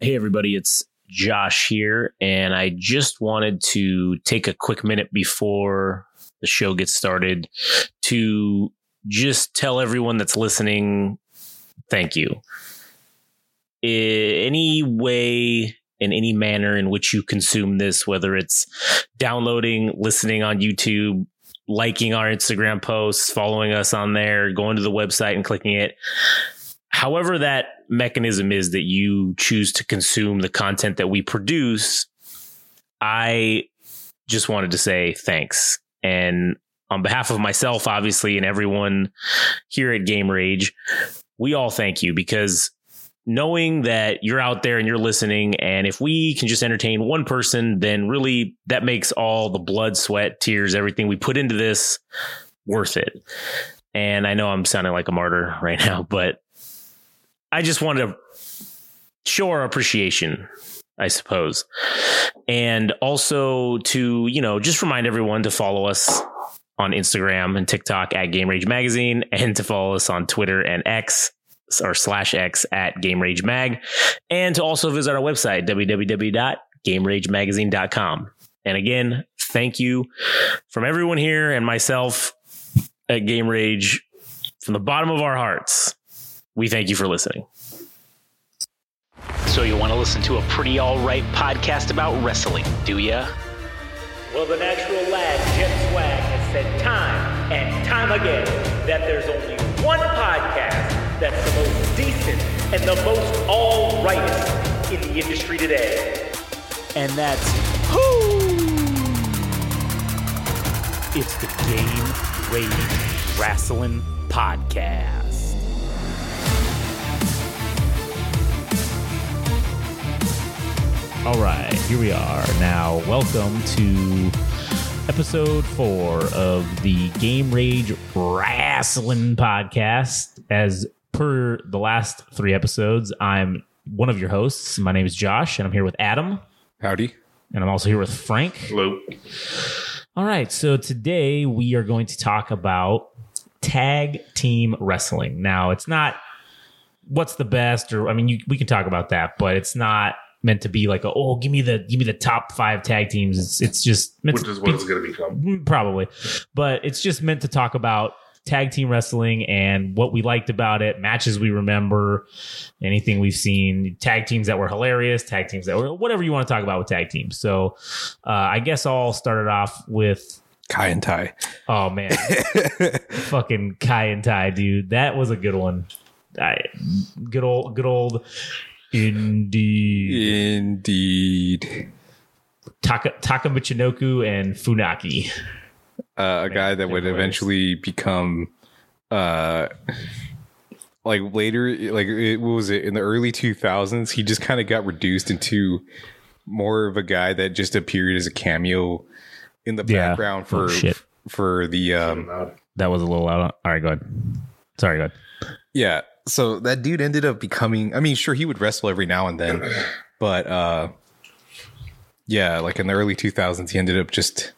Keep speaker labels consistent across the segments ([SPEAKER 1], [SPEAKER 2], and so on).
[SPEAKER 1] Hey, everybody, it's Josh here, and I just wanted to take a quick minute before the show gets started to just tell everyone that's listening thank you. I- Any way, in any manner in which you consume this, whether it's downloading, listening on YouTube, liking our Instagram posts, following us on there, going to the website and clicking it, however that mechanism is that you choose to consume the content that we produce, I just wanted to say thanks. And on behalf of myself, obviously, and everyone here at Game Rage, we all thank you because knowing that you're out there and you're listening, and if we can just entertain one person, then really that makes all the blood, sweat, tears, everything we put into this worth it. And I know I'm sounding like a martyr right now, but I just wanted to show our appreciation, I suppose. And also to, you know, just remind everyone to follow us on Instagram and TikTok at Game Rage Magazine and to follow us on Twitter and X or slash X at Game Rage Mag and to also visit our website, www.gameragemagazine.com. And again, thank you from everyone here and myself at Game Rage from the bottom of our hearts. We thank you for listening.
[SPEAKER 2] So you want to listen to a pretty all right podcast about wrestling, do ya?
[SPEAKER 3] Well, the natural lad, Jet Swag, has said time and time again that there's only one podcast that's the most decent and the most all rightest in the industry today. And that's who? It's the Game Rage Wrestling Podcast.
[SPEAKER 4] All right, here we are. Now, welcome to episode four of the Game Rage Wrestling Podcast. As per the last three episodes, I'm one of your hosts. My name is Josh, and I'm here with Adam,
[SPEAKER 5] Howdy.
[SPEAKER 4] and I'm also here with Frank.
[SPEAKER 1] Hello.
[SPEAKER 4] All right, so today we are going to talk about tag team wrestling. Now, it's not what's the best, or I mean, you, we can talk about that, but it's not meant to be like, a, oh, give me the give me the top five tag teams. It's it's just meant
[SPEAKER 6] which
[SPEAKER 4] to
[SPEAKER 6] is
[SPEAKER 4] be-
[SPEAKER 6] what it's going to become.
[SPEAKER 4] Mm, probably, but it's just meant to talk about tag team wrestling and what we liked about it, matches we remember, anything we've seen, tag teams that were hilarious, tag teams that were whatever you want to talk about with tag teams. So, uh, I guess I'll start it off with.
[SPEAKER 5] Kai and Tai.
[SPEAKER 4] Oh man, fucking Kai and Tai, dude. That was a good one. I, good old, good old. Indeed,
[SPEAKER 5] Indeed.
[SPEAKER 4] Taka, Taka Michinoku and Funaki.
[SPEAKER 5] Uh, a guy that would
[SPEAKER 4] ways.
[SPEAKER 5] eventually become uh like later like it, what was it in the early 2000s he just kind of got reduced into more of a guy that just appeared as a cameo in the
[SPEAKER 4] Yeah.
[SPEAKER 5] background for
[SPEAKER 4] Oh, shit.
[SPEAKER 5] for the um
[SPEAKER 4] That was a little loud. All right, go ahead. Sorry, go ahead.
[SPEAKER 5] Yeah. So that dude ended up becoming I mean, sure he would wrestle every now and then, but uh yeah, like in the early 2000s he ended up just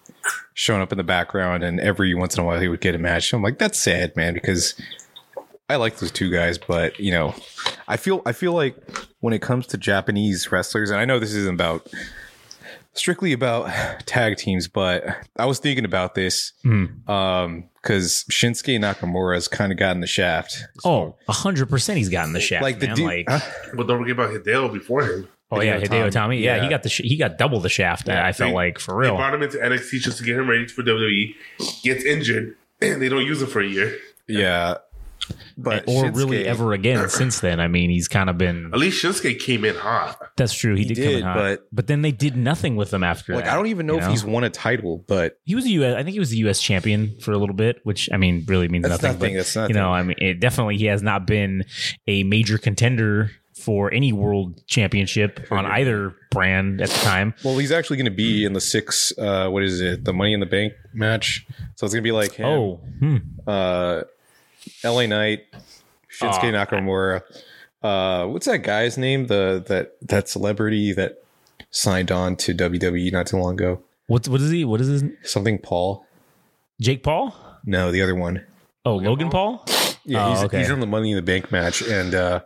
[SPEAKER 5] showing up in the background and every once in a while he would get a match. I'm like that's sad, man, because I like those two guys, but you know, I feel I feel like when it comes to Japanese wrestlers and I know this isn't about strictly about tag teams, but I was thinking about this um cuz Shinsuke Nakamura has kind of gotten the shaft.
[SPEAKER 4] Oh, a hundred percent. He's gotten the shaft.
[SPEAKER 5] Like the
[SPEAKER 4] man.
[SPEAKER 5] dude-
[SPEAKER 4] like,
[SPEAKER 5] huh?
[SPEAKER 6] But don't forget about Hideo before him.
[SPEAKER 4] oh yeah,
[SPEAKER 5] Hideo
[SPEAKER 4] Hideo
[SPEAKER 5] Tommy.
[SPEAKER 4] Tommy. Yeah, he
[SPEAKER 5] Yeah.
[SPEAKER 4] got the sh- he got double the shaft. I felt
[SPEAKER 6] They-
[SPEAKER 4] like for
[SPEAKER 6] They
[SPEAKER 4] real.
[SPEAKER 6] brought him into NXT just to get him ready for WWE. Gets injured, and they don't use him for a year.
[SPEAKER 5] Yeah. But
[SPEAKER 4] Or
[SPEAKER 5] Shinsuke-
[SPEAKER 4] really ever again since then. I mean, he's kind of been.
[SPEAKER 6] At least Shinsuke came in hot.
[SPEAKER 4] That's true. He,
[SPEAKER 5] He
[SPEAKER 4] did, come in
[SPEAKER 5] did,
[SPEAKER 4] hot,
[SPEAKER 5] but-
[SPEAKER 4] but then they did nothing with him after.
[SPEAKER 5] like
[SPEAKER 4] that,
[SPEAKER 5] I don't even know
[SPEAKER 4] you
[SPEAKER 5] if he's won a title, but
[SPEAKER 4] He was a U.S. I think he was the U.S. champion for a little bit, which I mean, really means
[SPEAKER 5] That's
[SPEAKER 4] nothing.
[SPEAKER 5] nothing,
[SPEAKER 4] but,
[SPEAKER 5] that's nothing.
[SPEAKER 4] You know, I mean, it definitely he has not been a major contender for any world championship on either brand at the time.
[SPEAKER 5] well, he's actually going to be in the six. Uh, what is it? The Money in the Bank match. So it's going to be like him,
[SPEAKER 4] Oh, hmm.
[SPEAKER 5] uh, L.A. Knight, Shinsuke
[SPEAKER 4] Ah.
[SPEAKER 5] Nakamura. Uh, what's that guy's name? The that that celebrity that signed on to WWE not too long ago.
[SPEAKER 4] what's what is he? What is his?
[SPEAKER 5] Something Paul.
[SPEAKER 4] Jake Paul?
[SPEAKER 5] No, the other one.
[SPEAKER 4] Oh, Logan Paul?
[SPEAKER 5] Yeah,
[SPEAKER 1] Oh,
[SPEAKER 5] he's,
[SPEAKER 1] okay.
[SPEAKER 5] he's in the Money in the Bank match, and uh,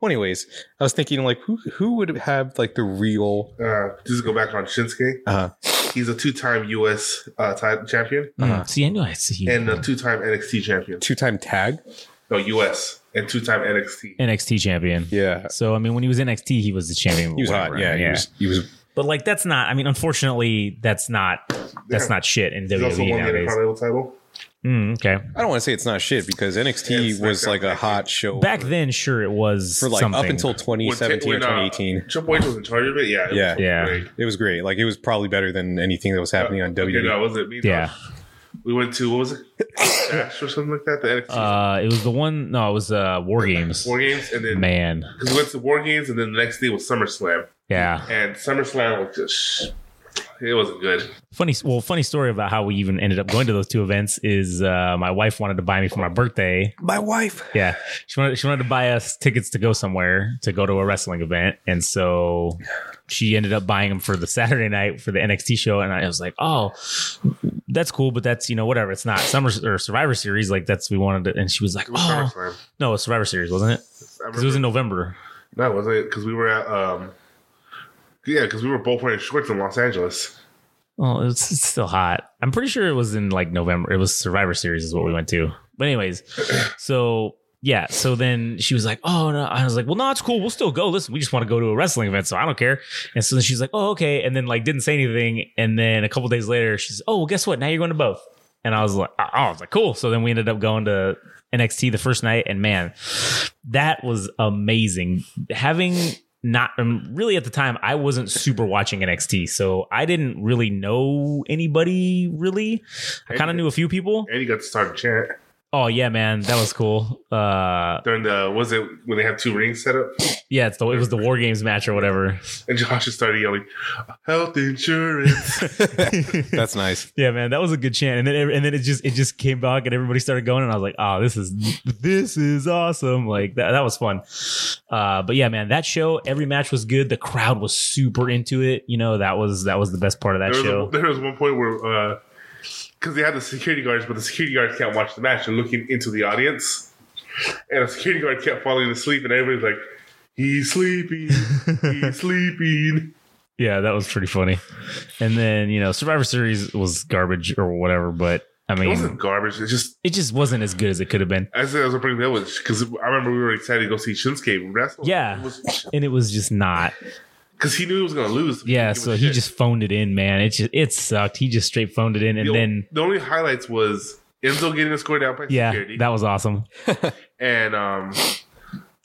[SPEAKER 5] well, anyways, I was thinking like who who would have like the real
[SPEAKER 6] Uh, just to go back on Shinsuke.
[SPEAKER 5] uh,
[SPEAKER 6] He's a two-time U.S. Uh, ti- champion
[SPEAKER 1] Mm, See, I knew I see
[SPEAKER 6] and a two-time NXT champion.
[SPEAKER 5] two time tag?
[SPEAKER 6] No, U.S. and two-time NXT.
[SPEAKER 1] NXT champion.
[SPEAKER 5] Yeah,
[SPEAKER 1] So I mean, when he was NXT, he was the champion.
[SPEAKER 5] he was hot.
[SPEAKER 1] whatever.
[SPEAKER 5] Yeah, he was. He was
[SPEAKER 1] But like, that's not. I mean, unfortunately, that's not. That's not shit in
[SPEAKER 6] He's also
[SPEAKER 1] WWE
[SPEAKER 6] won the
[SPEAKER 1] nowadays.
[SPEAKER 6] Intercontinental title.
[SPEAKER 1] Mm, okay.
[SPEAKER 5] I don't want to say it's not shit because NXT
[SPEAKER 6] Yeah,
[SPEAKER 5] was
[SPEAKER 6] SmackDown
[SPEAKER 5] like a
[SPEAKER 6] back
[SPEAKER 5] hot show
[SPEAKER 1] Back then, sure, it was
[SPEAKER 5] for like
[SPEAKER 1] something.
[SPEAKER 5] up until
[SPEAKER 6] When Ti-
[SPEAKER 5] 2017 or
[SPEAKER 6] when, uh,
[SPEAKER 5] 2018.
[SPEAKER 6] Triple H was in charge of it. Yeah. it was
[SPEAKER 5] Yeah.
[SPEAKER 6] fucking
[SPEAKER 1] Yeah.
[SPEAKER 6] great.
[SPEAKER 5] It was great. Like it was probably better than anything that was happening on E.
[SPEAKER 6] Okay, no,
[SPEAKER 5] WWE.
[SPEAKER 6] it wasn't me. no.
[SPEAKER 1] Yeah.
[SPEAKER 6] We went to what was it? Dash or something like that. The NXT
[SPEAKER 1] Uh, it was the one. No, it was uh, War Games.
[SPEAKER 6] War Games, and then
[SPEAKER 1] Man,
[SPEAKER 6] because we went to War Games, and then the next day was SummerSlam,
[SPEAKER 1] yeah.
[SPEAKER 6] and SummerSlam was just. It wasn't good.
[SPEAKER 1] Funny. Well, funny story about how we even ended up going to those two events is uh, my wife wanted to buy me for my birthday.
[SPEAKER 5] My wife.
[SPEAKER 1] Yeah, she wanted she wanted to buy us tickets to go somewhere to go to a wrestling event, and so she ended up buying them for the Saturday night for the NXT show. And I was like, oh, that's cool, but that's you know whatever. It's not Summer or Survivor Series like that's we wanted. To, and she was like,
[SPEAKER 6] It was
[SPEAKER 1] oh
[SPEAKER 6] SummerSlam.
[SPEAKER 1] no, it was Survivor Series wasn't it?
[SPEAKER 6] I
[SPEAKER 1] 'Cause it was
[SPEAKER 6] remember-
[SPEAKER 1] in November.
[SPEAKER 6] No, it wasn't because we were at um, yeah, because we were both wearing shorts in Los Angeles.
[SPEAKER 1] Well, it's, it's still hot. I'm pretty sure it was in like November. It was Survivor Series is what we went to. But anyways, so yeah. So then she was like, "Oh no," I was like, "Well, no, it's cool. We'll still go. Listen, we just want to go to a wrestling event, so I don't care." And so then she's like, "Oh, okay," and then like didn't say anything. And then a couple days later, she's, "Oh, well, guess what? Now you're going to both." And I was like, "Oh," I was like, "Cool." So then we ended up going to NXT the first night, and man, that was amazing. Having not um, really at the time, I wasn't super watching NXT, so I didn't really know anybody really. I kind of knew a few people.
[SPEAKER 6] And you got to start a chant
[SPEAKER 1] Oh yeah, man, that was cool. Uh,
[SPEAKER 6] during the was it when they have two rings set up,
[SPEAKER 1] yeah, it's the, it was the War Games match or whatever.
[SPEAKER 6] and Josh just started yelling, "Health insurance!"
[SPEAKER 5] That's nice.
[SPEAKER 1] Yeah, man, that was a good chant. And then and then it just it just came back and everybody started going and I was like, "Oh, this is this is awesome." Like that that was fun. Uh but yeah, man, that show, every match was good. The crowd was super into it. You know, that was that was the best part of that
[SPEAKER 6] there, was
[SPEAKER 1] show.
[SPEAKER 6] a, there was one point where because they had the security guards, but the security guards can't watch the match. They're looking into the audience, and a security guard kept falling asleep, and everybody's like, "He's sleeping, he's sleeping."
[SPEAKER 1] yeah, that was pretty funny. And then, you know, Survivor Series was garbage or whatever, but I
[SPEAKER 6] It
[SPEAKER 1] mean,
[SPEAKER 6] wasn't garbage. It's just
[SPEAKER 1] it just wasn't as good as it could have been.
[SPEAKER 6] I said I was pretty that was because I remember we were excited to go see Shinsuke wrestle.
[SPEAKER 1] Yeah. And it was just not.
[SPEAKER 6] because he knew he was gonna lose.
[SPEAKER 1] Yeah,
[SPEAKER 6] He
[SPEAKER 1] so
[SPEAKER 6] was
[SPEAKER 1] he
[SPEAKER 6] shit.
[SPEAKER 1] just phoned it in, man. It just it sucked. He just straight phoned it in and
[SPEAKER 6] the,
[SPEAKER 1] then
[SPEAKER 6] the only highlights was Enzo getting a score down by
[SPEAKER 1] yeah,
[SPEAKER 6] security,
[SPEAKER 1] that was awesome.
[SPEAKER 6] and um,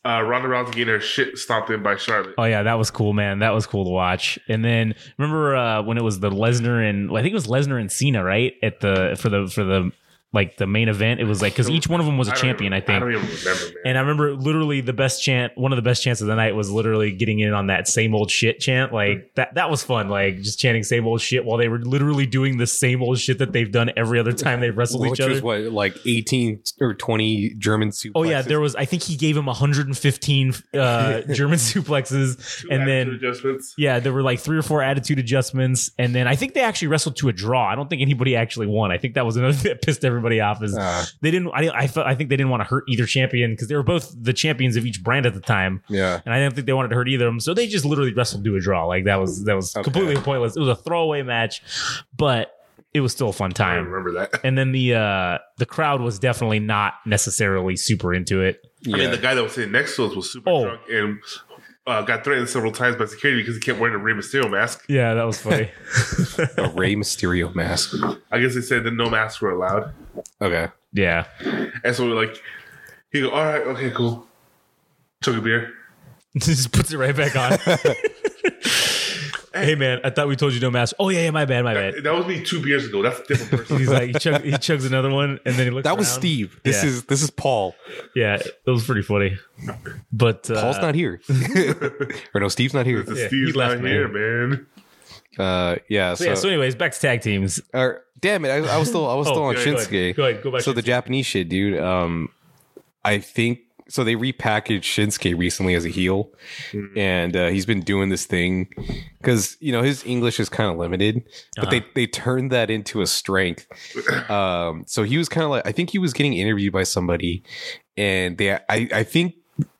[SPEAKER 6] uh, Ronda Rousey getting her shit stomped in by Charlotte.
[SPEAKER 1] Oh yeah, that was cool, man. That was cool to watch. And then remember uh, when it was the Lesnar and I think it was Lesnar and Cena, right? At the for the for the like the main event, it was like because each one of them was a
[SPEAKER 6] I don't
[SPEAKER 1] champion,
[SPEAKER 6] even-
[SPEAKER 1] I think.
[SPEAKER 6] I don't even remember, man.
[SPEAKER 1] And I remember literally the best chant, one of the best chants of the night was literally getting in on that same old shit chant.
[SPEAKER 6] Mm.
[SPEAKER 1] Like that that was fun, like just chanting same old shit while they were literally doing the same old shit that they've done every other time they've wrestled
[SPEAKER 5] Which
[SPEAKER 1] each other.
[SPEAKER 5] was what like 18 or 20 German suplexes.
[SPEAKER 1] Oh yeah, there was. I think he gave him 115 uh, German suplexes,
[SPEAKER 6] Two
[SPEAKER 1] and
[SPEAKER 6] attitude
[SPEAKER 1] then
[SPEAKER 6] adjustments.
[SPEAKER 1] yeah, there were like three or four attitude adjustments, and then I think they actually wrestled to a draw. I don't think anybody actually won. I think that was another thing that pissed everybody off is
[SPEAKER 5] Ah.
[SPEAKER 1] they didn't. I I, felt, I think they didn't want to hurt either champion because they were both the champions of each brand at the time,
[SPEAKER 5] yeah.
[SPEAKER 1] and I didn't think they wanted to hurt either of them. So they just literally wrestled to a draw. Like that was that was
[SPEAKER 5] Okay.
[SPEAKER 1] completely pointless. It was a throwaway match, but it was still a fun
[SPEAKER 6] I don't
[SPEAKER 1] time.
[SPEAKER 6] remember that.
[SPEAKER 1] And then the uh, the crowd was definitely not necessarily super into it.
[SPEAKER 6] I mean,
[SPEAKER 5] Yeah.
[SPEAKER 6] the guy that was sitting next to us was super
[SPEAKER 1] Oh.
[SPEAKER 6] drunk and uh, got threatened several times by security because he kept wearing a Rey Mysterio mask.
[SPEAKER 1] Yeah, that was funny.
[SPEAKER 5] a Rey Mysterio mask.
[SPEAKER 6] I guess they said that no masks were allowed.
[SPEAKER 5] Okay.
[SPEAKER 1] yeah,
[SPEAKER 6] And so we're like, he go, all right, okay, cool. Took a beer.
[SPEAKER 1] just puts it right back on. hey man, I thought we told you no mask. Oh yeah, yeah, my bad, my bad.
[SPEAKER 6] That was me two beers ago. That's a different person.
[SPEAKER 1] He's like he, chug- he chugs another one, and then he looks.
[SPEAKER 5] That was
[SPEAKER 1] around.
[SPEAKER 5] Steve. This
[SPEAKER 1] Yeah.
[SPEAKER 5] is this is Paul.
[SPEAKER 1] Yeah, it was pretty funny. But uh,
[SPEAKER 5] Paul's not here. or no, Steve's not here.
[SPEAKER 6] The
[SPEAKER 1] Yeah,
[SPEAKER 6] Steve's
[SPEAKER 1] he left,
[SPEAKER 6] not here, man.
[SPEAKER 5] Uh yeah,
[SPEAKER 1] so
[SPEAKER 5] so,
[SPEAKER 1] yeah. So anyways, back to tag teams.
[SPEAKER 5] or, damn it, I, I was still I was
[SPEAKER 1] Oh,
[SPEAKER 5] still on
[SPEAKER 1] go ahead,
[SPEAKER 5] Shinsuke.
[SPEAKER 1] Go ahead, go back.
[SPEAKER 5] so the Japanese shit, dude. Um, I think so they repackaged Shinsuke recently as a heel,
[SPEAKER 1] Mm-hmm.
[SPEAKER 5] and uh, he's been doing this thing because you know his English is kind of limited, but
[SPEAKER 1] Uh-huh.
[SPEAKER 5] they they turned that into a strength. Um, so he was kind of like I think he was getting interviewed by somebody, and they I I think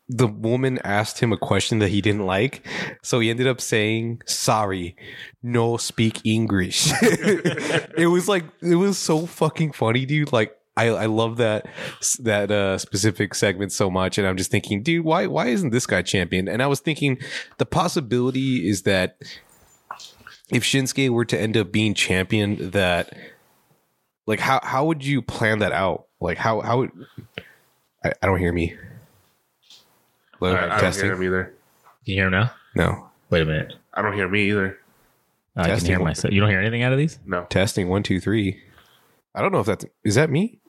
[SPEAKER 5] the woman asked him a question that he didn't like, so he ended up saying sorry, no speak English. it was like it was so fucking funny, dude. Like I, I love that that uh, specific segment so much, and I'm just thinking, dude, why why isn't this guy champion? And I was thinking, the possibility is that if Shinsuke were to end up being champion, that like how how would you plan that out? Like how how would I, I don't hear me. Hello,
[SPEAKER 6] I, I don't
[SPEAKER 5] testing.
[SPEAKER 6] hear him either.
[SPEAKER 4] Can you hear him now?
[SPEAKER 5] No
[SPEAKER 4] Wait a minute.
[SPEAKER 6] I don't hear me either.
[SPEAKER 4] Oh, I can
[SPEAKER 5] Testing.
[SPEAKER 4] hear myself. You don't hear anything out of these?
[SPEAKER 6] No.
[SPEAKER 5] testing. One two three. I don't know if that's is that me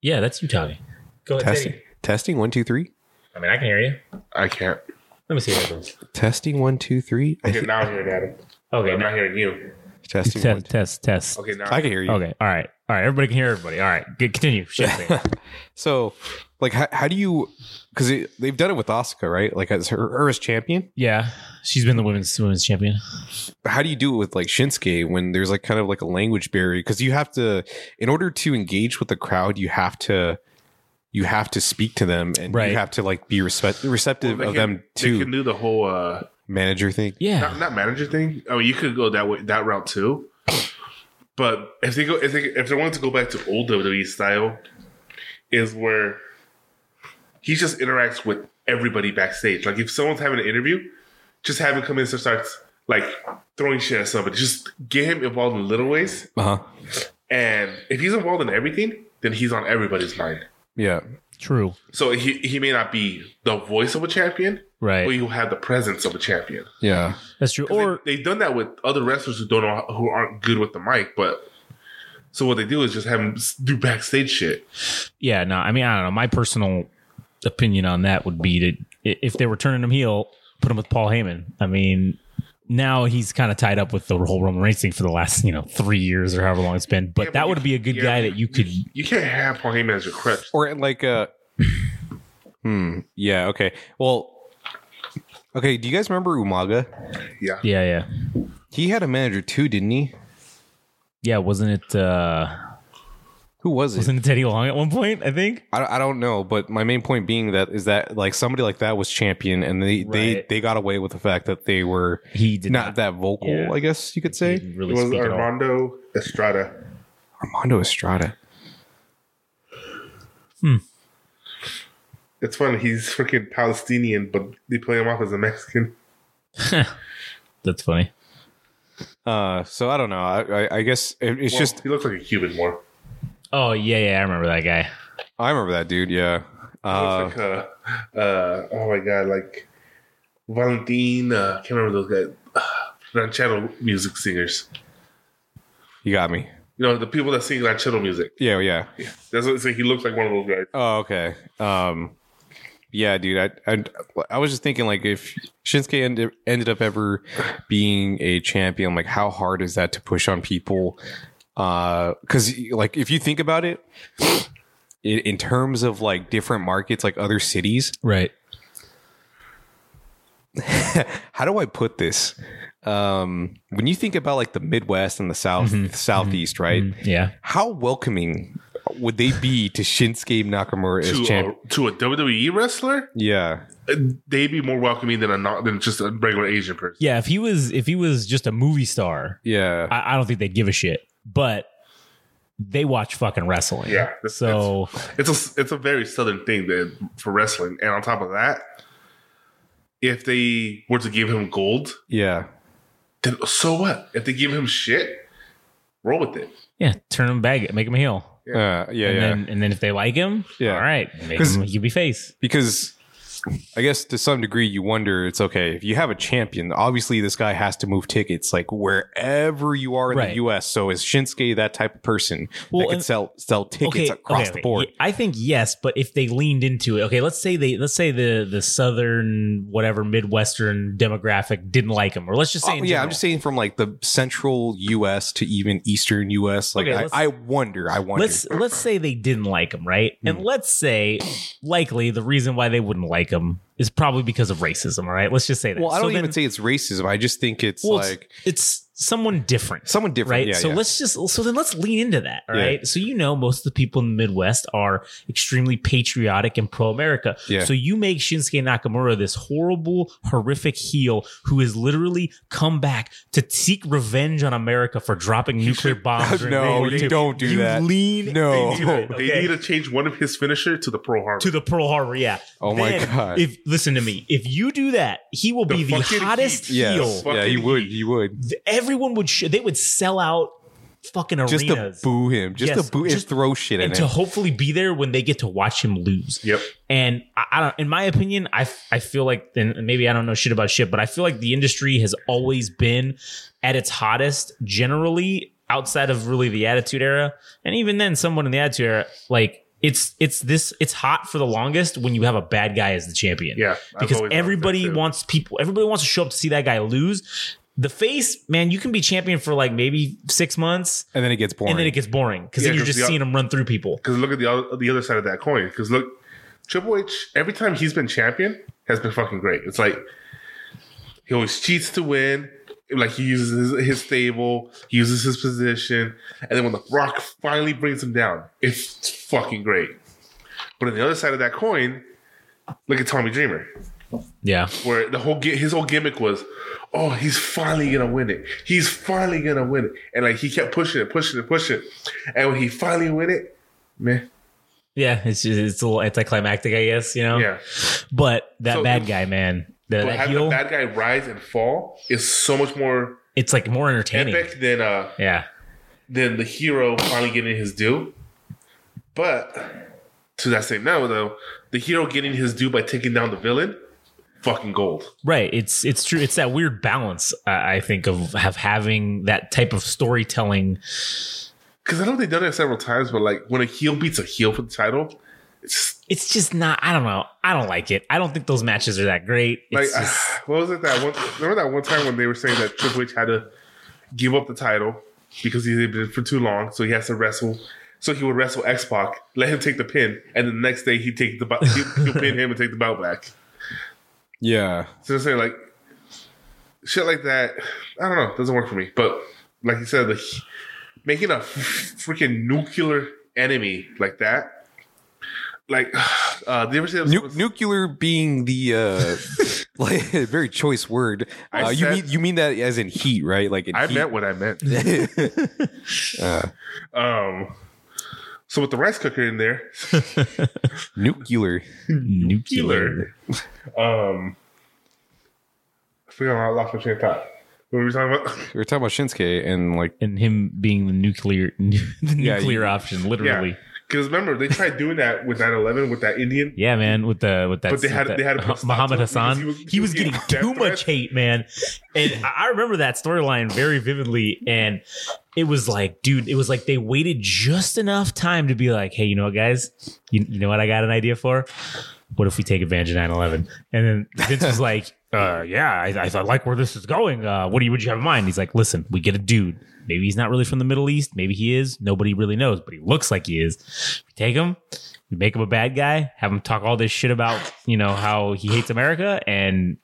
[SPEAKER 4] Yeah, that's you talking. Go ahead.
[SPEAKER 5] testing
[SPEAKER 4] Teddy.
[SPEAKER 5] testing one two three
[SPEAKER 4] I mean, I can hear you.
[SPEAKER 6] I can't.
[SPEAKER 4] Let me see what happens.
[SPEAKER 5] testing one two three. I
[SPEAKER 6] Okay,
[SPEAKER 5] think-
[SPEAKER 6] now I'm hearing Adam.
[SPEAKER 4] Okay.
[SPEAKER 6] I'm
[SPEAKER 4] now-
[SPEAKER 6] not hearing you.
[SPEAKER 5] testing one,
[SPEAKER 4] Test, test, test.
[SPEAKER 6] Okay, now
[SPEAKER 5] I can hear you.
[SPEAKER 4] Okay. All right. All right. Everybody can hear everybody. All right. Good. Continue. Shit, man.
[SPEAKER 5] So, like, how, how do you? Because they've done it with Asuka, right? Like, as her, her as champion.
[SPEAKER 4] yeah. She's been the women's women's champion.
[SPEAKER 5] How do you do it with like Shinsuke when there's like kind of like a language barrier? Because you have to, in order to engage with the crowd, you have to, you have to speak to them, and
[SPEAKER 4] Right.
[SPEAKER 5] you have to like be respect,
[SPEAKER 6] Well,
[SPEAKER 5] receptive
[SPEAKER 6] they
[SPEAKER 5] of
[SPEAKER 6] can-
[SPEAKER 5] them
[SPEAKER 6] They can
[SPEAKER 5] too.
[SPEAKER 6] do the whole uh,
[SPEAKER 5] Manager thing.
[SPEAKER 4] Yeah.
[SPEAKER 6] not, not manager thing. I mean, you could go that way, that route too. But if they go, if they if they wanted to go back to old WWE style, is where he just interacts with everybody backstage. Like if someone's having an interview, just have him come in and starts like throwing shit at somebody. Just get him involved in little ways.
[SPEAKER 5] Uh huh.
[SPEAKER 6] And if he's involved in everything, then he's on everybody's mind.
[SPEAKER 5] Yeah.
[SPEAKER 4] True.
[SPEAKER 6] So he he may not be the voice of a champion,
[SPEAKER 4] Right.
[SPEAKER 6] but he'll have the presence of a champion.
[SPEAKER 5] Yeah.
[SPEAKER 4] That's true. Or
[SPEAKER 6] Or they, have done that with other wrestlers who don't know who aren't good with the mic, but so what they do is just have them s- do backstage shit.
[SPEAKER 4] yeah, no, I mean, I don't know. My personal opinion on that would be to i- if they were turning him heel, put him with Paul Heyman. I mean, now he's kind of tied up with the whole Roman Reigns thing for the last, you know, three years or however long it's been. But
[SPEAKER 6] Yeah, but
[SPEAKER 4] that
[SPEAKER 6] you-
[SPEAKER 4] would be a good
[SPEAKER 6] yeah,
[SPEAKER 4] guy
[SPEAKER 6] but
[SPEAKER 4] that you could.
[SPEAKER 6] You can't have Paul Heyman as your crutch.
[SPEAKER 5] or like uh hmm yeah okay well okay do you guys remember umaga
[SPEAKER 6] Yeah,
[SPEAKER 4] Yeah, yeah,
[SPEAKER 5] he had a manager too didn't he
[SPEAKER 4] yeah. Wasn't it? uh
[SPEAKER 5] who was it
[SPEAKER 4] Wasn't it Teddy Long at one point? I think.
[SPEAKER 5] I, I don't know but my main point being that is that like somebody like that was champion and they they
[SPEAKER 4] Right.
[SPEAKER 5] they got away with the fact that they were
[SPEAKER 4] He did
[SPEAKER 5] not,
[SPEAKER 4] not-
[SPEAKER 5] that vocal
[SPEAKER 4] yeah.
[SPEAKER 5] i guess you could
[SPEAKER 4] He
[SPEAKER 5] say
[SPEAKER 4] didn't
[SPEAKER 6] it
[SPEAKER 4] really
[SPEAKER 6] was
[SPEAKER 4] speak at all.
[SPEAKER 6] Armando Estrada.
[SPEAKER 5] armando estrada
[SPEAKER 6] It's funny he's freaking Palestinian, but they play him off as a Mexican.
[SPEAKER 4] That's funny.
[SPEAKER 5] uh so i don't know i i, I guess it, it's
[SPEAKER 6] Well,
[SPEAKER 5] just
[SPEAKER 6] he looks like a Cuban more.
[SPEAKER 4] Oh yeah, yeah. I remember that guy.
[SPEAKER 5] i remember that dude yeah
[SPEAKER 6] He
[SPEAKER 5] uh
[SPEAKER 6] looks like uh, uh, oh my god, like Valentin. Uh, can't remember those guys. ranchero music singers.
[SPEAKER 5] you got me
[SPEAKER 6] You know the people that sing ranchero music.
[SPEAKER 5] yeah yeah
[SPEAKER 6] That's what so he looks like one of those guys.
[SPEAKER 5] Oh, okay. Um, yeah, dude. I, I I was just thinking like if Shinsuke ended ended up ever being a champion, like how hard is that to push on people? Because like if you think about it, in, in terms of like different markets, like other cities,
[SPEAKER 4] Right.
[SPEAKER 5] how do I put this? Um, when you think about like the Midwest and the South, Southeast, right?
[SPEAKER 4] Yeah.
[SPEAKER 5] How welcoming would they be to Shinsuke Nakamura as
[SPEAKER 6] to uh,
[SPEAKER 5] champ?
[SPEAKER 6] a, to a WWE wrestler,
[SPEAKER 5] Yeah.
[SPEAKER 6] uh, they'd be more welcoming than a not than just a regular Asian person.
[SPEAKER 4] Yeah. If he was, if he was just a movie star,
[SPEAKER 5] Yeah.
[SPEAKER 4] I, I don't think they'd give a shit. But they watch fucking wrestling.
[SPEAKER 6] Yeah, that's-
[SPEAKER 4] So
[SPEAKER 6] It's a it's a very southern thing that, for wrestling, and on top of that, if they were to give him gold,
[SPEAKER 5] yeah.
[SPEAKER 6] then so what? If they give him shit, roll with it.
[SPEAKER 4] yeah, turn him back, make him a heel,
[SPEAKER 5] Uh, yeah,
[SPEAKER 4] and
[SPEAKER 5] yeah.
[SPEAKER 4] then and then if they like him,
[SPEAKER 5] Yeah.
[SPEAKER 4] all right, make
[SPEAKER 5] 'Cause-
[SPEAKER 4] him a baby face.
[SPEAKER 5] because I guess to some degree you wonder it's okay if you have a champion. Obviously, this guy has to move tickets like wherever you are in
[SPEAKER 4] Right.
[SPEAKER 5] the U.S. So is Shinsuke that type of person
[SPEAKER 4] Well,
[SPEAKER 5] that can
[SPEAKER 4] and-
[SPEAKER 5] sell sell tickets across
[SPEAKER 4] okay,
[SPEAKER 5] the board?
[SPEAKER 4] okay. I think yes, but if they leaned into it, okay, let's say they let's say the the southern whatever midwestern demographic didn't like him, or let's just say
[SPEAKER 5] Oh,
[SPEAKER 4] in
[SPEAKER 5] yeah,
[SPEAKER 4] general.
[SPEAKER 5] I'm just saying from like the central U.S. to even eastern U.S. Like
[SPEAKER 4] Okay, let's-
[SPEAKER 5] I, I wonder, I wonder.
[SPEAKER 4] Let's let's say they didn't like him, right?
[SPEAKER 5] Hmm.
[SPEAKER 4] And let's say likely the reason why they wouldn't like him is probably because of racism, all right? Let's just say that.
[SPEAKER 5] well, I
[SPEAKER 4] So
[SPEAKER 5] don't
[SPEAKER 4] then-
[SPEAKER 5] even say it's racism. I just think it's
[SPEAKER 4] well, it's-
[SPEAKER 5] like
[SPEAKER 4] it's, someone different.
[SPEAKER 5] someone different.
[SPEAKER 4] right?
[SPEAKER 5] Yeah,
[SPEAKER 4] so
[SPEAKER 5] yeah.
[SPEAKER 4] let's just so then let's lean into that, all
[SPEAKER 5] Yeah.
[SPEAKER 4] right? So you know most of the people in the Midwest are extremely patriotic and pro America.
[SPEAKER 5] Yeah.
[SPEAKER 4] So you make Shinsuke Nakamura this horrible, horrific heel who has literally come back to seek revenge on America for dropping nuclear bombs. during
[SPEAKER 5] No,
[SPEAKER 4] World War
[SPEAKER 5] you
[SPEAKER 4] II.
[SPEAKER 5] don't do
[SPEAKER 4] you
[SPEAKER 5] that.
[SPEAKER 4] Lean
[SPEAKER 5] No.
[SPEAKER 4] into it,
[SPEAKER 6] They
[SPEAKER 4] okay?
[SPEAKER 6] need to change one of his finisher to the Pearl Harbor.
[SPEAKER 4] to the Pearl Harbor, yeah.
[SPEAKER 5] Oh my
[SPEAKER 4] Then,
[SPEAKER 5] God.
[SPEAKER 4] If listen to me, if you do that, he will
[SPEAKER 6] The
[SPEAKER 4] be the
[SPEAKER 6] fucking
[SPEAKER 4] hottest
[SPEAKER 6] heat.
[SPEAKER 5] Yes.
[SPEAKER 4] heel.
[SPEAKER 5] yeah, he
[SPEAKER 6] Fucking
[SPEAKER 5] would,
[SPEAKER 6] heat.
[SPEAKER 5] he would.
[SPEAKER 4] Th- Everyone would sh- they would sell out fucking arenas
[SPEAKER 5] Just to boo him, just
[SPEAKER 4] Yes,
[SPEAKER 5] to boo, just
[SPEAKER 4] just-
[SPEAKER 5] throw shit
[SPEAKER 4] and
[SPEAKER 5] at
[SPEAKER 4] to
[SPEAKER 5] him.
[SPEAKER 4] hopefully be there when they get to watch him lose.
[SPEAKER 6] yep.
[SPEAKER 4] And I, I don't, in my opinion, I, f- I feel like, and maybe I don't know shit about shit, but I feel like the industry has always been at its hottest generally outside of really the attitude era. And even then, someone in the attitude era, like, it's it's this it's hot for the longest when you have a bad guy as the champion.
[SPEAKER 6] Yeah, I've
[SPEAKER 4] because
[SPEAKER 6] always liked that
[SPEAKER 4] everybody
[SPEAKER 6] too.
[SPEAKER 4] wants people. Everybody wants to show up to see that guy lose. The face, man, you can be champion for like maybe six months,
[SPEAKER 5] and then it gets boring.
[SPEAKER 4] and then it gets boring because
[SPEAKER 6] Yeah,
[SPEAKER 4] then you're
[SPEAKER 6] 'cause
[SPEAKER 4] just
[SPEAKER 6] the-
[SPEAKER 4] seeing him run through people.
[SPEAKER 6] Because look at the other, the other side of that coin. Because look, Triple H every time he's been champion has been fucking great. It's like he always cheats to win. Like he uses his, his stable, he uses his position, and then when the Rock finally brings him down, it's fucking great. But on the other side of that coin, look at Tommy Dreamer,
[SPEAKER 4] Yeah.
[SPEAKER 6] where the whole gi- his whole gimmick was, oh, he's finally gonna win it. He's finally gonna win it, and like he kept pushing it, pushing it, pushing it, and when he finally win it, man,
[SPEAKER 4] Yeah, it's just, it's a little anticlimactic, I guess, you know.
[SPEAKER 6] yeah.
[SPEAKER 4] But that
[SPEAKER 6] So
[SPEAKER 4] bad
[SPEAKER 6] if-
[SPEAKER 4] guy, man, the,
[SPEAKER 6] But
[SPEAKER 4] that
[SPEAKER 6] having the
[SPEAKER 4] heel,
[SPEAKER 6] bad guy rise and fall is so much more
[SPEAKER 4] it's like more entertaining.
[SPEAKER 6] epic than uh
[SPEAKER 4] Yeah.
[SPEAKER 6] than the hero finally getting his due. But to that same now though, the hero getting his due by taking down the villain, fucking gold.
[SPEAKER 4] Right. It's it's true. It's that weird balance I I think of have having that type of storytelling.
[SPEAKER 6] Because I know they've done it several times, but like when a heel beats a heel for the title, it's
[SPEAKER 4] It's just not. I don't know. I don't like it. I don't think those matches are that great.
[SPEAKER 6] like
[SPEAKER 4] It's just,
[SPEAKER 6] what was it that one? Remember that one time when they were saying that Triple H had to give up the title because he had been for too long, so he has to wrestle. So he would wrestle X Pac, let him take the pin, and the next day he take the bo- he he'll pin him and take the belt back.
[SPEAKER 5] yeah,
[SPEAKER 6] So I'm saying like shit like that. I don't know. Doesn't work for me. But like you said, the, making a freaking nuclear enemy like that, like uh, the ever see that-
[SPEAKER 5] Nu- nuclear being the uh, like very choice word.
[SPEAKER 6] I
[SPEAKER 5] Uh, you
[SPEAKER 6] said-
[SPEAKER 5] mean you mean that as in heat, right? Like in
[SPEAKER 6] I
[SPEAKER 5] heat.
[SPEAKER 6] meant what I meant. Um, so with the rice cooker in there,
[SPEAKER 5] nuclear.
[SPEAKER 6] nuclear. um, I forgot how I lost my train of thought. What were we talking about?
[SPEAKER 5] We were talking about Shinsuke and like
[SPEAKER 4] and him being the nuclear, the nuclear
[SPEAKER 5] you-
[SPEAKER 4] option,
[SPEAKER 6] Yeah,
[SPEAKER 4] literally.
[SPEAKER 6] because remember they tried doing that with 9/11 with that Indian
[SPEAKER 4] Yeah, man, with the with that,
[SPEAKER 6] But they had-
[SPEAKER 4] with
[SPEAKER 6] they had to
[SPEAKER 4] that
[SPEAKER 6] put a stop
[SPEAKER 4] Muhammad
[SPEAKER 6] to it because
[SPEAKER 4] Hassan. He
[SPEAKER 6] he was-
[SPEAKER 4] was,
[SPEAKER 6] he
[SPEAKER 4] getting
[SPEAKER 6] was getting
[SPEAKER 4] too
[SPEAKER 6] death
[SPEAKER 4] much
[SPEAKER 6] threats.
[SPEAKER 4] hate, man. And I I remember that storyline very vividly. And it was like, dude, it was like they waited just enough time to be like, hey, you know what, guys, you, you know what, I got an idea for. What if we take advantage of 9-11? And then Vince was like, uh, yeah, I, I, I like where this is going. Uh, what do you would you have in mind? He's like, listen, we get a dude. Maybe he's not really from the Middle East. Maybe he is. Nobody really knows, but he looks like he is. We take him. We make him a bad guy. Have him talk all this shit about you know how he hates America and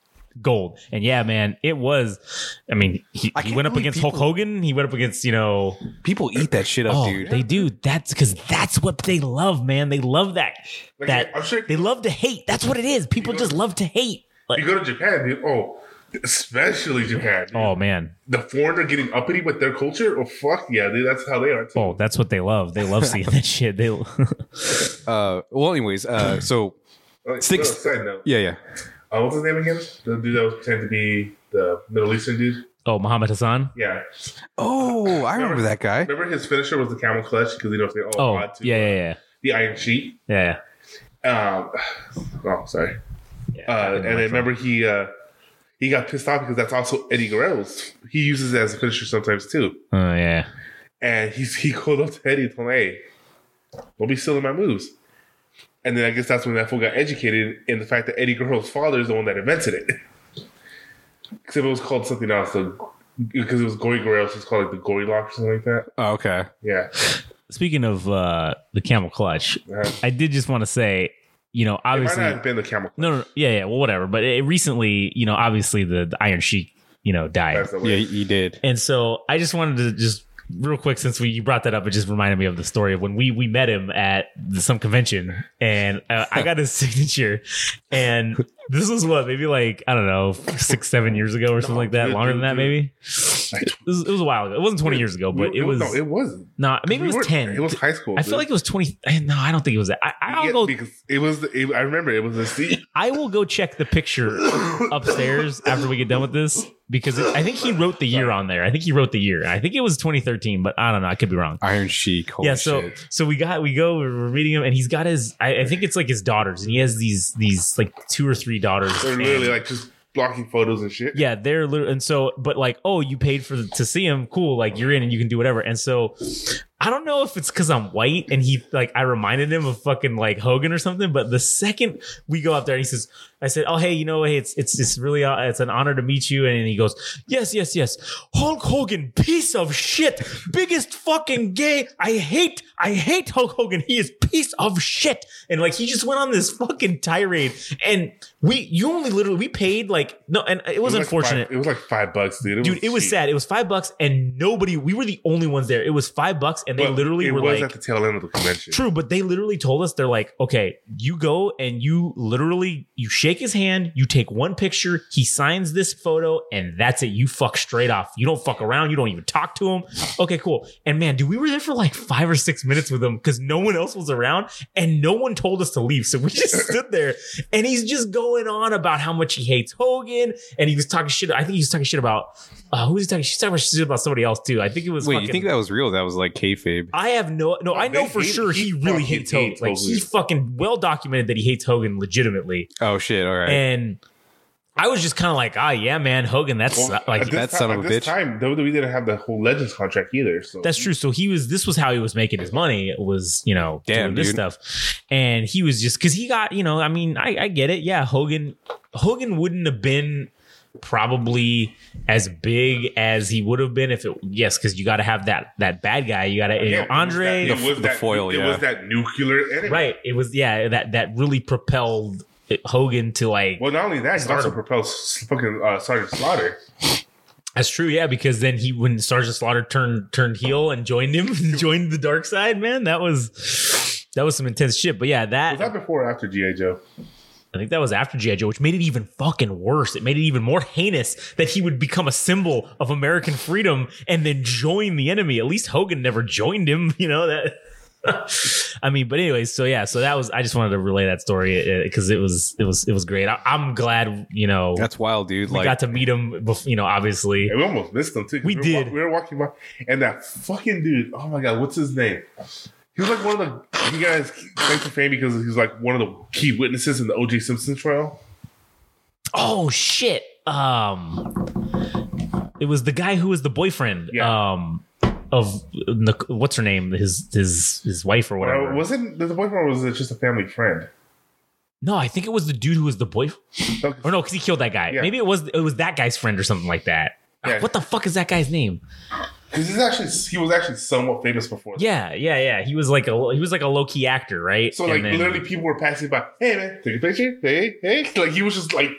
[SPEAKER 4] gold. And yeah, man, it was. I mean, he, he
[SPEAKER 5] can't
[SPEAKER 4] went up
[SPEAKER 5] believe
[SPEAKER 4] against Hulk
[SPEAKER 5] people-
[SPEAKER 4] Hogan. He went up against you know
[SPEAKER 5] people eat that shit up,
[SPEAKER 4] Oh,
[SPEAKER 5] dude.
[SPEAKER 4] they do. That's because that's what they love, man. They love that.
[SPEAKER 6] Like,
[SPEAKER 4] that
[SPEAKER 6] I'm sure-
[SPEAKER 4] they love to hate. That's what it is. People just love to hate. Like,
[SPEAKER 6] You go to Japan, dude. Oh, especially Japan. dude.
[SPEAKER 4] oh man.
[SPEAKER 6] the foreigner getting uppity with their culture? Oh fuck yeah, dude, that's how they are. too.
[SPEAKER 4] Oh, that's what they love. They love seeing that shit. They
[SPEAKER 5] uh, well, anyways, uh, so
[SPEAKER 6] Like,
[SPEAKER 5] six-
[SPEAKER 6] no, side note.
[SPEAKER 5] yeah, yeah.
[SPEAKER 6] Uh, what's his name again? The dude that was pretending to be the Middle Eastern dude.
[SPEAKER 4] Oh, Muhammad Hassan.
[SPEAKER 6] Yeah,
[SPEAKER 5] Oh, I remember that guy.
[SPEAKER 6] remember his finisher was the camel clutch because he don't say oh,
[SPEAKER 4] Oh,
[SPEAKER 6] God, to,
[SPEAKER 4] yeah,
[SPEAKER 6] uh,
[SPEAKER 4] yeah, yeah,
[SPEAKER 6] the iron sheet.
[SPEAKER 4] yeah.
[SPEAKER 6] Um, oh, sorry. uh, and I remember he uh, he got pissed off because that's also Eddie Guerrero's. He uses it as a finisher sometimes too.
[SPEAKER 4] Oh yeah.
[SPEAKER 6] And he's he called up to Eddie and told him, "Hey, don't be stealing my moves." And then I guess that's when that fool got educated in the fact that Eddie Guerrero's father is the one that invented it. Because if it was called something else, the, because it was Gory Guerrero, so it's called like the Gory Lock or something like that.
[SPEAKER 5] Oh, okay.
[SPEAKER 6] Yeah.
[SPEAKER 4] Speaking of uh, the camel clutch,
[SPEAKER 6] Uh,
[SPEAKER 4] I did just want to say, you know,
[SPEAKER 6] it might
[SPEAKER 4] obviously,
[SPEAKER 6] not have been the camel.
[SPEAKER 4] no, no, no, yeah, yeah, well, whatever. But it, recently, you know, obviously the, the Iron Sheik, you know, died,
[SPEAKER 6] That's the
[SPEAKER 5] Yeah,
[SPEAKER 6] way.
[SPEAKER 5] you did.
[SPEAKER 4] and so I just wanted to just real quick since we you brought that up, it just reminded me of the story of when we we met him at the, some convention, and uh, I got his signature, and this was what maybe like I don't know six seven years ago or something
[SPEAKER 6] No,
[SPEAKER 4] like that,
[SPEAKER 6] dude,
[SPEAKER 4] longer than
[SPEAKER 6] dude,
[SPEAKER 4] that
[SPEAKER 6] dude.
[SPEAKER 4] maybe. It was, it was a while ago. It wasn't twenty years ago, but
[SPEAKER 6] We-
[SPEAKER 4] it was
[SPEAKER 6] no, it wasn't.
[SPEAKER 4] no, maybe
[SPEAKER 6] We
[SPEAKER 4] it was
[SPEAKER 6] weren't-
[SPEAKER 4] ten.
[SPEAKER 6] It was high school.
[SPEAKER 4] I feel like it was twenty. I- No, I don't think it was that. I, I'll
[SPEAKER 6] Yeah,
[SPEAKER 4] go.
[SPEAKER 6] because it was. It, I remember it was a seat.
[SPEAKER 4] I will go check the picture upstairs after we get done with this because it, I think he wrote the year on there. I think he wrote the year. I think it was 2013, but I don't know. I could be wrong.
[SPEAKER 5] Iron Sheik. Holy
[SPEAKER 4] yeah. So
[SPEAKER 5] shit.
[SPEAKER 4] so we got we go we're meeting him and he's got his. I, I think it's like his daughters and he has these these like two or three daughters.
[SPEAKER 6] They're
[SPEAKER 4] and-
[SPEAKER 6] literally like just blocking photos and shit.
[SPEAKER 4] yeah, they're literally, and so, but like, oh, you paid for to see him, cool. Like you're in and you can do whatever. And so, I don't know if it's because I'm white and he like I reminded him of fucking like Hogan or something. But the second we go up there, and he says, I said, oh hey, you know, hey, it's it's it's really uh, it's an honor to meet you. And he goes, yes, yes, yes, Hulk Hogan, piece of shit, biggest fucking gay. I hate, I hate Hulk Hogan. He is piece of shit. And like he just went on this fucking tirade and. We you only literally we paid like no and it was,
[SPEAKER 6] like
[SPEAKER 4] unfortunate.
[SPEAKER 6] five- it was like five bucks, dude. It
[SPEAKER 4] Dude, it was
[SPEAKER 6] cheap.
[SPEAKER 4] sad. It was five bucks, and nobody. We were the only ones there. It was five bucks, and they
[SPEAKER 6] But
[SPEAKER 4] literally
[SPEAKER 6] it
[SPEAKER 4] were
[SPEAKER 6] was
[SPEAKER 4] like,
[SPEAKER 6] at the tail end of the convention.
[SPEAKER 4] "True," but they literally told us they're like, "Okay, you go and you literally you shake his hand, you take one picture, he signs this photo, and that's it. You fuck straight off. You don't fuck around. You don't even talk to him. Okay, cool." And man, dude, we were there for like five or six minutes with him because no one else was around, and no one told us to leave, so we just stood there and he's just going on about how much he hates Hogan, and he was talking shit. I think he was talking shit about uh, who was he talking? She's talking shit about somebody else too. I think it was.
[SPEAKER 5] Wait,
[SPEAKER 4] fucking-
[SPEAKER 5] you think that was real? That was like kayfabe.
[SPEAKER 4] I have no, no.
[SPEAKER 6] No,
[SPEAKER 4] I know
[SPEAKER 6] they
[SPEAKER 4] for
[SPEAKER 6] hate-
[SPEAKER 4] sure
[SPEAKER 6] he
[SPEAKER 4] he really
[SPEAKER 6] fucking
[SPEAKER 4] hates Hogan.
[SPEAKER 6] hates
[SPEAKER 4] Like he's
[SPEAKER 6] Hogan.
[SPEAKER 4] fucking well documented that he hates Hogan legitimately,
[SPEAKER 5] Oh shit! All right.
[SPEAKER 4] and I was just kind of like, ah, yeah, man, Hogan. That's uh,
[SPEAKER 6] Well,
[SPEAKER 4] like
[SPEAKER 6] at this
[SPEAKER 5] that
[SPEAKER 6] time-
[SPEAKER 5] son of
[SPEAKER 6] at
[SPEAKER 5] a bitch.
[SPEAKER 6] this Time WWE didn't have the whole Legends contract either. So
[SPEAKER 4] That's true. So he was. This was how he was making his money. It was you know
[SPEAKER 5] Damn,
[SPEAKER 4] doing this
[SPEAKER 5] dude.
[SPEAKER 4] stuff, and he was just because he got you know. I mean, I, I get it. Yeah, Hogan. Hogan wouldn't have been probably as big as he would have been if it. Yes, because you got to have that that bad guy. You got to
[SPEAKER 6] Yeah,
[SPEAKER 4] you know
[SPEAKER 6] it was
[SPEAKER 4] Andre.
[SPEAKER 6] that- it
[SPEAKER 5] The-
[SPEAKER 6] was
[SPEAKER 5] the
[SPEAKER 6] that-
[SPEAKER 5] foil,
[SPEAKER 6] It
[SPEAKER 5] yeah.
[SPEAKER 6] was that nuclear enemy.
[SPEAKER 4] right. It was yeah that that really propelled Hogan to like.
[SPEAKER 6] Well, not only that, he also
[SPEAKER 4] Stardom.
[SPEAKER 6] propels s- fucking uh, Sergeant Slaughter.
[SPEAKER 4] That's true. Yeah, because then he when Sergeant Slaughter turned turned heel and joined him joined the dark side. Man, that was. That was some intense shit, but yeah,
[SPEAKER 6] Was that before or after GI Joe?
[SPEAKER 4] I think that was after G.I. Joe, which made it even fucking worse. It made it even more heinous that he would become a symbol of American freedom and then join the enemy. At least Hogan never joined him, you know that. I mean, but anyways, so yeah, so that was. I just wanted to relay that story because it was, it was, it was great. I, I'm glad, you know,
[SPEAKER 5] That's wild, dude.
[SPEAKER 4] we
[SPEAKER 5] Like
[SPEAKER 4] got to meet him. Before, you know, obviously,
[SPEAKER 6] And we almost missed him too. 'cause
[SPEAKER 4] We
[SPEAKER 6] were
[SPEAKER 4] did.
[SPEAKER 6] wa- we were walking by, and that fucking dude. Oh my god, what's his name? He was like one of the. He got his claim to fame because he was like one of the key witnesses in the O.J. Simpson trial.
[SPEAKER 4] oh shit, um, it was the guy who was the boyfriend,
[SPEAKER 6] Yeah.
[SPEAKER 4] um, of Nic- what's her name, his his his wife or whatever.
[SPEAKER 6] Or wasn't the boyfriend? Or was it just a family friend?
[SPEAKER 4] No, I think it was the dude who was the boyfriend. Or no, because he killed that guy.
[SPEAKER 6] Yeah.
[SPEAKER 4] Maybe it was it was that guy's friend or something like that.
[SPEAKER 6] Yeah.
[SPEAKER 4] Ah, What the fuck is that guy's name?
[SPEAKER 6] Because he's actually he was actually somewhat famous before. that.
[SPEAKER 4] Yeah, yeah, yeah. He was like a he was like a low key actor, right?
[SPEAKER 6] So
[SPEAKER 4] And
[SPEAKER 6] like
[SPEAKER 4] then-
[SPEAKER 6] literally, people were passing by. Hey man, take a picture. Hey hey. Like he was just like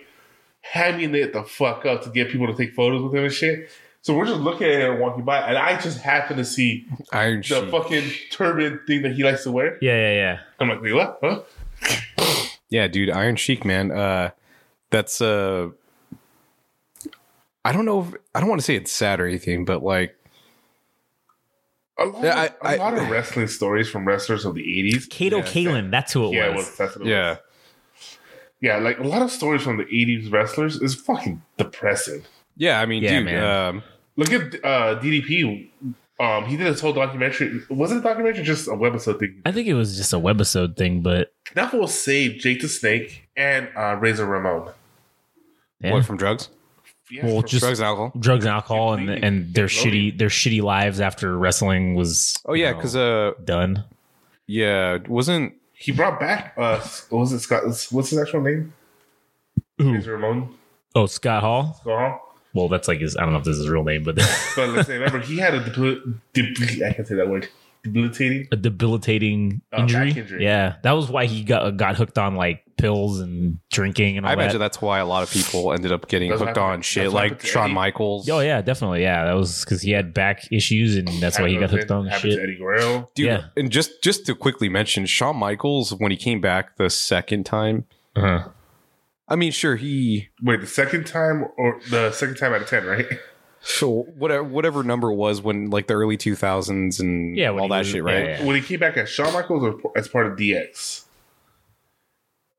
[SPEAKER 6] hamming it the fuck up to get people to take photos with him and shit. So we're just looking at him and walking by, and I just happened to see
[SPEAKER 5] Iron
[SPEAKER 6] the
[SPEAKER 5] Sheik.
[SPEAKER 6] fucking turban thing that he likes to wear.
[SPEAKER 4] Yeah, yeah, yeah.
[SPEAKER 6] I'm like, wait, what? Huh?
[SPEAKER 5] Yeah, dude, Iron Sheik, man. Uh, that's uh, I don't know. If, I don't want to say it's sad or anything, but like,
[SPEAKER 6] A lot,
[SPEAKER 5] Yeah,
[SPEAKER 6] of,
[SPEAKER 5] I-
[SPEAKER 6] a lot
[SPEAKER 5] I-
[SPEAKER 6] of wrestling stories from wrestlers of the 80s.
[SPEAKER 4] Kato
[SPEAKER 5] Yeah.
[SPEAKER 4] Kalin, that's who it
[SPEAKER 6] Yeah, it
[SPEAKER 4] was.
[SPEAKER 6] was. That's what it was.
[SPEAKER 5] yeah,
[SPEAKER 6] Yeah, like a lot of stories from the 80s wrestlers is fucking depressing.
[SPEAKER 5] yeah. I mean, um,
[SPEAKER 4] Yeah,
[SPEAKER 5] dude,
[SPEAKER 4] man.
[SPEAKER 5] um,
[SPEAKER 6] Look at uh, DDP Um, he did this whole documentary. Was it a documentary? or Just a webisode thing.
[SPEAKER 4] I think it was just a webisode thing, but
[SPEAKER 6] That fool saved Jake the Snake and uh, Razor Ramon.
[SPEAKER 4] yeah.
[SPEAKER 5] What from drugs?
[SPEAKER 6] Yeah,
[SPEAKER 4] Well,
[SPEAKER 6] for-
[SPEAKER 4] just-
[SPEAKER 5] drugs and alcohol.
[SPEAKER 4] drugs and alcohol and
[SPEAKER 6] Nickelodeon.
[SPEAKER 4] and their
[SPEAKER 6] Nickelodeon.
[SPEAKER 4] shitty their shitty lives after wrestling was
[SPEAKER 5] Oh
[SPEAKER 4] you
[SPEAKER 5] yeah,
[SPEAKER 4] know,
[SPEAKER 5] because uh,
[SPEAKER 4] done.
[SPEAKER 5] yeah, wasn't
[SPEAKER 6] he brought back. Uh, what was it Scott? What's his actual name?
[SPEAKER 4] Who?
[SPEAKER 6] Razor Ramon.
[SPEAKER 4] Oh, Scott Hall.
[SPEAKER 6] Uh-huh.
[SPEAKER 4] Well, that's like his. I don't know if this is his real name, but
[SPEAKER 6] But let's say, remember, he had a depl- depl- I can say that word debilitating.
[SPEAKER 4] a debilitating
[SPEAKER 6] Uh, back
[SPEAKER 4] injury.
[SPEAKER 6] injury.
[SPEAKER 4] Yeah, that was why he got uh, got hooked on like pills and drinking and all
[SPEAKER 5] I
[SPEAKER 4] that.
[SPEAKER 5] imagine that's why a lot of people ended up getting
[SPEAKER 6] That's what
[SPEAKER 5] hooked
[SPEAKER 6] happened-
[SPEAKER 5] on shit
[SPEAKER 6] that's what
[SPEAKER 5] like
[SPEAKER 6] happened to
[SPEAKER 5] Shawn
[SPEAKER 6] Eddie.
[SPEAKER 5] Michaels.
[SPEAKER 4] Oh yeah, definitely. Yeah, that was because he had back issues, and that's why he got
[SPEAKER 6] Happened-
[SPEAKER 4] hooked on
[SPEAKER 6] happened To
[SPEAKER 4] shit.
[SPEAKER 6] Eddie Guerrero.
[SPEAKER 5] Dude,
[SPEAKER 4] Yeah.
[SPEAKER 5] and just just to quickly mention Shawn Michaels when he came back the second time.
[SPEAKER 4] Uh-huh.
[SPEAKER 5] I mean, sure he
[SPEAKER 6] Wait, the second time or the second time out of ten, right?
[SPEAKER 5] so whatever whatever number it was when like the early 2000s and
[SPEAKER 4] Yeah, when
[SPEAKER 5] all
[SPEAKER 4] he
[SPEAKER 5] that
[SPEAKER 4] was-
[SPEAKER 5] shit, right?
[SPEAKER 4] yeah, yeah.
[SPEAKER 6] When he came back as Shawn Michaels or as part of DX,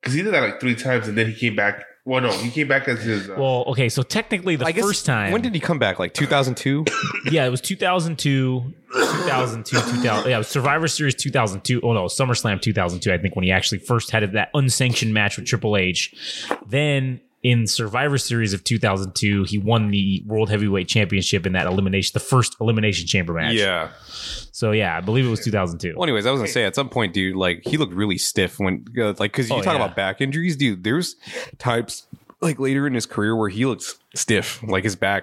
[SPEAKER 6] because he did that like three times, and then he came back. Well, no, he came back as his. Uh,
[SPEAKER 4] Well, okay, so technically the
[SPEAKER 5] I guess
[SPEAKER 4] first time.
[SPEAKER 5] When did he come back? Like 2002?
[SPEAKER 4] yeah, it was 2002, 2002, 2000. Yeah, it was Survivor Series 2002. Oh no, SummerSlam 2002. I think when he actually first had that unsanctioned match with Triple H. Then in Survivor Series of 2002, he won the World Heavyweight Championship in that elimination, the first elimination chamber match.
[SPEAKER 5] yeah.
[SPEAKER 4] So yeah, I believe it was 2002.
[SPEAKER 5] Well, anyways, I was gonna say at some point, dude, like he looked really stiff when, uh, like, because you
[SPEAKER 4] Oh,
[SPEAKER 5] talk
[SPEAKER 4] yeah.
[SPEAKER 5] about back injuries, dude. There's types like later in his career where he looks stiff, like his back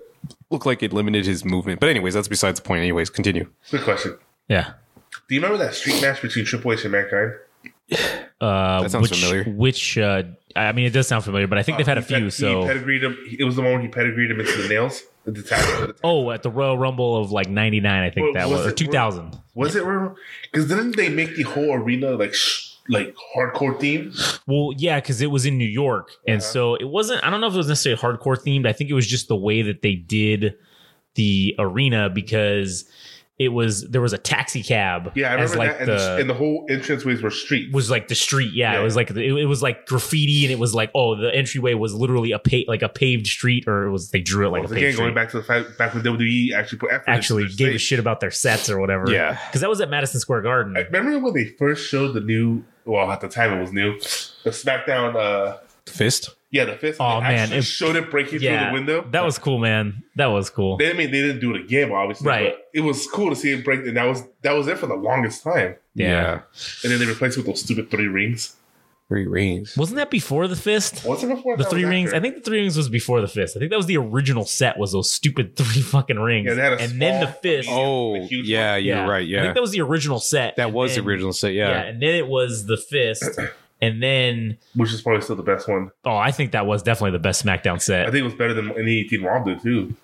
[SPEAKER 5] looked like it limited his movement. But anyways, that's besides the point. Anyways, continue.
[SPEAKER 6] Good question.
[SPEAKER 4] Yeah.
[SPEAKER 6] Do you remember that street match between Triple H and Mankind?
[SPEAKER 4] Uh,
[SPEAKER 5] That sounds
[SPEAKER 4] which,
[SPEAKER 5] familiar.
[SPEAKER 4] Which uh, I mean, it does sound familiar, but I think they've had a
[SPEAKER 6] He ped-
[SPEAKER 4] few.
[SPEAKER 6] he
[SPEAKER 4] So,
[SPEAKER 6] pedigreed him. It was the moment he pedigreed him into the nails. The tap.
[SPEAKER 4] oh, at the Royal Rumble of like '99, I think
[SPEAKER 6] Well,
[SPEAKER 4] that
[SPEAKER 6] was
[SPEAKER 4] was, or
[SPEAKER 6] it-
[SPEAKER 4] 2000.
[SPEAKER 6] Was it real? Because didn't they make the whole arena like sh- like hardcore theme?
[SPEAKER 4] Well, yeah, because it was in New York, and so it wasn't. I don't know if it was necessarily hardcore themed. I think it was just the way that they did the arena because it was there was a taxi cab.
[SPEAKER 6] Yeah, I remember
[SPEAKER 4] as like
[SPEAKER 6] that. And the, and the whole entranceways were street.
[SPEAKER 4] was like the street. Yeah,
[SPEAKER 6] Yeah.
[SPEAKER 4] it was like it, it was like graffiti, and it was like oh, the entryway was literally a pa- like a paved street, or it was they drew it like
[SPEAKER 6] Once
[SPEAKER 4] a
[SPEAKER 6] again,
[SPEAKER 4] paved street.
[SPEAKER 6] going back to the fact back when WWE actually put effort
[SPEAKER 4] actually
[SPEAKER 6] into
[SPEAKER 4] gave
[SPEAKER 6] their
[SPEAKER 4] a
[SPEAKER 6] stage.
[SPEAKER 4] shit about their sets or whatever.
[SPEAKER 5] Yeah.
[SPEAKER 4] because that was at Madison Square Garden.
[SPEAKER 6] I remember when they first showed the new? Well, at the time it was new. The SmackDown. uh
[SPEAKER 5] Fist.
[SPEAKER 6] Yeah, the fist.
[SPEAKER 4] Aw,
[SPEAKER 6] they
[SPEAKER 4] man,
[SPEAKER 6] actually
[SPEAKER 4] it-
[SPEAKER 6] showed it breaking
[SPEAKER 4] yeah,
[SPEAKER 6] through the window.
[SPEAKER 4] that was cool, man. That was cool.
[SPEAKER 6] They, I mean, they didn't do it again, obviously.
[SPEAKER 4] Right.
[SPEAKER 6] But it was cool to see it break, and that was that was it for the longest time.
[SPEAKER 4] Yeah.
[SPEAKER 6] And then they replaced it with those stupid three rings.
[SPEAKER 5] Three rings.
[SPEAKER 4] Wasn't that before the fist?
[SPEAKER 6] Was it before
[SPEAKER 4] The
[SPEAKER 6] that
[SPEAKER 4] three
[SPEAKER 6] was
[SPEAKER 4] rings.
[SPEAKER 6] after?
[SPEAKER 4] I think the three rings was before the fist. I think that was the original set. Was those stupid three fucking rings?
[SPEAKER 6] Yeah, they had a
[SPEAKER 4] and then the
[SPEAKER 6] small-
[SPEAKER 4] fist.
[SPEAKER 5] Oh,
[SPEAKER 6] The huge
[SPEAKER 5] yeah, you're right.
[SPEAKER 4] I
[SPEAKER 5] Yeah,
[SPEAKER 4] think that was the original set.
[SPEAKER 5] that
[SPEAKER 4] and
[SPEAKER 5] was the
[SPEAKER 4] then-
[SPEAKER 5] original set.
[SPEAKER 4] Yeah.
[SPEAKER 5] Yeah.
[SPEAKER 4] and then it was the fist, and then
[SPEAKER 6] which is probably still the best one.
[SPEAKER 4] oh, I think that was definitely the best SmackDown set.
[SPEAKER 6] I think it was better than anything Rob did too.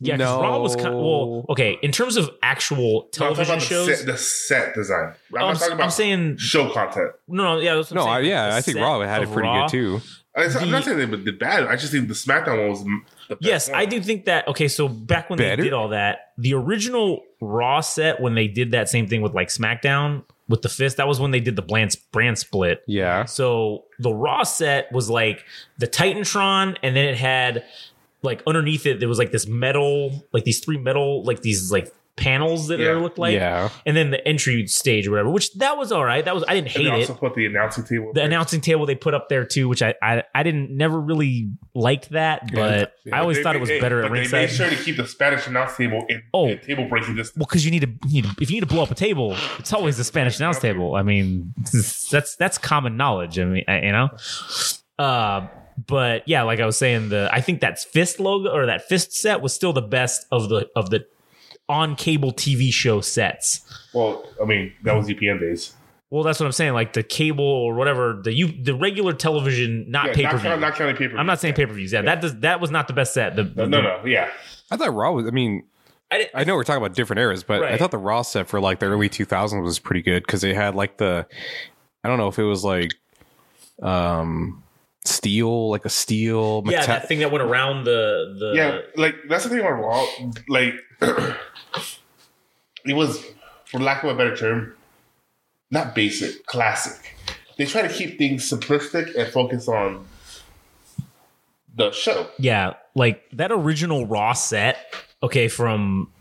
[SPEAKER 4] yeah, 'cause Raw was kind
[SPEAKER 5] No.
[SPEAKER 4] well, okay, in terms of actual
[SPEAKER 6] No, I'm talking
[SPEAKER 4] television
[SPEAKER 6] about
[SPEAKER 4] shows. Oh,
[SPEAKER 6] the set, the set design. I'm,
[SPEAKER 4] I'm,
[SPEAKER 6] not talking about
[SPEAKER 4] I'm saying
[SPEAKER 6] show content.
[SPEAKER 4] No, no, yeah, that's what
[SPEAKER 5] No,
[SPEAKER 4] I'm
[SPEAKER 5] I,
[SPEAKER 4] saying.
[SPEAKER 5] yeah,
[SPEAKER 4] The
[SPEAKER 5] I think
[SPEAKER 4] set
[SPEAKER 5] Rob had it
[SPEAKER 4] of
[SPEAKER 5] pretty
[SPEAKER 4] Raw-
[SPEAKER 5] good too.
[SPEAKER 6] I, am
[SPEAKER 4] The-
[SPEAKER 6] not saying they did bad. I just think the SmackDown one was m- the best
[SPEAKER 4] Yes,
[SPEAKER 6] one.
[SPEAKER 4] I do think that. Okay, so back when
[SPEAKER 5] Better?
[SPEAKER 4] they did all that, the original Raw set when they did that same thing with like SmackDown with the fist, that was when they did the brand brand split.
[SPEAKER 5] Yeah.
[SPEAKER 4] So the Raw set was like the Titantron, and then it had like underneath it there was like this metal, like these three metal, like these like panels that
[SPEAKER 6] Yeah.
[SPEAKER 4] are looked like,
[SPEAKER 5] yeah.
[SPEAKER 4] and then the entry stage or whatever. Which that was all right. That was I didn't
[SPEAKER 6] And
[SPEAKER 4] hate
[SPEAKER 6] they
[SPEAKER 4] it.
[SPEAKER 6] also put the announcing table.
[SPEAKER 4] the announcing table they put up there too, which I I, I didn't never really liked that, but I always
[SPEAKER 6] They
[SPEAKER 4] thought it
[SPEAKER 6] made-
[SPEAKER 4] was
[SPEAKER 6] hey,
[SPEAKER 4] better
[SPEAKER 6] but
[SPEAKER 4] at
[SPEAKER 6] They
[SPEAKER 4] ringside.
[SPEAKER 6] made sure to keep the Spanish announce table in,
[SPEAKER 4] Oh.
[SPEAKER 6] in table breaking this.
[SPEAKER 4] well, because you need to, you need to- if you need to blow up a table, it's always the Spanish announce table. I mean, that's that's common knowledge. I mean, I, you know. Uh, but yeah, like I was saying, the I think that fist logo or that fist set was still the best of the of the on cable TV show sets.
[SPEAKER 6] Well, I mean that was EPN days.
[SPEAKER 4] Well, that's what I'm saying. Like the cable or whatever the you the regular television, not
[SPEAKER 6] Yeah,
[SPEAKER 4] pay per
[SPEAKER 6] not,
[SPEAKER 4] view.
[SPEAKER 6] count- not counting pay per view.
[SPEAKER 4] I'm not saying pay per views. Yeah, that does that was not the best set. The,
[SPEAKER 6] No, no, no. Yeah,
[SPEAKER 5] I thought Raw was. I mean,
[SPEAKER 4] I didn't,
[SPEAKER 5] I know we're talking about different eras, but I
[SPEAKER 4] Right.
[SPEAKER 5] thought the Raw set for like the early 2000s was pretty good because it had like the, I don't know if it was like, um, steel, like a steel,
[SPEAKER 4] yeah,
[SPEAKER 5] meta-
[SPEAKER 4] that thing that went around the the
[SPEAKER 6] yeah. Like that's the thing about Raw. Like it was, for lack of a better term, not basic, classic. They try to keep things simplistic and focus on the show.
[SPEAKER 4] yeah, like that original Raw set. Okay, from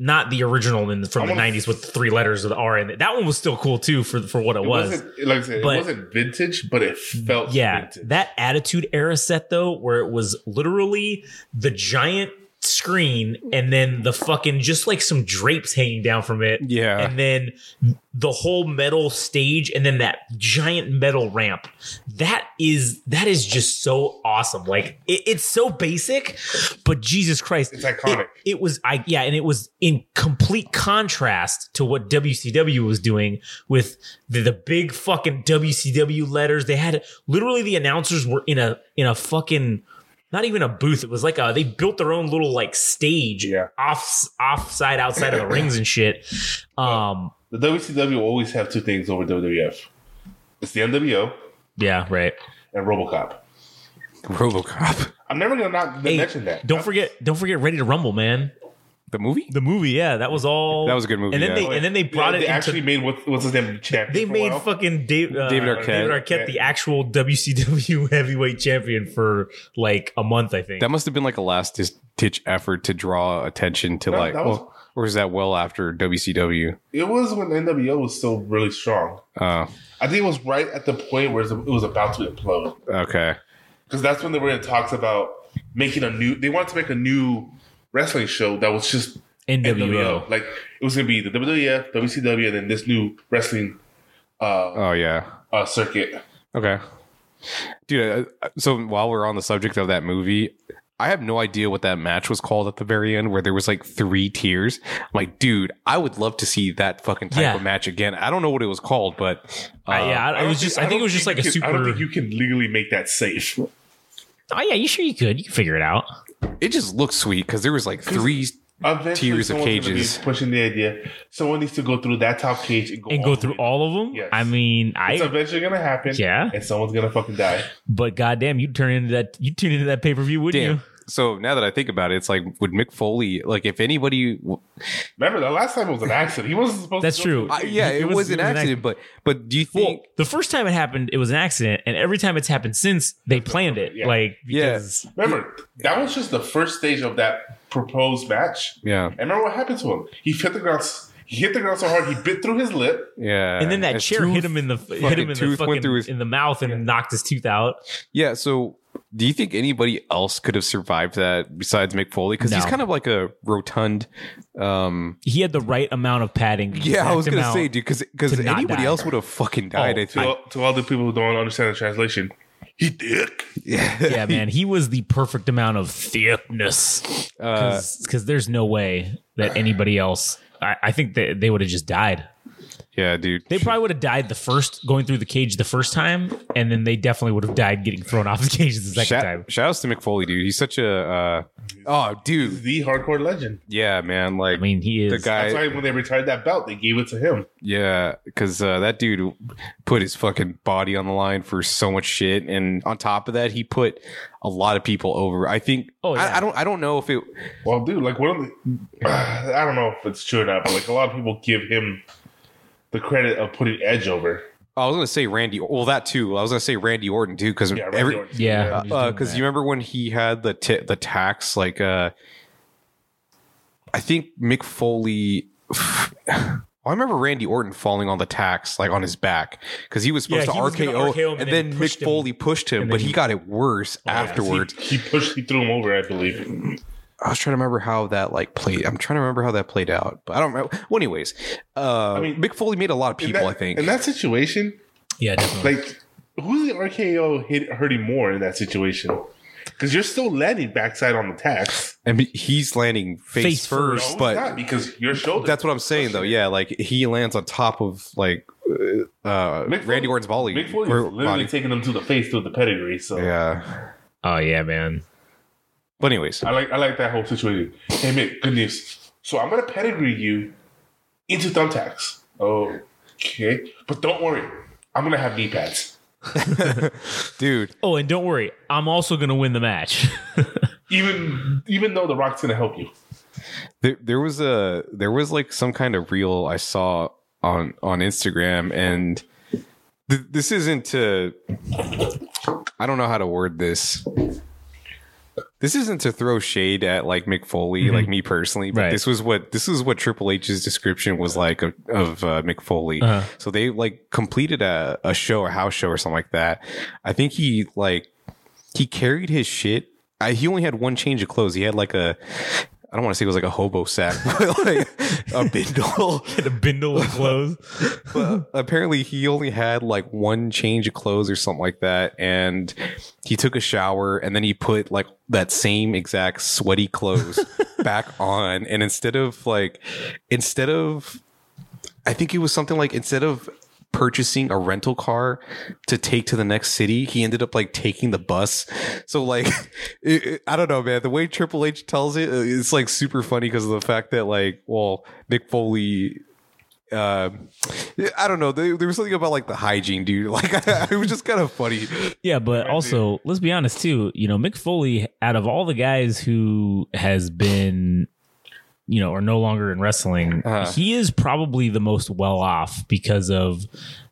[SPEAKER 4] not the original in from
[SPEAKER 6] I
[SPEAKER 4] the
[SPEAKER 6] wanna-
[SPEAKER 4] '90s with the three letters of the R in it. That one was still cool too for for what it,
[SPEAKER 6] It
[SPEAKER 4] was.
[SPEAKER 6] wasn't like I said,
[SPEAKER 4] but-
[SPEAKER 6] it wasn't vintage, but it felt
[SPEAKER 4] yeah,
[SPEAKER 6] vintage.
[SPEAKER 4] that attitude era set though, where it was literally the giant screen and then the fucking just like some drapes hanging down from it.
[SPEAKER 5] Yeah.
[SPEAKER 4] and then the whole metal stage and then that giant metal ramp that is that is just so awesome like it, it's so basic but jesus christ
[SPEAKER 6] It's iconic.
[SPEAKER 4] it, it was i yeah and it was in complete contrast to what wcw was doing with the, the big fucking wcw letters they had literally the announcers were in a in a fucking not even a booth. It was like a they built their own little like stage
[SPEAKER 6] Yeah.
[SPEAKER 4] off offside outside of the rings and shit. Um
[SPEAKER 6] The WCW will always have two things over WWF. It's the NWO
[SPEAKER 4] yeah, right.
[SPEAKER 6] and RoboCop.
[SPEAKER 5] RoboCop,
[SPEAKER 6] I'm never gonna not
[SPEAKER 4] Hey,
[SPEAKER 6] mention that.
[SPEAKER 4] Don't forget don't forget Ready to Rumble, man.
[SPEAKER 5] the movie.
[SPEAKER 4] The movie, yeah, that was all
[SPEAKER 5] That was a good movie,
[SPEAKER 4] And then
[SPEAKER 5] yeah.
[SPEAKER 4] they and then they brought
[SPEAKER 6] they
[SPEAKER 4] it into
[SPEAKER 6] actually made what, what's his name champion.
[SPEAKER 4] they
[SPEAKER 6] for a
[SPEAKER 4] made
[SPEAKER 6] while.
[SPEAKER 4] fucking Dave, uh,
[SPEAKER 5] David Arquette.
[SPEAKER 4] David Arquette the actual WCW heavyweight champion for like a month, I think.
[SPEAKER 5] That must have been like a last dis- ditch effort to draw attention to
[SPEAKER 6] No,
[SPEAKER 5] like,
[SPEAKER 6] that was-
[SPEAKER 5] well, or is that well after WCW?
[SPEAKER 6] It was when NWO was still really strong.
[SPEAKER 5] Oh,
[SPEAKER 6] I think it was right at the point where it was about to implode
[SPEAKER 5] okay.
[SPEAKER 6] because that's when they were in talks about making a new. They wanted to make a new wrestling show that was just NWO.
[SPEAKER 4] NWO.
[SPEAKER 6] Like it was gonna be the WWF, WCW, and then this new wrestling uh,
[SPEAKER 5] Oh yeah.
[SPEAKER 6] uh, circuit.
[SPEAKER 5] Okay. Dude, uh, so while we're on the subject of that movie, I have no idea what that match was called at the very end where there was like three tiers. I'm like, dude, I would love to see that fucking type
[SPEAKER 4] Yeah.
[SPEAKER 5] of match again. I don't know what it was called, but uh,
[SPEAKER 4] I- yeah, I, it
[SPEAKER 6] don't
[SPEAKER 4] was just. I, think
[SPEAKER 6] don't
[SPEAKER 4] it was just like a
[SPEAKER 6] you can- I don't
[SPEAKER 4] super.
[SPEAKER 6] think you can legally make that safe.
[SPEAKER 4] oh yeah, you sure you could? You can figure it out.
[SPEAKER 5] it just looked sweet because there was like three.
[SPEAKER 6] Eventually,
[SPEAKER 5] Tiers of
[SPEAKER 6] someone's gonna be
[SPEAKER 5] cages.
[SPEAKER 6] pushing the idea. Someone needs to go through that top cage and go,
[SPEAKER 4] and go through
[SPEAKER 6] the way.
[SPEAKER 4] all of them.
[SPEAKER 6] Yes.
[SPEAKER 4] I mean, I
[SPEAKER 6] It's eventually gonna happen.
[SPEAKER 4] Yeah.
[SPEAKER 6] and someone's gonna fucking die.
[SPEAKER 4] but goddamn, you turn into that you tune into that pay per view, wouldn't
[SPEAKER 5] Damn.
[SPEAKER 4] you?
[SPEAKER 5] So now that I think about it, it's like, would Mick Foley, like, if anybody
[SPEAKER 6] Remember, the last time it was an accident. He wasn't supposed.
[SPEAKER 4] That's
[SPEAKER 6] to
[SPEAKER 4] true.
[SPEAKER 5] I, yeah,
[SPEAKER 4] It
[SPEAKER 5] it,
[SPEAKER 4] was-
[SPEAKER 5] was,
[SPEAKER 4] it
[SPEAKER 5] an
[SPEAKER 4] was an
[SPEAKER 5] accident, but but do you
[SPEAKER 4] Well,
[SPEAKER 5] think?
[SPEAKER 4] the first time it happened, it was an accident, and every time it's happened since, they planned it.
[SPEAKER 6] Yeah.
[SPEAKER 4] Like,
[SPEAKER 5] Yeah.
[SPEAKER 4] because
[SPEAKER 6] Remember, that was just the first stage of that proposed match.
[SPEAKER 5] Yeah,
[SPEAKER 6] And remember what happened to him? He hit the ground. s- He hit the ground so hard he bit through his lip.
[SPEAKER 5] yeah.
[SPEAKER 4] and then that
[SPEAKER 5] His
[SPEAKER 4] chair
[SPEAKER 5] tooth-
[SPEAKER 4] hit him in the hit him in the
[SPEAKER 5] tooth went
[SPEAKER 4] fucking
[SPEAKER 5] through his-
[SPEAKER 4] in the mouth and knocked his tooth out.
[SPEAKER 5] Yeah. So, do you think anybody else could have survived that besides Mick Foley? Because he's
[SPEAKER 4] No.
[SPEAKER 5] kind of like a rotund. Um,
[SPEAKER 4] He had the right amount of padding.
[SPEAKER 5] yeah, I
[SPEAKER 4] exact
[SPEAKER 5] was gonna
[SPEAKER 4] amount.
[SPEAKER 5] say, dude, because
[SPEAKER 4] to not
[SPEAKER 5] anybody
[SPEAKER 4] die. Oh,
[SPEAKER 5] else would have fucking died. I
[SPEAKER 6] To,
[SPEAKER 5] think.
[SPEAKER 6] all, to all the people who don't understand the translation, he dick.
[SPEAKER 4] yeah, man, he was the perfect amount of thickness
[SPEAKER 5] Uh,
[SPEAKER 4] because there's no way that anybody else. I, I think that they would have just died.
[SPEAKER 5] yeah, dude.
[SPEAKER 4] They probably would have died the first going through the cage the first time, and then they definitely would have died getting thrown off the cage the second time.
[SPEAKER 5] Shout, shout outs to Mick Foley, dude. He's such a. Uh, oh, dude.
[SPEAKER 6] The hardcore legend.
[SPEAKER 5] Yeah, man.
[SPEAKER 4] I
[SPEAKER 5] Like
[SPEAKER 4] mean, he is
[SPEAKER 5] the
[SPEAKER 6] That's
[SPEAKER 5] guy.
[SPEAKER 6] why when they retired that belt, they gave it to him.
[SPEAKER 5] Yeah, because uh, that dude put his fucking body on the line for so much shit, and on top of that, he put a lot of people over. I think.
[SPEAKER 4] Oh, yeah.
[SPEAKER 5] I, I don't. I don't know if it.
[SPEAKER 6] Well, dude, like one of the, I don't know if it's true or not, but like a lot of people give him the credit of putting Edge over.
[SPEAKER 5] Oh, I was gonna say Randy. Well, that too. I was gonna say Randy Orton too, because
[SPEAKER 6] Yeah, Randy
[SPEAKER 5] every
[SPEAKER 6] Orton.
[SPEAKER 4] yeah,
[SPEAKER 5] because you remember when he had the t- the tax like uh, I think Mick Foley. I remember Randy Orton falling on the tax like on his back because he was supposed
[SPEAKER 4] Yeah,
[SPEAKER 5] to
[SPEAKER 4] he was gonna
[SPEAKER 5] RKO,
[SPEAKER 4] RKO him
[SPEAKER 5] and
[SPEAKER 4] and then
[SPEAKER 5] then Mick
[SPEAKER 4] pushed him.
[SPEAKER 5] Foley pushed him,
[SPEAKER 4] And
[SPEAKER 5] but
[SPEAKER 4] then
[SPEAKER 5] he,
[SPEAKER 4] he- Oh,
[SPEAKER 5] got it worse afterwards.
[SPEAKER 6] He, he pushed, he threw him over, I believe.
[SPEAKER 5] I was trying to remember how that like played. I'm trying to remember how that played out, but I don't remember. Well, anyways, uh,
[SPEAKER 6] mean,
[SPEAKER 5] Mick Foley made a lot of
[SPEAKER 6] In
[SPEAKER 5] people.
[SPEAKER 6] that-
[SPEAKER 5] I think
[SPEAKER 6] in that situation,
[SPEAKER 4] yeah, definitely.
[SPEAKER 6] like who's the RKO hit, hurting more in that situation? Because you're still landing backside on the tax.
[SPEAKER 5] and he's landing face,
[SPEAKER 4] Face
[SPEAKER 5] first,
[SPEAKER 6] No,
[SPEAKER 4] first.
[SPEAKER 5] but
[SPEAKER 6] it's not, because your shoulder.
[SPEAKER 5] That's what I'm saying, though. Yeah, like he lands on top of like uh, uh,
[SPEAKER 6] Mick Foley-
[SPEAKER 5] Randy Orton's volley.
[SPEAKER 6] Mick Foley
[SPEAKER 5] or
[SPEAKER 6] is literally
[SPEAKER 5] body.
[SPEAKER 6] taking them to the face through the pedigree. So
[SPEAKER 5] Yeah.
[SPEAKER 4] oh yeah, man.
[SPEAKER 5] But anyways,
[SPEAKER 6] I like I like that whole situation. Hey Mick, good news. So I'm gonna pedigree you into thumbtacks. Okay, but don't worry, I'm gonna have knee pads.
[SPEAKER 5] dude,
[SPEAKER 4] Oh, and don't worry, I'm also gonna win the match.
[SPEAKER 6] Even even though the Rock's gonna help you.
[SPEAKER 5] there, there was a there was like some kind of reel I saw on on Instagram, and th- this isn't to. I don't know how to word this. This isn't to throw shade at like Mick Foley, like me personally, but
[SPEAKER 4] Mm-hmm. Right.
[SPEAKER 5] this was what this is what Triple H's description was like of, of uh, Mick Foley.
[SPEAKER 4] Uh-huh.
[SPEAKER 5] So they like completed a, a show, a house show, or something like that. I think he like he carried his shit. I, he only had one change of clothes. He had like a I don't want to say it was like a hobo sack, but like a bindle.
[SPEAKER 4] The bindle of clothes.
[SPEAKER 5] But apparently he only had like one change of clothes or something like that and he took a shower and then he put like that same exact sweaty clothes back on and instead of like instead of i think it was something like instead of purchasing a rental car to take to the next city he ended up like taking the bus so like it, it- i don't know man the way triple h tells it uh, it's like super funny because of the fact that like well mick foley uh, I don't know. There, there was something about like the hygiene, dude. Like it was just kind of funny.
[SPEAKER 4] Yeah, but also let's be honest too. You know, Mick Foley, out of all the guys who has been, you know, are no longer in wrestling,
[SPEAKER 5] Uh-huh.
[SPEAKER 4] he is probably the most well off because of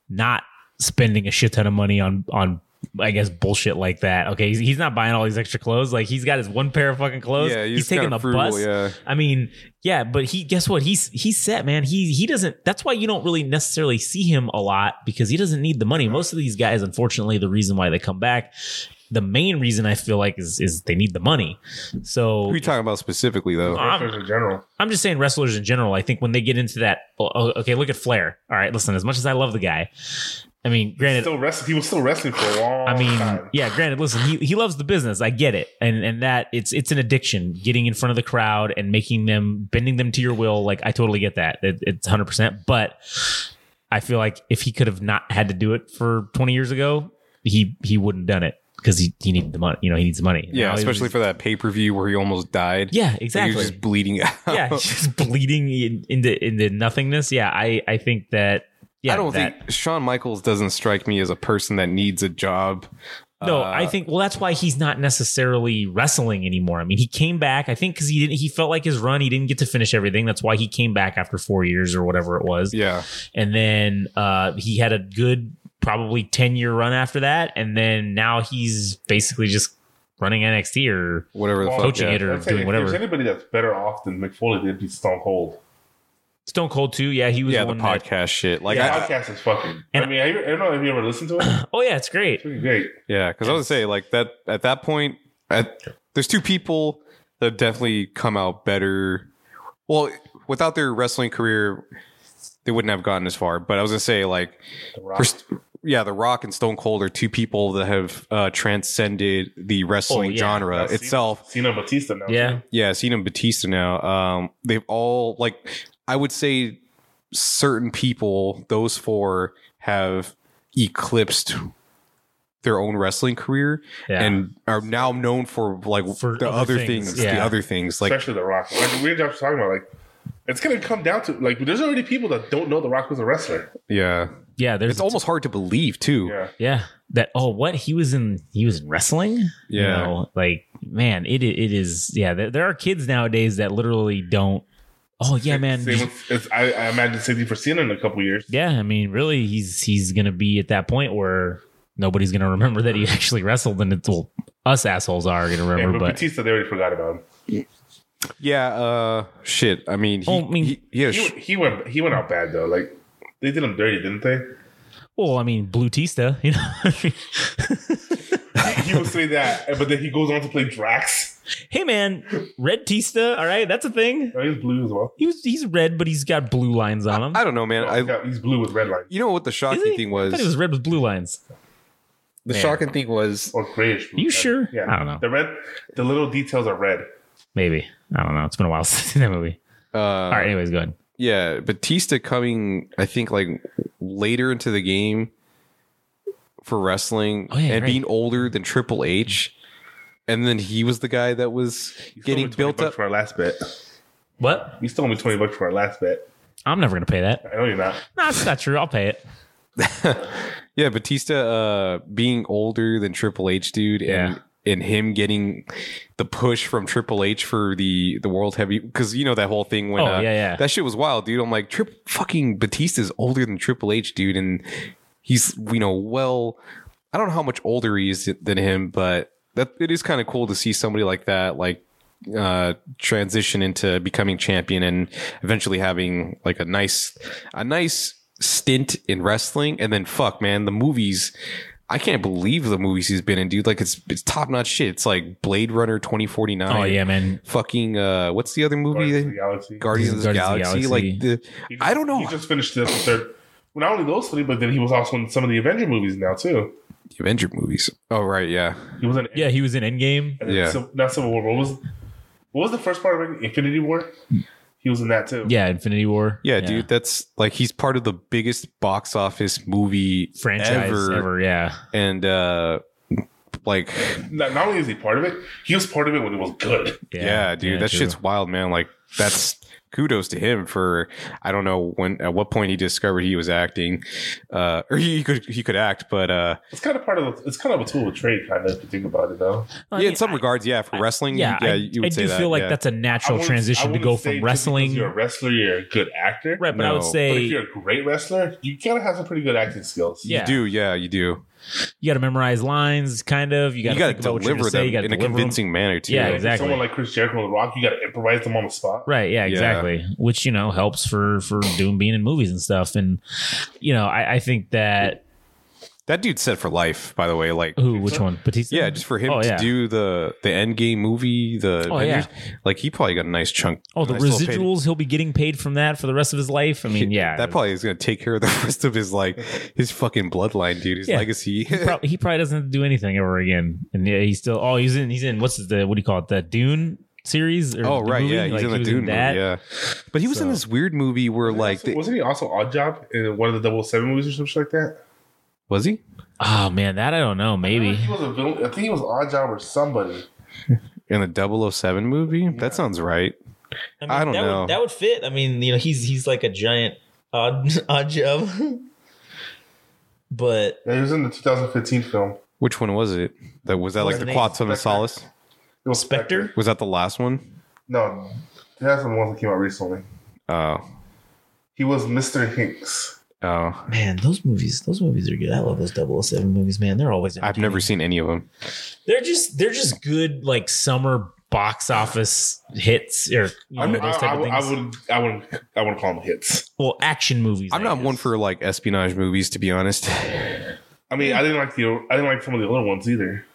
[SPEAKER 4] not spending a shit ton of money on on. I guess bullshit like that. Okay, he's, he's not buying all these extra clothes. Like he's got his one pair of fucking clothes.
[SPEAKER 5] Yeah,
[SPEAKER 4] he's,
[SPEAKER 5] he's
[SPEAKER 4] taking
[SPEAKER 5] kinda
[SPEAKER 4] the
[SPEAKER 5] frugal,
[SPEAKER 4] bus.
[SPEAKER 5] yeah.
[SPEAKER 4] I mean, yeah, but he guess what? He's he's set, man. He he doesn't that's why you don't really necessarily see him a lot because he doesn't need the money. Most of these guys, unfortunately, the reason why they come back, the main reason I feel like is is they need the money.
[SPEAKER 5] Who
[SPEAKER 4] So
[SPEAKER 5] are you talking about specifically though?
[SPEAKER 4] I'm-
[SPEAKER 6] Wrestlers in general.
[SPEAKER 4] I'm just saying wrestlers in general, I think when they get into that oh, oh, okay, look at Flair. All right, listen, as much as I love the guy, I mean, granted,
[SPEAKER 6] Still wrestling. He was still wrestling for a long
[SPEAKER 4] I mean,
[SPEAKER 6] time.
[SPEAKER 4] yeah, granted, listen, he, he loves the business. I get it. And and that it's it's an addiction, getting in front of the crowd and making them bending them to your will. Like I totally get that. It, it's 100%, but I feel like if he could have not had to do it for 20 years ago, he he wouldn't have done it cuz he, he needed the money. You know, he needs the money.
[SPEAKER 5] Yeah,
[SPEAKER 4] Now he's-
[SPEAKER 5] especially for that pay per view where he almost died.
[SPEAKER 4] Yeah,
[SPEAKER 5] Like,
[SPEAKER 4] exactly
[SPEAKER 5] He was just bleeding out.
[SPEAKER 4] yeah, he's just bleeding in, into into nothingness. Yeah, I I think that. Yeah,
[SPEAKER 5] I don't
[SPEAKER 4] that,
[SPEAKER 5] think Shawn Michaels doesn't strike me as a person that needs a job.
[SPEAKER 4] No,
[SPEAKER 5] Uh,
[SPEAKER 4] I think well that's why he's not necessarily wrestling anymore. I mean, he came back, I think cuz he didn't he felt like his run, he didn't get to finish everything. That's why he came back after 4 years or whatever it was.
[SPEAKER 5] Yeah,
[SPEAKER 4] And then uh he had a good probably 10-year run after that and then now he's basically just running NXT or
[SPEAKER 5] whatever the
[SPEAKER 6] Well,
[SPEAKER 5] fuck.
[SPEAKER 4] coaching
[SPEAKER 5] Yeah.
[SPEAKER 4] it or
[SPEAKER 6] I'd say
[SPEAKER 4] doing
[SPEAKER 6] If
[SPEAKER 4] whatever.
[SPEAKER 6] there's anybody that's better off than McFoley, then he's Stone Cold.
[SPEAKER 4] Stone Cold too. Yeah, he was
[SPEAKER 5] Yeah,
[SPEAKER 4] the
[SPEAKER 5] the
[SPEAKER 4] one that-
[SPEAKER 5] podcast shit. Like,
[SPEAKER 6] yeah,
[SPEAKER 5] I,
[SPEAKER 6] podcast is fucking.
[SPEAKER 4] And-
[SPEAKER 6] I mean, I, I don't know if you ever listened to it. It's
[SPEAKER 4] Oh yeah, it's great.
[SPEAKER 6] pretty great.
[SPEAKER 5] Yeah, because I would say like that at that point, at, there's two people that definitely come out better. Well, without their wrestling career, they wouldn't have gotten as far. But I was gonna say like, for st- yeah, The Rock and Stone Cold are two people that have uh, transcended the wrestling
[SPEAKER 4] Oh, yeah.
[SPEAKER 5] genre
[SPEAKER 6] That's
[SPEAKER 5] itself.
[SPEAKER 6] Cena Batista now.
[SPEAKER 4] Yeah.
[SPEAKER 6] too.
[SPEAKER 5] Yeah, Cena and Batista now. Um, they've all like I would say certain people, those four have eclipsed their own wrestling career
[SPEAKER 4] Yeah.
[SPEAKER 5] and are now known for like
[SPEAKER 4] For
[SPEAKER 5] the
[SPEAKER 4] other
[SPEAKER 5] other
[SPEAKER 4] things,
[SPEAKER 5] things,
[SPEAKER 4] yeah.
[SPEAKER 5] the other things. Like
[SPEAKER 6] Especially The Rock. Like, we were just talking about, like, it's going to come down to, like, there's already people that don't know The Rock was a wrestler.
[SPEAKER 5] yeah.
[SPEAKER 4] yeah, there's
[SPEAKER 5] It's almost hard to believe too.
[SPEAKER 6] Yeah.
[SPEAKER 4] Yeah. That oh what he was in he was in wrestling? You
[SPEAKER 5] Yeah.
[SPEAKER 4] know, like man, it i- it is yeah, there, there are kids nowadays that literally don't Oh yeah, man.
[SPEAKER 6] Same with, it's, I, I imagine same thing for Cena in a couple years.
[SPEAKER 4] Yeah, I mean really he's he's going to be at that point where nobody's going to remember that he actually wrestled and it's well us assholes are going to
[SPEAKER 6] And
[SPEAKER 4] remember
[SPEAKER 6] with
[SPEAKER 4] but
[SPEAKER 6] Batista, they already forgot about him.
[SPEAKER 5] Yeah, uh shit. I mean he
[SPEAKER 4] Oh, I mean-
[SPEAKER 5] he, he had a
[SPEAKER 6] He,
[SPEAKER 5] sh-
[SPEAKER 6] he went he went out bad, though. Like, they did him dirty, didn't they?
[SPEAKER 4] well, I mean Blue Tista, you know.
[SPEAKER 6] He would say that, but then he goes on to play Drax.
[SPEAKER 4] hey man, Red Tista, all right? That's a thing.
[SPEAKER 6] Oh, he's blue as well.
[SPEAKER 4] He was he's red but he's got blue lines on him.
[SPEAKER 5] I don't know, man.
[SPEAKER 6] Oh,
[SPEAKER 5] I
[SPEAKER 6] yeah, he's blue with red lines.
[SPEAKER 5] you know what the shocking
[SPEAKER 4] Is he?
[SPEAKER 5] thing
[SPEAKER 4] I
[SPEAKER 5] was?
[SPEAKER 4] thought he was red with blue lines.
[SPEAKER 5] the shocking thing was
[SPEAKER 6] Or grayish. blue.
[SPEAKER 4] You sure?
[SPEAKER 6] Yeah.
[SPEAKER 4] I don't know.
[SPEAKER 6] The red, the little details are red.
[SPEAKER 4] Maybe. I don't know. It's been a while since I've seen that movie.
[SPEAKER 5] uh
[SPEAKER 4] All right, anyways, go ahead.
[SPEAKER 5] yeah, Batista coming, I think, like later into the game for wrestling
[SPEAKER 4] Oh, yeah,
[SPEAKER 5] and
[SPEAKER 4] right.
[SPEAKER 5] being older than Triple H. And then he was the guy that was
[SPEAKER 6] You stole
[SPEAKER 5] getting
[SPEAKER 6] me 20
[SPEAKER 5] built
[SPEAKER 6] bucks
[SPEAKER 5] up.
[SPEAKER 6] for our last bet.
[SPEAKER 4] What?
[SPEAKER 6] You stole me twenty bucks for our last bet.
[SPEAKER 4] I'm never gonna pay that.
[SPEAKER 6] I know you're not.
[SPEAKER 4] No, that's not true. I'll pay it.
[SPEAKER 5] Yeah, Batista uh, being older than Triple H, dude, and and him getting the push from Triple H for the the world heavy because you know that whole thing when
[SPEAKER 4] Oh,
[SPEAKER 5] uh,
[SPEAKER 4] yeah, yeah.
[SPEAKER 5] that shit was wild, dude. I'm like, Trip fucking Batista's older than Triple H, dude, and he's you know well, I don't know how much older he is than him, but. that it is kind of cool to see somebody like that like uh transition into becoming champion and eventually having like a nice a nice stint in wrestling and then fuck man the movies I can't believe the movies he's been in dude like it's it's top notch shit it's like Blade Runner 2049
[SPEAKER 4] Oh yeah, man.
[SPEAKER 5] fucking uh what's the other movie
[SPEAKER 6] Guardians
[SPEAKER 5] Guardians,
[SPEAKER 6] of the Galaxy.
[SPEAKER 5] of the
[SPEAKER 4] Guardians
[SPEAKER 5] Galaxy,
[SPEAKER 4] of the
[SPEAKER 5] like the,
[SPEAKER 6] He just-
[SPEAKER 5] I don't know
[SPEAKER 6] He just finished this third. Well, not only those three, but then he was also in some of the Avenger movies now too.
[SPEAKER 5] the Avenger movies oh right yeah
[SPEAKER 6] He was in
[SPEAKER 4] Yeah, he was in Endgame.
[SPEAKER 6] and then
[SPEAKER 5] Yeah.
[SPEAKER 6] Civ- not Civil War. What was what was the first part of it? Infinity War? He was in that too.
[SPEAKER 4] Yeah, Infinity War.
[SPEAKER 5] Yeah, dude, that's like he's part of the biggest box office movie
[SPEAKER 4] Franchise ever. yeah.
[SPEAKER 5] and uh like
[SPEAKER 6] Not, not only is he part of it, he was part of it when it was good.
[SPEAKER 5] yeah, dude, that
[SPEAKER 4] true.
[SPEAKER 5] shit's wild, man. Like that's kudos to him for I don't know when at what point he discovered he was acting, uh, or he could he could act, but uh,
[SPEAKER 6] It's kind of part of it's kind of a tool of trade, kind of if you think about it though.
[SPEAKER 4] I
[SPEAKER 5] yeah,
[SPEAKER 4] mean,
[SPEAKER 5] in some regards, yeah, for wrestling,
[SPEAKER 4] yeah,
[SPEAKER 5] yeah, yeah
[SPEAKER 4] I,
[SPEAKER 5] you
[SPEAKER 4] I
[SPEAKER 5] would say
[SPEAKER 4] do
[SPEAKER 5] that,
[SPEAKER 4] feel like
[SPEAKER 5] yeah.
[SPEAKER 4] that's
[SPEAKER 6] I
[SPEAKER 4] a natural
[SPEAKER 6] wouldn't- I
[SPEAKER 4] transition to
[SPEAKER 6] wouldn't say
[SPEAKER 4] go
[SPEAKER 6] just
[SPEAKER 4] from
[SPEAKER 6] because
[SPEAKER 4] wrestling.
[SPEAKER 6] You're a wrestler. You're a good actor.
[SPEAKER 4] Right, but I would
[SPEAKER 5] No.
[SPEAKER 6] But
[SPEAKER 4] say
[SPEAKER 6] if you're a great wrestler, you gotta have some pretty good acting skills.
[SPEAKER 4] Yeah.
[SPEAKER 5] you do, yeah, you do.
[SPEAKER 4] you got to memorize lines, kind of. You got
[SPEAKER 5] you got
[SPEAKER 4] to
[SPEAKER 5] to
[SPEAKER 4] deliver
[SPEAKER 5] deliver
[SPEAKER 4] say.
[SPEAKER 5] them
[SPEAKER 4] You got to
[SPEAKER 5] in a
[SPEAKER 4] deliver them.
[SPEAKER 5] convincing manner too.
[SPEAKER 4] Yeah,
[SPEAKER 6] Like,
[SPEAKER 4] exactly.
[SPEAKER 6] Someone like Chris Jericho and The Rock, you gotta improvise them on the spot.
[SPEAKER 4] Right. Yeah.
[SPEAKER 5] Yeah.
[SPEAKER 4] Exactly. Which you know helps for for Doom being in movies and stuff. And you know, I, I think that
[SPEAKER 5] That dude's set for life, by the way. Like
[SPEAKER 4] who? Which one? Batista.
[SPEAKER 5] Yeah, just for him
[SPEAKER 4] Oh,
[SPEAKER 5] to
[SPEAKER 4] yeah.
[SPEAKER 5] do the the end game movie, the
[SPEAKER 4] Oh,
[SPEAKER 5] Avengers, like he probably got a nice chunk.
[SPEAKER 4] Oh, the
[SPEAKER 5] nice little payday.
[SPEAKER 4] residuals he'll be getting paid from that for the rest of his life. I mean, yeah,
[SPEAKER 5] that probably is gonna take care of the rest of his like his fucking bloodline, dude. His
[SPEAKER 4] Yeah.
[SPEAKER 5] legacy.
[SPEAKER 4] Prob- he probably doesn't have to do anything ever again. And yeah, he's still. Oh, he's in. He's in. What's the? What do you call it? The Dune series? Or
[SPEAKER 5] oh
[SPEAKER 4] the
[SPEAKER 5] right,
[SPEAKER 4] movie?
[SPEAKER 5] yeah, he's
[SPEAKER 4] Like,
[SPEAKER 5] in
[SPEAKER 4] he
[SPEAKER 5] the
[SPEAKER 4] was
[SPEAKER 5] Dune movie,
[SPEAKER 4] that.
[SPEAKER 5] yeah. But he was in
[SPEAKER 4] So-
[SPEAKER 5] this weird movie where like
[SPEAKER 6] So
[SPEAKER 5] the,
[SPEAKER 6] wasn't he also Odd Job in one of the Double Seven movies or something like that?
[SPEAKER 5] was he?
[SPEAKER 4] Oh man, that I don't know.
[SPEAKER 6] I
[SPEAKER 4] Maybe.
[SPEAKER 6] think he was a villain. I think he was Odd Job or somebody.
[SPEAKER 5] In the 007 movie? That sounds right.
[SPEAKER 7] mean,
[SPEAKER 5] I don't
[SPEAKER 7] that
[SPEAKER 5] know.
[SPEAKER 7] Would, that would fit. I mean, you know, he's he's like a giant odd odd job. but
[SPEAKER 6] Yeah, he was in the 2015 film.
[SPEAKER 5] Which one was it? That was that like
[SPEAKER 7] Wasn't
[SPEAKER 5] the
[SPEAKER 7] he
[SPEAKER 5] Quantum of Solace?
[SPEAKER 6] It was
[SPEAKER 7] Spectre?
[SPEAKER 5] Was that the last one?
[SPEAKER 6] No, that's the one that came out recently.
[SPEAKER 5] Oh,
[SPEAKER 6] He was Mr. Hinks.
[SPEAKER 5] oh,
[SPEAKER 7] man, those movies, those movies are good. I love those 007 movies, man. They're always
[SPEAKER 5] I've never seen any of them.
[SPEAKER 4] They're just they're just good like summer box office hits or you know,
[SPEAKER 6] I'm-
[SPEAKER 4] those
[SPEAKER 6] Oh, I,
[SPEAKER 4] type
[SPEAKER 6] I,
[SPEAKER 4] of
[SPEAKER 6] would-
[SPEAKER 4] things.
[SPEAKER 6] I would, I would, I wouldn't call them hits.
[SPEAKER 4] well, action movies.
[SPEAKER 5] I'm
[SPEAKER 4] I
[SPEAKER 5] not
[SPEAKER 4] guess.
[SPEAKER 5] one for like espionage movies, to be honest.
[SPEAKER 6] I mean, I didn't like the, I didn't like some of the other ones either.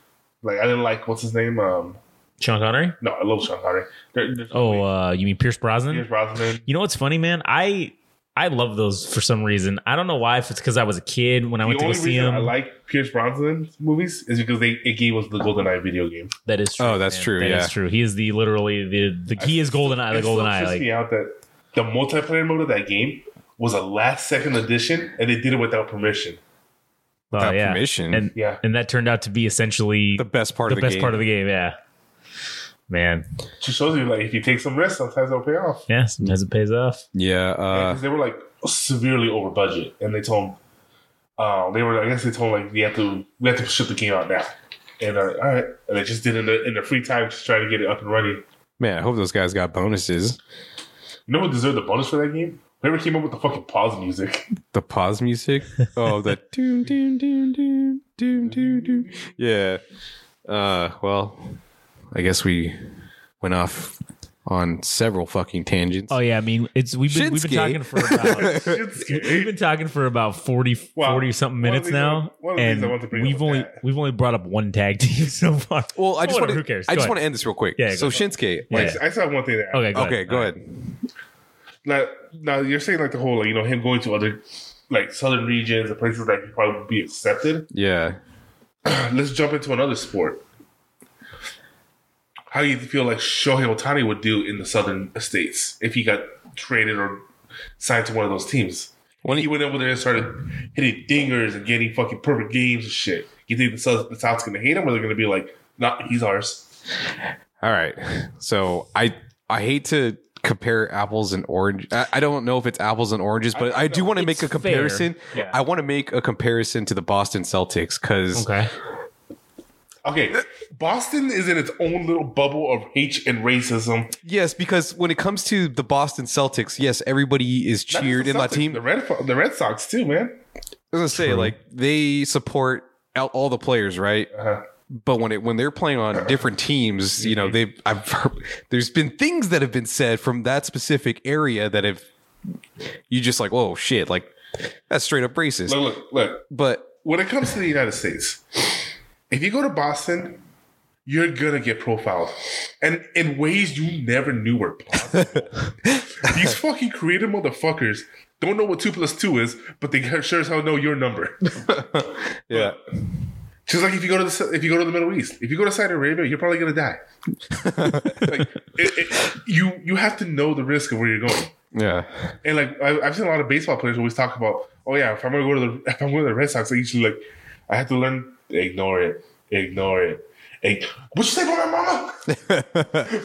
[SPEAKER 6] Like I didn't like what's his name. Um,
[SPEAKER 4] Sean Connery.
[SPEAKER 6] no, I love Sean Connery. There- there's-
[SPEAKER 4] Oh, uh, you mean Pierce Brosnan?
[SPEAKER 6] Pierce Brosnan.
[SPEAKER 4] You know what's funny, man? I I love those for some reason. I don't know why. If it's because I was a kid when I
[SPEAKER 6] The
[SPEAKER 4] went to go
[SPEAKER 6] only
[SPEAKER 4] see
[SPEAKER 6] reason I
[SPEAKER 4] him.
[SPEAKER 6] like Pierce Brosnan's movies is because they it gave us the GoldenEye video game.
[SPEAKER 4] that is true.
[SPEAKER 5] Oh, that's
[SPEAKER 4] man.
[SPEAKER 5] true,
[SPEAKER 4] That is
[SPEAKER 5] yeah.
[SPEAKER 4] true. He is the literally the, the he is golden eye. The
[SPEAKER 6] It still
[SPEAKER 4] golden eye.
[SPEAKER 6] trips me
[SPEAKER 4] Like
[SPEAKER 6] out that the multiplayer mode of that game was a last second addition, and they did it without permission.
[SPEAKER 4] oh,
[SPEAKER 5] Without
[SPEAKER 4] yeah.
[SPEAKER 5] permission.
[SPEAKER 4] And
[SPEAKER 6] Yeah.
[SPEAKER 4] and that turned out to be essentially
[SPEAKER 5] The
[SPEAKER 4] the,
[SPEAKER 5] best part of the
[SPEAKER 4] best
[SPEAKER 5] game.
[SPEAKER 4] part of the game. Yeah. Man.
[SPEAKER 6] Just shows you like if you take some risks, sometimes it'll pay off.
[SPEAKER 4] Yeah. Sometimes it pays off.
[SPEAKER 5] yeah, uh,
[SPEAKER 6] Because they were like severely over budget, and they told him, uh, they were I guess they told him, like we have to we have to shut the game out now. And uh, all right, and they just did it in the in the free time, just trying to get it up and running.
[SPEAKER 5] man, I hope those guys got bonuses.
[SPEAKER 6] You know what deserved the bonus for that game? Whoever came up with the fucking pause music.
[SPEAKER 5] The pause music. Oh, that doom doom doom doom doom doom doom. Yeah. Uh, well, I guess we went off on several fucking tangents.
[SPEAKER 4] Oh yeah. I mean, it's we've been we've been
[SPEAKER 5] Shinsuke.
[SPEAKER 4] talking for about.
[SPEAKER 6] It's
[SPEAKER 4] we- We've been talking for about 40,
[SPEAKER 6] Well,
[SPEAKER 4] 40 something
[SPEAKER 6] one of
[SPEAKER 4] minutes
[SPEAKER 6] these
[SPEAKER 4] now,
[SPEAKER 6] I- one of these I want to
[SPEAKER 4] and
[SPEAKER 6] bring up
[SPEAKER 4] we've
[SPEAKER 6] with
[SPEAKER 4] only
[SPEAKER 6] that.
[SPEAKER 4] we've only brought up one tag team so far.
[SPEAKER 5] well, I just want
[SPEAKER 4] Whatever,
[SPEAKER 5] to.
[SPEAKER 4] who cares?
[SPEAKER 5] I
[SPEAKER 4] Go
[SPEAKER 5] just
[SPEAKER 4] ahead.
[SPEAKER 5] want to end this real quick.
[SPEAKER 4] Yeah, go
[SPEAKER 5] so
[SPEAKER 4] for
[SPEAKER 5] Shinsuke.
[SPEAKER 4] Yeah.
[SPEAKER 5] Like,
[SPEAKER 6] I still have one thing to add.
[SPEAKER 4] Okay, go
[SPEAKER 5] okay,
[SPEAKER 4] ahead.
[SPEAKER 5] go ahead.
[SPEAKER 6] Now, now you're saying like the whole like you know him going to other like southern regions and places that could probably be accepted.
[SPEAKER 5] Yeah.
[SPEAKER 6] Let's jump into another sport. How do you feel like Shohei Otani would do in the southern states if he got traded or signed to one of those teams?
[SPEAKER 5] When
[SPEAKER 6] He
[SPEAKER 5] he,
[SPEAKER 6] went over there and started hitting dingers and getting fucking perfect games and shit. You think the South, the South's gonna hate him, or they're gonna be like, "Nah, he's ours."
[SPEAKER 5] all right. So I I hate to compare apples and orange. I, I don't know if it's apples and oranges, but I, do want to make a
[SPEAKER 4] fair.
[SPEAKER 5] comparison. I want to make a comparison to the Boston Celtics because
[SPEAKER 4] Okay.
[SPEAKER 6] Okay, Boston is in its own little bubble of hate and racism.
[SPEAKER 5] Yes, because when it comes to the Boston Celtics, yes, everybody is
[SPEAKER 6] Not just
[SPEAKER 5] cheered
[SPEAKER 6] the
[SPEAKER 5] in that
[SPEAKER 6] Celtics,
[SPEAKER 5] team.
[SPEAKER 6] The
[SPEAKER 5] I was
[SPEAKER 6] Red, Fo- the Red Sox too, man.
[SPEAKER 5] gonna say like they support out all the players, right?
[SPEAKER 6] Uh-huh.
[SPEAKER 5] but when it when they're playing on different teams, you know,
[SPEAKER 6] Mm-hmm.
[SPEAKER 5] they I've heard, there's been things that have been said from that specific area that have you just like, whoa, shit, like that's straight up racist.
[SPEAKER 6] Look, look, look.
[SPEAKER 5] But
[SPEAKER 6] When it comes to the United States, if you go to Boston, you're gonna get profiled, and in ways you never knew were possible. These fucking creative motherfuckers don't know what two plus two is, but they sure as hell know your number.
[SPEAKER 5] yeah,
[SPEAKER 6] Just like if you go to the if you go to the Middle East, if you go to Saudi Arabia, you're probably gonna die. like it, it, you you have to know the risk of where you're going.
[SPEAKER 5] yeah,
[SPEAKER 6] And like I, I've seen a lot of baseball players always talk about, oh yeah, if I'm gonna go to the if I'm going to the Red Sox, I usually like I have to learn ignore it, ignore it. Ig- what you say about my mama?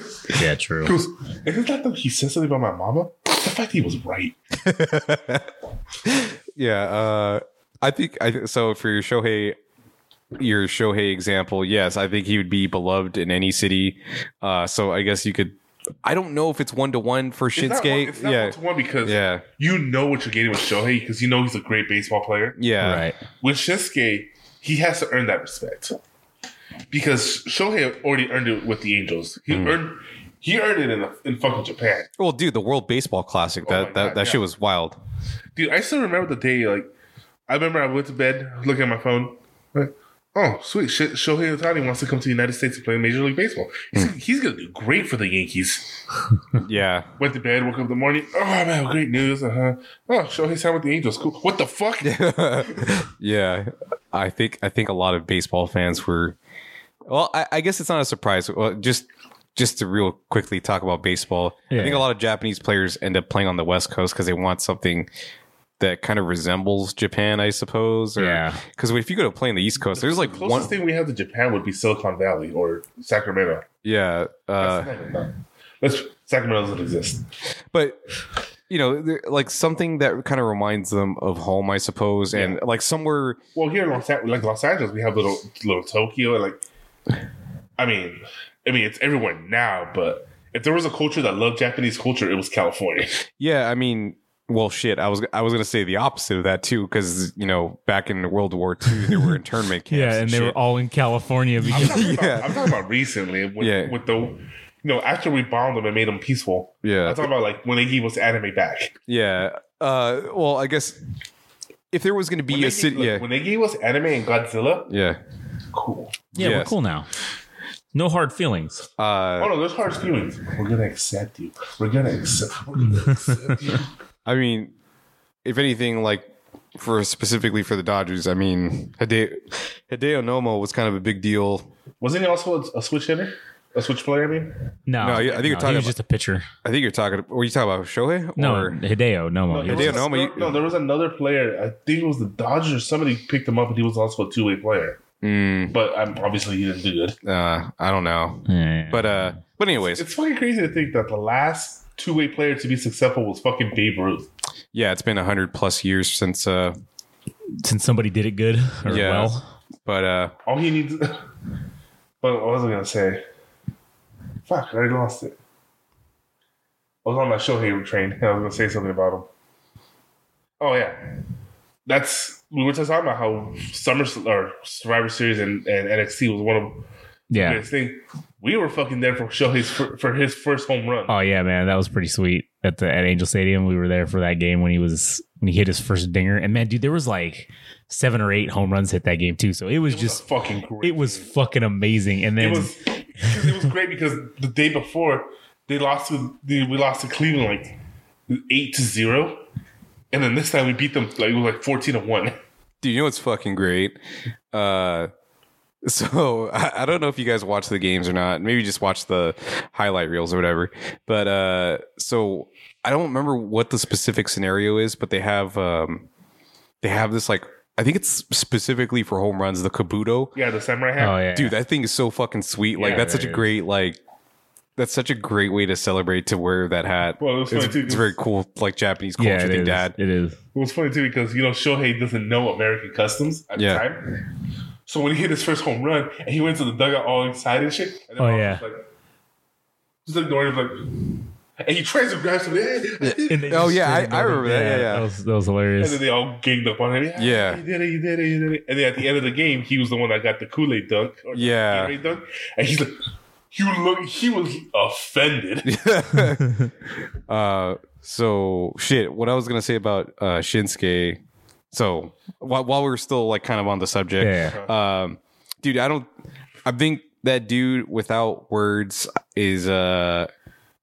[SPEAKER 7] Yeah, true.
[SPEAKER 6] He goes, Isn't that the, he said something about my mama? The fact he was right.
[SPEAKER 5] yeah. Uh, I think I so for your Shohei your Shohei example, yes, I think he would be beloved in any city. Uh, so I guess you could. I don't know if it's one to one for
[SPEAKER 6] It's not, one,
[SPEAKER 5] Shinsuke.
[SPEAKER 6] it's not
[SPEAKER 5] yeah,
[SPEAKER 6] one to one because
[SPEAKER 5] yeah,
[SPEAKER 6] you know what you're getting with Shohei because you know he's a great baseball player.
[SPEAKER 5] yeah,
[SPEAKER 4] right.
[SPEAKER 6] with Shinsuke, he has to earn that respect because Shohei already earned it with the Angels. He
[SPEAKER 5] Mm-hmm.
[SPEAKER 6] earned he earned it in, in fucking Japan,
[SPEAKER 5] Well, dude, the World Baseball Classic
[SPEAKER 6] Oh
[SPEAKER 5] that
[SPEAKER 6] my
[SPEAKER 5] that,
[SPEAKER 6] God,
[SPEAKER 5] that
[SPEAKER 6] yeah.
[SPEAKER 5] shit was wild.
[SPEAKER 6] dude. I still remember the day. Like, I remember I went to bed looking at my phone. Like, oh sweet, Sh- Shohei Ohtani wants to come to the United States and play Major League Baseball. He's, he's gonna do great for the Yankees.
[SPEAKER 5] Yeah,
[SPEAKER 6] Went to bed, woke up in the morning. Oh man, great news. Uh huh. Oh, Shohei signed with the Angels. Cool. What the fuck?
[SPEAKER 5] yeah. I think I think a lot of baseball fans were. Well, I, I guess it's not a surprise. Well, just just to real quickly talk about baseball, I think
[SPEAKER 4] Yeah.
[SPEAKER 5] a lot of Japanese players end up playing on the West Coast because they want something that kind of resembles Japan, I suppose. Or,
[SPEAKER 4] Yeah.
[SPEAKER 5] Because if you go to play in the East Coast, there's like one.
[SPEAKER 6] Closest thing we have to Japan would be Silicon Valley or Sacramento.
[SPEAKER 5] yeah. Uh,
[SPEAKER 6] Let's Sacramento doesn't exist.
[SPEAKER 5] but you know, there- like something that kind of reminds them of home, I suppose, and like somewhere.
[SPEAKER 6] Well, here in Los Angeles, like Los Angeles, we have little little Tokyo, and like, I mean, I mean, it's everywhere now. But if there was a culture that loved Japanese culture, it was California.
[SPEAKER 5] Yeah, I mean, well, shit. I was I was gonna say the opposite of that too, because you know, back in World War II, they were internment camps.
[SPEAKER 4] Yeah, and they were
[SPEAKER 5] shit.
[SPEAKER 4] all in California
[SPEAKER 6] I'm
[SPEAKER 4] because
[SPEAKER 6] talking,
[SPEAKER 5] Yeah.
[SPEAKER 6] about, I'm talking about recently with,
[SPEAKER 5] Yeah.
[SPEAKER 6] with the, you know, after we bombed them and made them peaceful.
[SPEAKER 5] Yeah.
[SPEAKER 6] I'm talking about like when they gave us anime back.
[SPEAKER 5] yeah. Uh, well, I guess if there was gonna
[SPEAKER 6] When
[SPEAKER 5] be
[SPEAKER 6] they
[SPEAKER 5] a
[SPEAKER 6] gave-
[SPEAKER 5] city,
[SPEAKER 6] look,
[SPEAKER 5] yeah,
[SPEAKER 6] When they gave us anime and Godzilla,
[SPEAKER 5] yeah.
[SPEAKER 6] cool.
[SPEAKER 4] yeah, we're
[SPEAKER 5] Yes.
[SPEAKER 4] cool now. No hard feelings.
[SPEAKER 5] Uh,
[SPEAKER 6] Oh no, there's hard feelings. We're gonna accept you. We're gonna accept. We're gonna accept you.
[SPEAKER 5] I mean, if anything, like for specifically for the Dodgers, I mean, Hideo, Hideo Nomo was kind of a big deal.
[SPEAKER 6] Wasn't he also a, a switch hitter? A switch player, I mean.
[SPEAKER 4] No,
[SPEAKER 5] No, yeah, I think you're
[SPEAKER 4] he
[SPEAKER 5] talking
[SPEAKER 4] was
[SPEAKER 5] about-
[SPEAKER 4] just a pitcher.
[SPEAKER 5] I think you're talking. Were you talking about Shohei?
[SPEAKER 4] No,
[SPEAKER 5] Or-
[SPEAKER 4] Hideo Nomo.
[SPEAKER 6] there
[SPEAKER 4] He
[SPEAKER 5] Hideo
[SPEAKER 6] was a-
[SPEAKER 5] Nomo, you-
[SPEAKER 6] no, there was another player. I think it was the Dodgers. Somebody picked him up, and he was also a two-way player.
[SPEAKER 5] Mm,
[SPEAKER 6] But um, obviously, he didn't do good.
[SPEAKER 5] uh, I don't know,
[SPEAKER 4] Yeah.
[SPEAKER 5] but uh, but anyways,
[SPEAKER 6] It's fucking crazy to think that the last two-way player to be successful was fucking Babe Ruth.
[SPEAKER 5] yeah, it's been a hundred plus years since uh,
[SPEAKER 4] since somebody did it good or
[SPEAKER 5] Yeah.
[SPEAKER 4] well,
[SPEAKER 5] but uh,
[SPEAKER 6] All he needs. but what was I gonna say? Fuck! I already lost it. I was on that Shohei train. and I was gonna say something about him. Oh yeah, that's we were just talking about how Summer or Survivor Series and, and NXT was one of
[SPEAKER 4] yeah.
[SPEAKER 6] weirdest thing. We were fucking there for Shohei's for, for his first home run.
[SPEAKER 4] Oh yeah, man, that was pretty sweet at the at Angel Stadium. We were there for that game when he was when he hit his first dinger, and man, dude, there was like seven or eight home runs hit that game too. So it was,
[SPEAKER 6] it was
[SPEAKER 4] just
[SPEAKER 6] just fucking great.
[SPEAKER 4] it was fucking amazing. And
[SPEAKER 6] it
[SPEAKER 4] then
[SPEAKER 6] was 'cause it was great because the day before they lost to the, we lost to Cleveland like eight to zero, and then this time we beat them like it was like fourteen to one.
[SPEAKER 5] Dude, you know what's fucking great? Uh, so I, I don't know if you guys watch the games or not. Maybe just watch the highlight reels or whatever. But uh, so I don't remember what the specific scenario is, but they have um, they have this like I think it's specifically for home runs the kabuto.
[SPEAKER 6] Yeah, the samurai hat.
[SPEAKER 4] oh yeah,
[SPEAKER 5] Dude, that thing is so fucking sweet. Like
[SPEAKER 4] Yeah,
[SPEAKER 5] that's
[SPEAKER 4] that
[SPEAKER 5] such a
[SPEAKER 4] is.
[SPEAKER 5] great like that's such a great way to celebrate to wear that hat.
[SPEAKER 6] Well, it was
[SPEAKER 5] it's,
[SPEAKER 6] funny, too,
[SPEAKER 5] it's very cool, like Japanese culture
[SPEAKER 4] yeah, it
[SPEAKER 5] thing,
[SPEAKER 4] is.
[SPEAKER 5] Dad.
[SPEAKER 4] It is.
[SPEAKER 6] It was funny too because you know Shohei doesn't know American customs at
[SPEAKER 5] Yeah.
[SPEAKER 6] the time. So when he hit his first home run and he went to the dugout all excited and shit, and then
[SPEAKER 4] Oh,
[SPEAKER 6] I was
[SPEAKER 4] yeah.
[SPEAKER 6] just like just ignoring him like and he tries to grab "Eh, somebody.
[SPEAKER 4] And they
[SPEAKER 5] Oh,
[SPEAKER 4] just
[SPEAKER 5] yeah, I-
[SPEAKER 4] screamed
[SPEAKER 5] I
[SPEAKER 4] at him.
[SPEAKER 5] remember that. Yeah, yeah.
[SPEAKER 4] That was, that was
[SPEAKER 6] And
[SPEAKER 4] hilarious.
[SPEAKER 6] then they all ganged up on him.
[SPEAKER 5] Yeah.
[SPEAKER 6] He did it, he did it, he did it. And then at the end of the game, he was the one that got the Kool Aid dunk. Or the
[SPEAKER 5] Yeah.
[SPEAKER 6] Gatorade dunk. And he's like, he, look, he was offended.
[SPEAKER 5] uh, so shit. What I was gonna say about uh, Shinsuke. So while while we're still like kind of on the subject,
[SPEAKER 4] yeah.
[SPEAKER 5] um dude i don't i think that dude without words is uh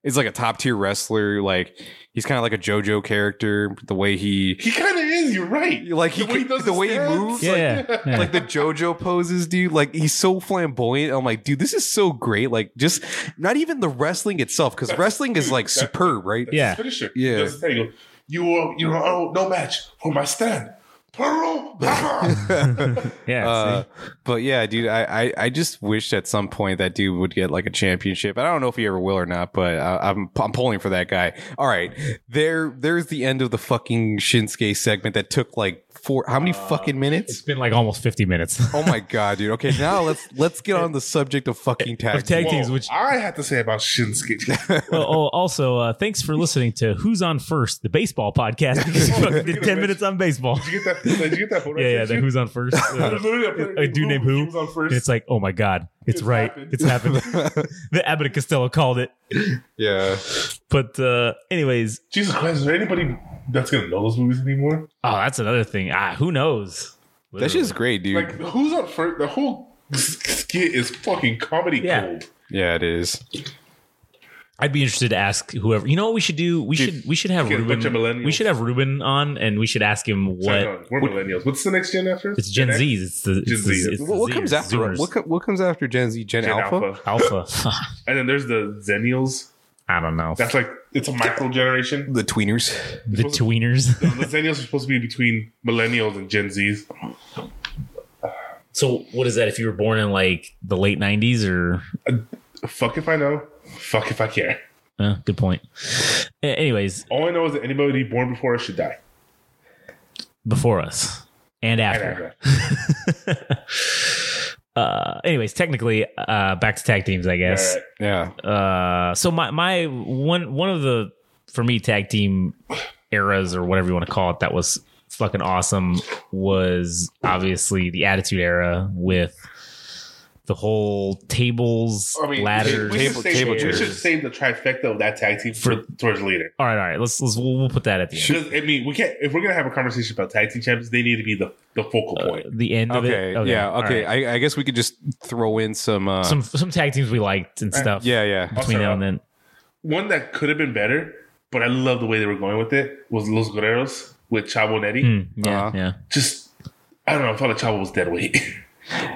[SPEAKER 5] is like a top tier wrestler like he's kind of like a jojo character the way he
[SPEAKER 6] He kind of is. You're right.
[SPEAKER 5] like he
[SPEAKER 6] The way he does
[SPEAKER 5] the
[SPEAKER 6] his
[SPEAKER 5] way he
[SPEAKER 6] dance.
[SPEAKER 5] moves like,
[SPEAKER 4] Yeah. yeah.
[SPEAKER 5] like the jojo poses dude like he's so flamboyant i'm like dude this is so great like just not even the wrestling itself because wrestling is like superb right
[SPEAKER 4] Yeah.
[SPEAKER 6] His finisher.
[SPEAKER 5] Yeah.
[SPEAKER 6] He does his thing. He goes, You are, you are, oh, no match for my stand. Pearl, Barber."
[SPEAKER 4] yeah.
[SPEAKER 5] Uh,
[SPEAKER 4] see?
[SPEAKER 5] but yeah, dude, I, I I just wish at some point that dude would get like a championship. I don't know if he ever will or not, but I, I'm I'm pulling for that guy. All right, there there's the end of the fucking Shinsuke segment that took like four how many fucking
[SPEAKER 4] it's
[SPEAKER 5] minutes?
[SPEAKER 4] been like almost 50 minutes
[SPEAKER 5] Oh my god, dude. Okay, now let's let's get on the subject of fucking tag.
[SPEAKER 4] of tag
[SPEAKER 5] team.
[SPEAKER 4] teams, which
[SPEAKER 6] I have to say about Shinsuke.
[SPEAKER 4] well, oh, also uh, thanks for listening to Who's on First, the baseball podcast. Because we fucking did 10 minutes on baseball.
[SPEAKER 6] Did you get that? Did you get that photo?
[SPEAKER 4] Yeah, yeah. That Who's on First. uh, a dude named Who.
[SPEAKER 6] was on first.
[SPEAKER 4] and it's like, oh my god, it's,
[SPEAKER 6] It's
[SPEAKER 4] right,
[SPEAKER 6] happened.
[SPEAKER 4] it's happened. the Abbott and Costello called it.
[SPEAKER 5] Yeah.
[SPEAKER 4] But uh, anyways,
[SPEAKER 6] Jesus Christ, is there anybody that's gonna know those movies anymore?
[SPEAKER 4] oh, that's another thing. Ah, who knows?
[SPEAKER 5] That shit's great, dude.
[SPEAKER 6] Like, who's on first? The whole skit is fucking comedy
[SPEAKER 4] Yeah.
[SPEAKER 6] gold.
[SPEAKER 5] yeah, it is.
[SPEAKER 4] I'd be interested to ask whoever. You know what we should do? We
[SPEAKER 5] Dude,
[SPEAKER 4] should we should have
[SPEAKER 6] get a bunch of
[SPEAKER 4] Ruben.
[SPEAKER 6] millennials.
[SPEAKER 4] We should have Ruben on, and we should ask him
[SPEAKER 6] Sorry,
[SPEAKER 4] what.
[SPEAKER 6] no, we're millennials. What's the next gen after? us?
[SPEAKER 4] It's Gen
[SPEAKER 6] X?
[SPEAKER 4] Z's. It's the, it's the,
[SPEAKER 6] Gen Zs.
[SPEAKER 4] it's the
[SPEAKER 5] What, what comes
[SPEAKER 4] Zers,
[SPEAKER 5] after
[SPEAKER 4] Zers.
[SPEAKER 5] what, co- what comes after Gen Z? Gen,
[SPEAKER 6] Gen
[SPEAKER 5] Alpha?
[SPEAKER 6] Alpha?
[SPEAKER 4] Alpha.
[SPEAKER 6] and then there's the Zennials.
[SPEAKER 4] I don't know.
[SPEAKER 6] That's like it's a micro generation.
[SPEAKER 5] The tweeners.
[SPEAKER 4] the tweeners.
[SPEAKER 6] The Zennials are supposed to be between millennials and Gen Zs.
[SPEAKER 4] so what is that? If you were born in like the late '90s or
[SPEAKER 6] Fuck if I know. Fuck if I care.
[SPEAKER 4] uh, good point. A- Anyways,
[SPEAKER 6] All I know is that anybody born before us should die.
[SPEAKER 4] before us and
[SPEAKER 6] And
[SPEAKER 4] after.
[SPEAKER 6] after.
[SPEAKER 4] uh anyways technically uh back to tag teams i guess
[SPEAKER 6] All right.
[SPEAKER 5] Yeah.
[SPEAKER 4] uh so my my one one of the for me tag team eras or whatever you want to call it that was fucking awesome was obviously the attitude era with the whole tables
[SPEAKER 6] I mean,
[SPEAKER 4] ladders
[SPEAKER 6] We should,
[SPEAKER 5] Table-
[SPEAKER 6] save,
[SPEAKER 5] table
[SPEAKER 6] we should
[SPEAKER 5] chairs.
[SPEAKER 6] save the trifecta of that tag team for, towards later.
[SPEAKER 4] all right all right let's let's we'll, we'll put that at the end
[SPEAKER 6] Because I mean, we can't. If we're gonna have a conversation about tag team champions, they need to be the, the focal
[SPEAKER 5] Uh,
[SPEAKER 6] point.
[SPEAKER 4] the end of
[SPEAKER 5] Okay.
[SPEAKER 4] it
[SPEAKER 5] Yeah.
[SPEAKER 4] all
[SPEAKER 5] Okay.
[SPEAKER 4] right.
[SPEAKER 5] I, I guess we could just throw in some. Uh,
[SPEAKER 4] some some tag teams we liked and stuff
[SPEAKER 5] yeah. Yeah.
[SPEAKER 6] Also,
[SPEAKER 4] between
[SPEAKER 6] uh,
[SPEAKER 4] now and then
[SPEAKER 6] One that could have been better, but I love the way they were going with it was Los Guerreros with Chavo Neri.
[SPEAKER 4] Mm, yeah
[SPEAKER 6] uh,
[SPEAKER 5] Uh-huh.
[SPEAKER 4] yeah
[SPEAKER 6] Just I don't know. I felt like Chavo was dead weight.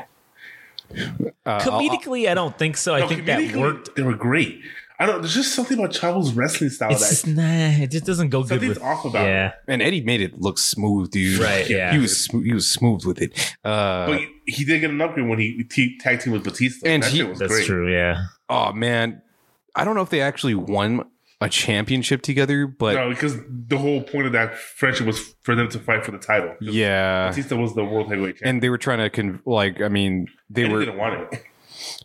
[SPEAKER 5] Uh, I'll-
[SPEAKER 4] comedically i don't think so i
[SPEAKER 6] No,
[SPEAKER 4] think that
[SPEAKER 6] comedically,
[SPEAKER 4] worked
[SPEAKER 6] They were great. I don't. There's just something about Chavo's wrestling style
[SPEAKER 4] It's
[SPEAKER 6] that
[SPEAKER 4] just nah. It just doesn't go good
[SPEAKER 6] something's
[SPEAKER 4] with.
[SPEAKER 6] off about.
[SPEAKER 4] Yeah,
[SPEAKER 5] And Eddie made it look smooth, dude.
[SPEAKER 4] Right, yeah.
[SPEAKER 5] He was smooth. He was smooth with it. Uh,
[SPEAKER 6] But he, he did get an upgrade when he te- tag team with Batista.
[SPEAKER 5] And
[SPEAKER 6] that
[SPEAKER 5] he-
[SPEAKER 6] shit was
[SPEAKER 4] that's
[SPEAKER 6] great.
[SPEAKER 4] true. Yeah,
[SPEAKER 5] oh man, I don't know if they actually won a championship together, but
[SPEAKER 6] No, because the whole point of that friendship was for them to fight for the title.
[SPEAKER 5] yeah.
[SPEAKER 6] Batista was the world heavyweight champion.
[SPEAKER 5] And they were trying to con- like, I mean, they
[SPEAKER 6] And he
[SPEAKER 5] were.
[SPEAKER 6] didn't want it,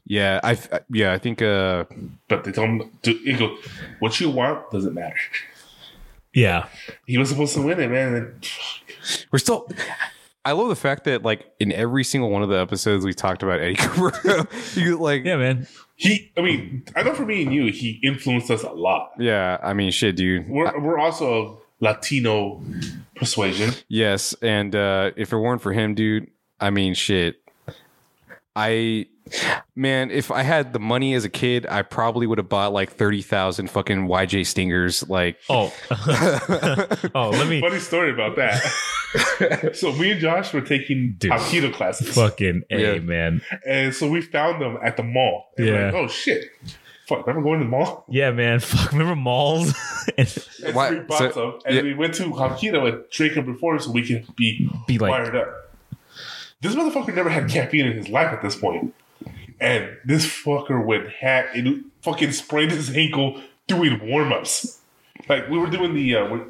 [SPEAKER 5] Yeah, I. f- Yeah, I think. Uh,
[SPEAKER 6] but they told him to. He goes, "What you want doesn't matter."
[SPEAKER 4] yeah.
[SPEAKER 6] He was supposed to win it, man. And
[SPEAKER 5] we're still. I love the fact that like in every single one of the episodes we talked about Eddie Guerrero. you like,
[SPEAKER 4] Yeah, man.
[SPEAKER 6] He, I mean, I know for me and you, he influenced us a lot.
[SPEAKER 5] yeah. I mean, shit, dude.
[SPEAKER 6] We're we're also of Latino persuasion.
[SPEAKER 5] Yes, and uh, if it weren't for him, dude, I mean, shit. I, man, if I had the money as a kid, I probably would have bought like thirty thousand fucking YJ Stingers. Like,
[SPEAKER 4] Oh, oh. Let me
[SPEAKER 6] Funny story about that. so me and Josh were taking
[SPEAKER 4] Dude.
[SPEAKER 6] Aikido classes,
[SPEAKER 4] fucking
[SPEAKER 5] Yeah.
[SPEAKER 4] a man.
[SPEAKER 6] and so we found them at the mall. And we're
[SPEAKER 4] Yeah.
[SPEAKER 6] like, oh shit. Fuck, remember going to the mall?
[SPEAKER 4] Yeah, man. Fuck. Remember malls? And
[SPEAKER 6] And
[SPEAKER 5] Why-
[SPEAKER 6] so we bought
[SPEAKER 5] so-
[SPEAKER 6] some, and
[SPEAKER 5] yeah.
[SPEAKER 6] we went to Hokkaido and drank it before so we could be
[SPEAKER 4] be like,
[SPEAKER 6] fired up. This motherfucker never had caffeine in his life at this point. And this fucker went hat and fucking sprained his ankle doing warm ups. Like we were doing the uh, we-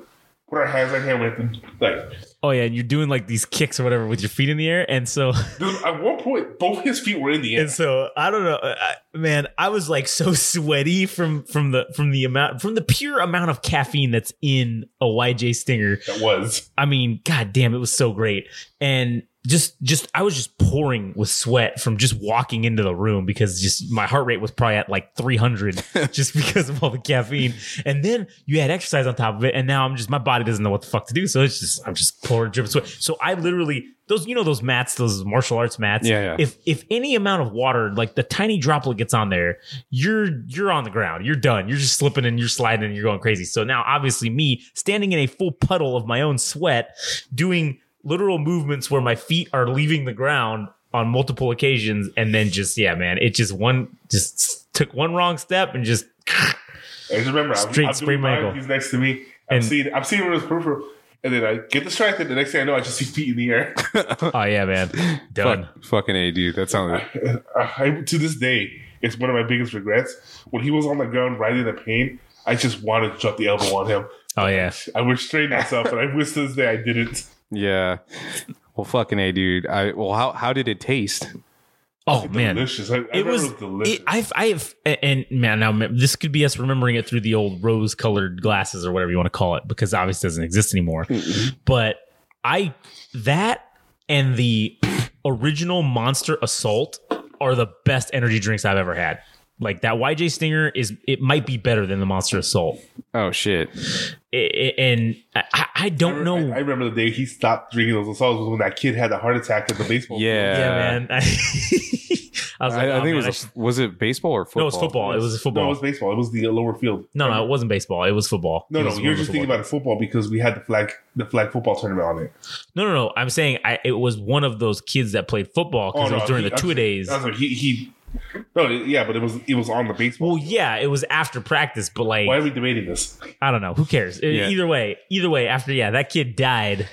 [SPEAKER 6] put our hands like here with him. Like
[SPEAKER 4] Oh yeah, and you're doing like these kicks or whatever with your feet in the air, and so
[SPEAKER 6] dude, at one point, both his feet were in the air.
[SPEAKER 4] and so I don't know, I, man. I was like so sweaty from from the from the amount from the pure amount of caffeine that's in a YJ Stinger.
[SPEAKER 6] That was
[SPEAKER 4] I mean, god damn, it was so great. And just just I was just pouring with sweat from just walking into the room because just my heart rate was probably at like 300 just because of all the caffeine. And then you had exercise on top of it and now I'm just my body doesn't know what the fuck to do. So it's just I'm just pouring dripping sweat. So I literally those you know those mats, those martial arts mats.
[SPEAKER 5] Yeah, yeah.
[SPEAKER 4] If if any amount of water, like the tiny droplet gets on there, you're you're on the ground. You're done. You're just slipping and you're sliding and you're going crazy. So now obviously me standing in a full puddle of my own sweat, doing literal movements where my feet are leaving the ground on multiple occasions, and then just yeah, man, it just one just took one wrong step and just
[SPEAKER 6] I just remember I'm,
[SPEAKER 4] Straight
[SPEAKER 6] I'm doing
[SPEAKER 4] sprain
[SPEAKER 6] mine,
[SPEAKER 4] my ankle.
[SPEAKER 6] He's next to me. I'm
[SPEAKER 4] And-
[SPEAKER 6] seeing I'm seeing him in his peripheral, and then I get distracted. The next thing I know, I just see feet in the air.
[SPEAKER 4] oh yeah, man. Done.
[SPEAKER 5] Fuck, fucking a dude. That sounded.
[SPEAKER 6] Uh, I, to this day, it's one of my biggest regrets. When he was on the ground riding the pain, I just wanted to drop the elbow on him.
[SPEAKER 4] Oh yeah.
[SPEAKER 6] I restrained myself, and I wish to this day I didn't.
[SPEAKER 5] Yeah. Well, fucking a dude. I well, how how did it taste?
[SPEAKER 4] Oh man.
[SPEAKER 6] Delicious. I, I
[SPEAKER 4] it
[SPEAKER 6] remember
[SPEAKER 4] was,
[SPEAKER 6] it was delicious.
[SPEAKER 4] it- I've, I've, and man, now this could be us remembering it through the old rose colored glasses or whatever you want to call it, because obviously it doesn't exist anymore. but I, that and the original Monster Assault are the best energy drinks I've ever had. Like that YJ Stinger is, it might be better than the Monster Assault.
[SPEAKER 5] Oh shit.
[SPEAKER 4] I- I- and I- I, I
[SPEAKER 6] I,
[SPEAKER 4] don't know.
[SPEAKER 6] I remember the day he stopped drinking those assaults was when that kid had the heart attack at the baseball. field.
[SPEAKER 5] Yeah.
[SPEAKER 4] yeah, man. I, was like,
[SPEAKER 5] I, I
[SPEAKER 4] oh,
[SPEAKER 5] think
[SPEAKER 4] man,
[SPEAKER 5] it
[SPEAKER 4] I
[SPEAKER 5] was
[SPEAKER 4] should-
[SPEAKER 5] a, was it baseball or football?
[SPEAKER 4] no, it's football. It was a football.
[SPEAKER 6] No, it was baseball. It was the lower field.
[SPEAKER 4] No, no, it wasn't baseball. It was football.
[SPEAKER 6] No,
[SPEAKER 4] It
[SPEAKER 6] no,
[SPEAKER 4] was-
[SPEAKER 6] you're
[SPEAKER 4] it was
[SPEAKER 6] just thinking
[SPEAKER 4] football.
[SPEAKER 6] about football because we had the flag, the flag football tournament on it.
[SPEAKER 4] No, no, no. I'm saying I, it was one of those kids that played football because it was Oh, during
[SPEAKER 6] Oh, he-
[SPEAKER 4] the two a days.
[SPEAKER 6] I was like, he, he, no, yeah, but it was it was on the baseball.
[SPEAKER 4] Well, yeah, it was after practice, but like
[SPEAKER 6] Why are we debating this?
[SPEAKER 4] I don't know. Who cares? E-
[SPEAKER 5] Yeah.
[SPEAKER 4] Either way, either way. After yeah, that kid died.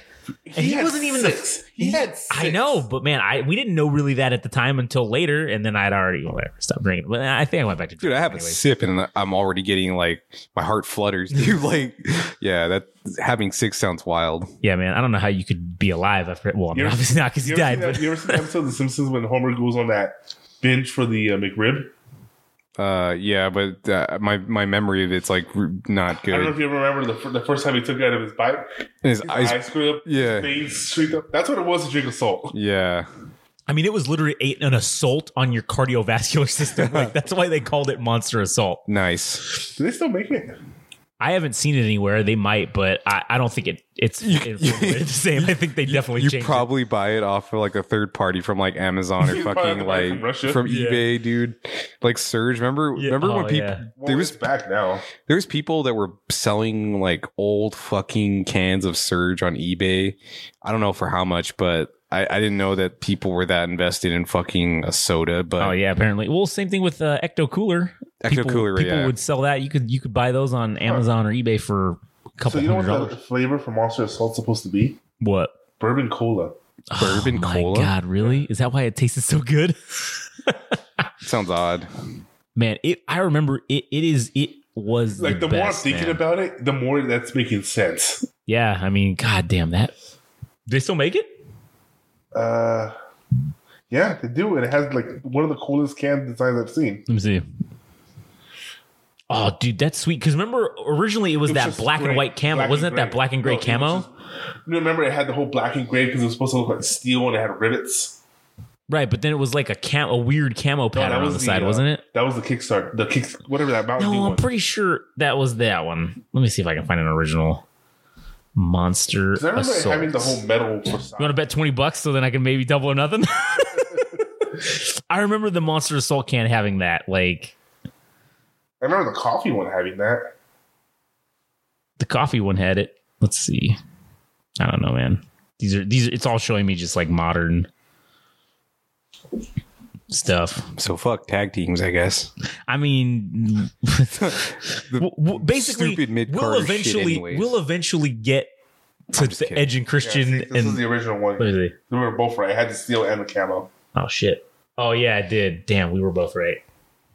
[SPEAKER 4] And he,
[SPEAKER 6] had
[SPEAKER 4] wasn't even
[SPEAKER 6] six.
[SPEAKER 4] the.
[SPEAKER 6] He had six.
[SPEAKER 4] I know, but man, I we didn't know really that at the time until later, and then I'd already whatever, stopped drinking. But uh, I think I went back to
[SPEAKER 5] Dude,
[SPEAKER 4] drinking
[SPEAKER 5] I have a
[SPEAKER 4] anyways.
[SPEAKER 5] sip and I'm already getting like my heart flutters, dude. like, yeah, that having six sounds wild.
[SPEAKER 4] Yeah, man. I don't know how you could be alive after. Well, I mean,
[SPEAKER 6] You're-
[SPEAKER 4] obviously not because he
[SPEAKER 6] You ever,
[SPEAKER 4] died.
[SPEAKER 6] seen that-
[SPEAKER 4] But
[SPEAKER 6] you ever seen the episode of The Simpsons when Homer goes on that binge for the uh, McRib?
[SPEAKER 5] Uh, yeah, but uh, my my memory of it's like r- not
[SPEAKER 6] I don't know if
[SPEAKER 5] good.
[SPEAKER 6] you ever remember the, fir- the first time he took it out of his bite.
[SPEAKER 5] And his
[SPEAKER 6] His
[SPEAKER 5] eyes-
[SPEAKER 6] eyes screwed up.
[SPEAKER 5] yeah.
[SPEAKER 6] Face streaked up. That's what it was to drink a salt.
[SPEAKER 5] yeah,
[SPEAKER 4] I mean, it was literally a- an assault on your cardiovascular system. like that's why they called it Monster Assault.
[SPEAKER 5] nice.
[SPEAKER 6] Do they still make it?
[SPEAKER 4] I haven't seen it anywhere. They might, but I, I don't think it it's, it's the same. I think they definitely
[SPEAKER 5] You
[SPEAKER 4] changed. it.
[SPEAKER 5] probably buy it off of like a third party from like Amazon or
[SPEAKER 6] You
[SPEAKER 5] fucking
[SPEAKER 6] probably buy it
[SPEAKER 5] like
[SPEAKER 6] from
[SPEAKER 5] from,
[SPEAKER 6] Russia.
[SPEAKER 4] Yeah.
[SPEAKER 5] eBay, dude. Like Surge, remember?
[SPEAKER 4] Yeah.
[SPEAKER 5] Remember when
[SPEAKER 4] Oh,
[SPEAKER 5] people
[SPEAKER 4] yeah.
[SPEAKER 6] Well,
[SPEAKER 5] there
[SPEAKER 6] it's
[SPEAKER 5] was
[SPEAKER 6] back now.
[SPEAKER 5] there was people that were selling like old fucking cans of Surge on eBay. I don't know for how much, but I, I didn't know that people were that invested in fucking a soda. But
[SPEAKER 4] Oh yeah, apparently. Well, same thing with uh, Ecto Cooler.
[SPEAKER 5] Ecto
[SPEAKER 4] People-
[SPEAKER 5] Cooler,
[SPEAKER 4] People
[SPEAKER 5] yeah.
[SPEAKER 4] would sell that. You could you could buy those on Amazon or eBay for a
[SPEAKER 6] So
[SPEAKER 4] couple
[SPEAKER 6] you know
[SPEAKER 4] hundred
[SPEAKER 6] what
[SPEAKER 4] dollars.
[SPEAKER 6] the flavor for Monster Assault's supposed to be?
[SPEAKER 4] What?
[SPEAKER 6] Bourbon cola.
[SPEAKER 5] Bourbon
[SPEAKER 4] oh,
[SPEAKER 5] cola?
[SPEAKER 4] My God, really? Is that why it tasted so good?
[SPEAKER 5] sounds odd.
[SPEAKER 4] man, it. I remember it. It is. It was
[SPEAKER 6] Like the, more I'm
[SPEAKER 4] best,
[SPEAKER 6] thinking
[SPEAKER 4] man.
[SPEAKER 6] about it, the more that's making sense.
[SPEAKER 4] Yeah, I mean, god damn that. They still make it.
[SPEAKER 6] Uh, yeah, they do, and it has like one of the coolest can designs I've seen.
[SPEAKER 4] Let me see. Oh, dude, that's sweet. Because remember, originally it was
[SPEAKER 6] It was
[SPEAKER 4] that
[SPEAKER 6] just
[SPEAKER 4] black and
[SPEAKER 6] gray.
[SPEAKER 4] white camo.
[SPEAKER 6] Black and
[SPEAKER 4] Wasn't it that
[SPEAKER 6] gray.
[SPEAKER 4] black and gray
[SPEAKER 6] No, it was
[SPEAKER 4] camo?
[SPEAKER 6] just- You remember it had the whole black and gray because it was supposed to look like steel and it had rivets.
[SPEAKER 4] right, but then it was like a cam, a weird camo
[SPEAKER 6] No,
[SPEAKER 4] pattern on the, side,
[SPEAKER 6] uh,
[SPEAKER 4] wasn't it?
[SPEAKER 6] That was the Kickstarter, the kick, whatever that Mountain
[SPEAKER 4] No,
[SPEAKER 6] Dew
[SPEAKER 4] I'm
[SPEAKER 6] one.
[SPEAKER 4] pretty sure that was that one. Let me see if I can find an original monster.
[SPEAKER 6] 'Cause I remember
[SPEAKER 4] Assault.
[SPEAKER 6] having the whole metal
[SPEAKER 4] you want to
[SPEAKER 6] facade.
[SPEAKER 4] bet twenty bucks so then I can maybe double or nothing? I remember the monster assault can having that. Like
[SPEAKER 6] I remember the coffee one having that.
[SPEAKER 4] the coffee one had it. Let's see. I don't know, man. These are these. Are, it's all showing me just like modern stuff.
[SPEAKER 5] So fuck tag teams, I guess.
[SPEAKER 4] I mean, w- w- basically,
[SPEAKER 5] stupid mid-card
[SPEAKER 4] we'll
[SPEAKER 5] shit
[SPEAKER 4] eventually
[SPEAKER 5] anyways.
[SPEAKER 4] we'll eventually get to
[SPEAKER 5] just
[SPEAKER 4] the
[SPEAKER 5] kidding.
[SPEAKER 4] Edge and
[SPEAKER 6] Yeah,
[SPEAKER 4] Christian
[SPEAKER 6] see, this
[SPEAKER 4] and
[SPEAKER 6] is the original one.
[SPEAKER 4] let me see.
[SPEAKER 6] We were both right. I had the steel and the camo.
[SPEAKER 4] Oh shit! Oh yeah, I did. Damn, we were both right.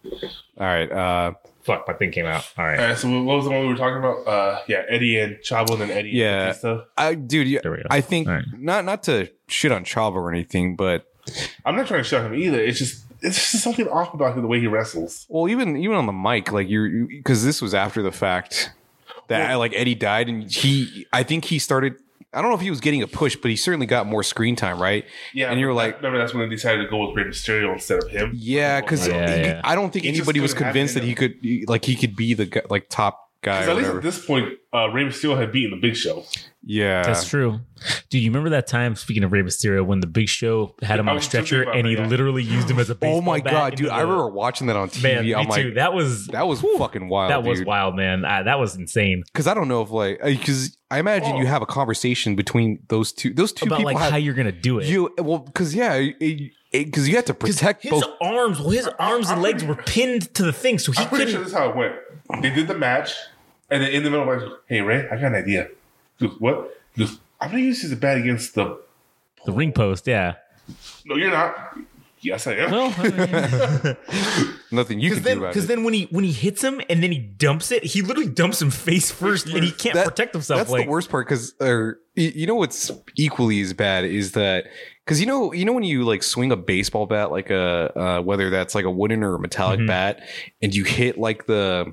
[SPEAKER 5] All right. Uh,
[SPEAKER 4] Fuck, my thing came out. All right.
[SPEAKER 6] All right, Uh, so what was the one we were talking about? Uh, yeah, Eddie and Chavo and then Eddie
[SPEAKER 5] Yeah.
[SPEAKER 6] and Batista.
[SPEAKER 5] I, dude, you,
[SPEAKER 4] There we go.
[SPEAKER 5] I think
[SPEAKER 4] All right.
[SPEAKER 5] not not to shit on Chavo or anything, but
[SPEAKER 6] I'm not trying to shut him either. It's just it's just something off about the way he wrestles.
[SPEAKER 5] well, even even on the mic, like you're because this was after the fact that like Eddie died, and he, I think he started. I don't know if he was getting a push, but he certainly got more screen time, right?
[SPEAKER 6] Yeah,
[SPEAKER 5] And you were
[SPEAKER 6] but that-
[SPEAKER 5] like-
[SPEAKER 6] remember that's when they decided to go with Rey Mysterio instead of him.
[SPEAKER 5] Yeah, because
[SPEAKER 4] Yeah, yeah.
[SPEAKER 5] I don't think
[SPEAKER 6] It just
[SPEAKER 5] anybody was
[SPEAKER 6] couldn't
[SPEAKER 5] convinced that he could, like, he could be the gu- like top guy.
[SPEAKER 6] Because
[SPEAKER 5] Or
[SPEAKER 6] at least at
[SPEAKER 5] whatever.
[SPEAKER 6] this point, uh, Rey Mysterio had beaten the Big Show.
[SPEAKER 5] yeah,
[SPEAKER 4] That's true. Dude, you remember that time, speaking of Rey Mysterio, when the big show had him
[SPEAKER 6] I
[SPEAKER 4] on a
[SPEAKER 6] was thinking
[SPEAKER 4] stretcher
[SPEAKER 6] about
[SPEAKER 4] and
[SPEAKER 6] that,
[SPEAKER 4] he
[SPEAKER 6] yeah.
[SPEAKER 4] literally used him as a
[SPEAKER 5] Oh
[SPEAKER 4] baseball
[SPEAKER 5] my
[SPEAKER 4] bat
[SPEAKER 5] god,
[SPEAKER 4] into
[SPEAKER 5] dude! I
[SPEAKER 4] the-
[SPEAKER 5] remember watching that on TV.
[SPEAKER 4] Man,
[SPEAKER 5] I'm
[SPEAKER 4] me
[SPEAKER 5] like,
[SPEAKER 4] too. That was that,
[SPEAKER 5] that was fucking wild.
[SPEAKER 4] was
[SPEAKER 5] dude.
[SPEAKER 4] wild, man. I, that was insane.
[SPEAKER 5] Because I don't know if like because I imagine you have a conversation between those two those two
[SPEAKER 4] About
[SPEAKER 5] people
[SPEAKER 4] like
[SPEAKER 5] have,
[SPEAKER 4] how you're gonna do it.
[SPEAKER 5] you well because yeah because you have to protect
[SPEAKER 4] his
[SPEAKER 5] both.
[SPEAKER 4] arms, well, his arms and legs were pinned to the thing, so he
[SPEAKER 6] I'm pretty sure
[SPEAKER 4] couldn't.
[SPEAKER 6] this is how it went. They did the match, and then in the middle of the match, hey Ray, I got an idea. He goes, what? He goes, I'm gonna use his bat against the.
[SPEAKER 4] The ring post, yeah.
[SPEAKER 6] No, you're not. Yes, I am.
[SPEAKER 4] Well,
[SPEAKER 5] Nothing you can
[SPEAKER 4] Because
[SPEAKER 5] do
[SPEAKER 4] then,
[SPEAKER 5] about
[SPEAKER 4] because
[SPEAKER 5] it.
[SPEAKER 4] then when he when he hits him and then he dumps it, he literally dumps him face first, and he can't
[SPEAKER 5] That-
[SPEAKER 4] protect himself.
[SPEAKER 5] That's
[SPEAKER 4] like
[SPEAKER 5] the worst part because or y- you know what's equally as bad is that because you know you know when you like swing a baseball bat like a uh, whether that's like a wooden or a metallic
[SPEAKER 4] Mhm.
[SPEAKER 5] bat and you hit like the.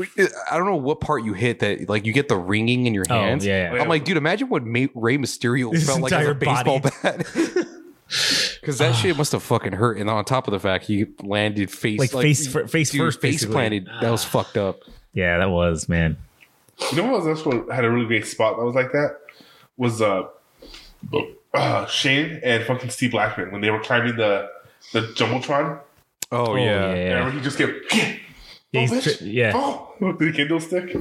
[SPEAKER 5] I don't know what part you hit that like you get the ringing in your
[SPEAKER 4] Oh,
[SPEAKER 5] hands.
[SPEAKER 4] yeah, yeah.
[SPEAKER 5] I'm like, dude, imagine what Ma- Ray Mysterio
[SPEAKER 4] His
[SPEAKER 5] felt like as a
[SPEAKER 4] entire
[SPEAKER 5] baseball
[SPEAKER 4] body.
[SPEAKER 5] bat. Because that shit must have fucking hurt. And on top of the fact, he landed face
[SPEAKER 4] Like face fir- face
[SPEAKER 5] dude,
[SPEAKER 4] first,
[SPEAKER 5] face
[SPEAKER 4] basically. Ah.
[SPEAKER 5] planted. That was fucked up.
[SPEAKER 4] yeah, that was man.
[SPEAKER 6] You know what else one had a really great spot that was like that? Was uh, uh Shane and fucking Steve Blackman when they were climbing the the jumbotron.
[SPEAKER 5] Oh,
[SPEAKER 4] yeah.
[SPEAKER 6] And remember he just kept
[SPEAKER 4] Yeah,
[SPEAKER 6] oh,
[SPEAKER 4] he's
[SPEAKER 6] bitch,
[SPEAKER 4] tri- yeah.
[SPEAKER 6] oh, with the Kindle stick.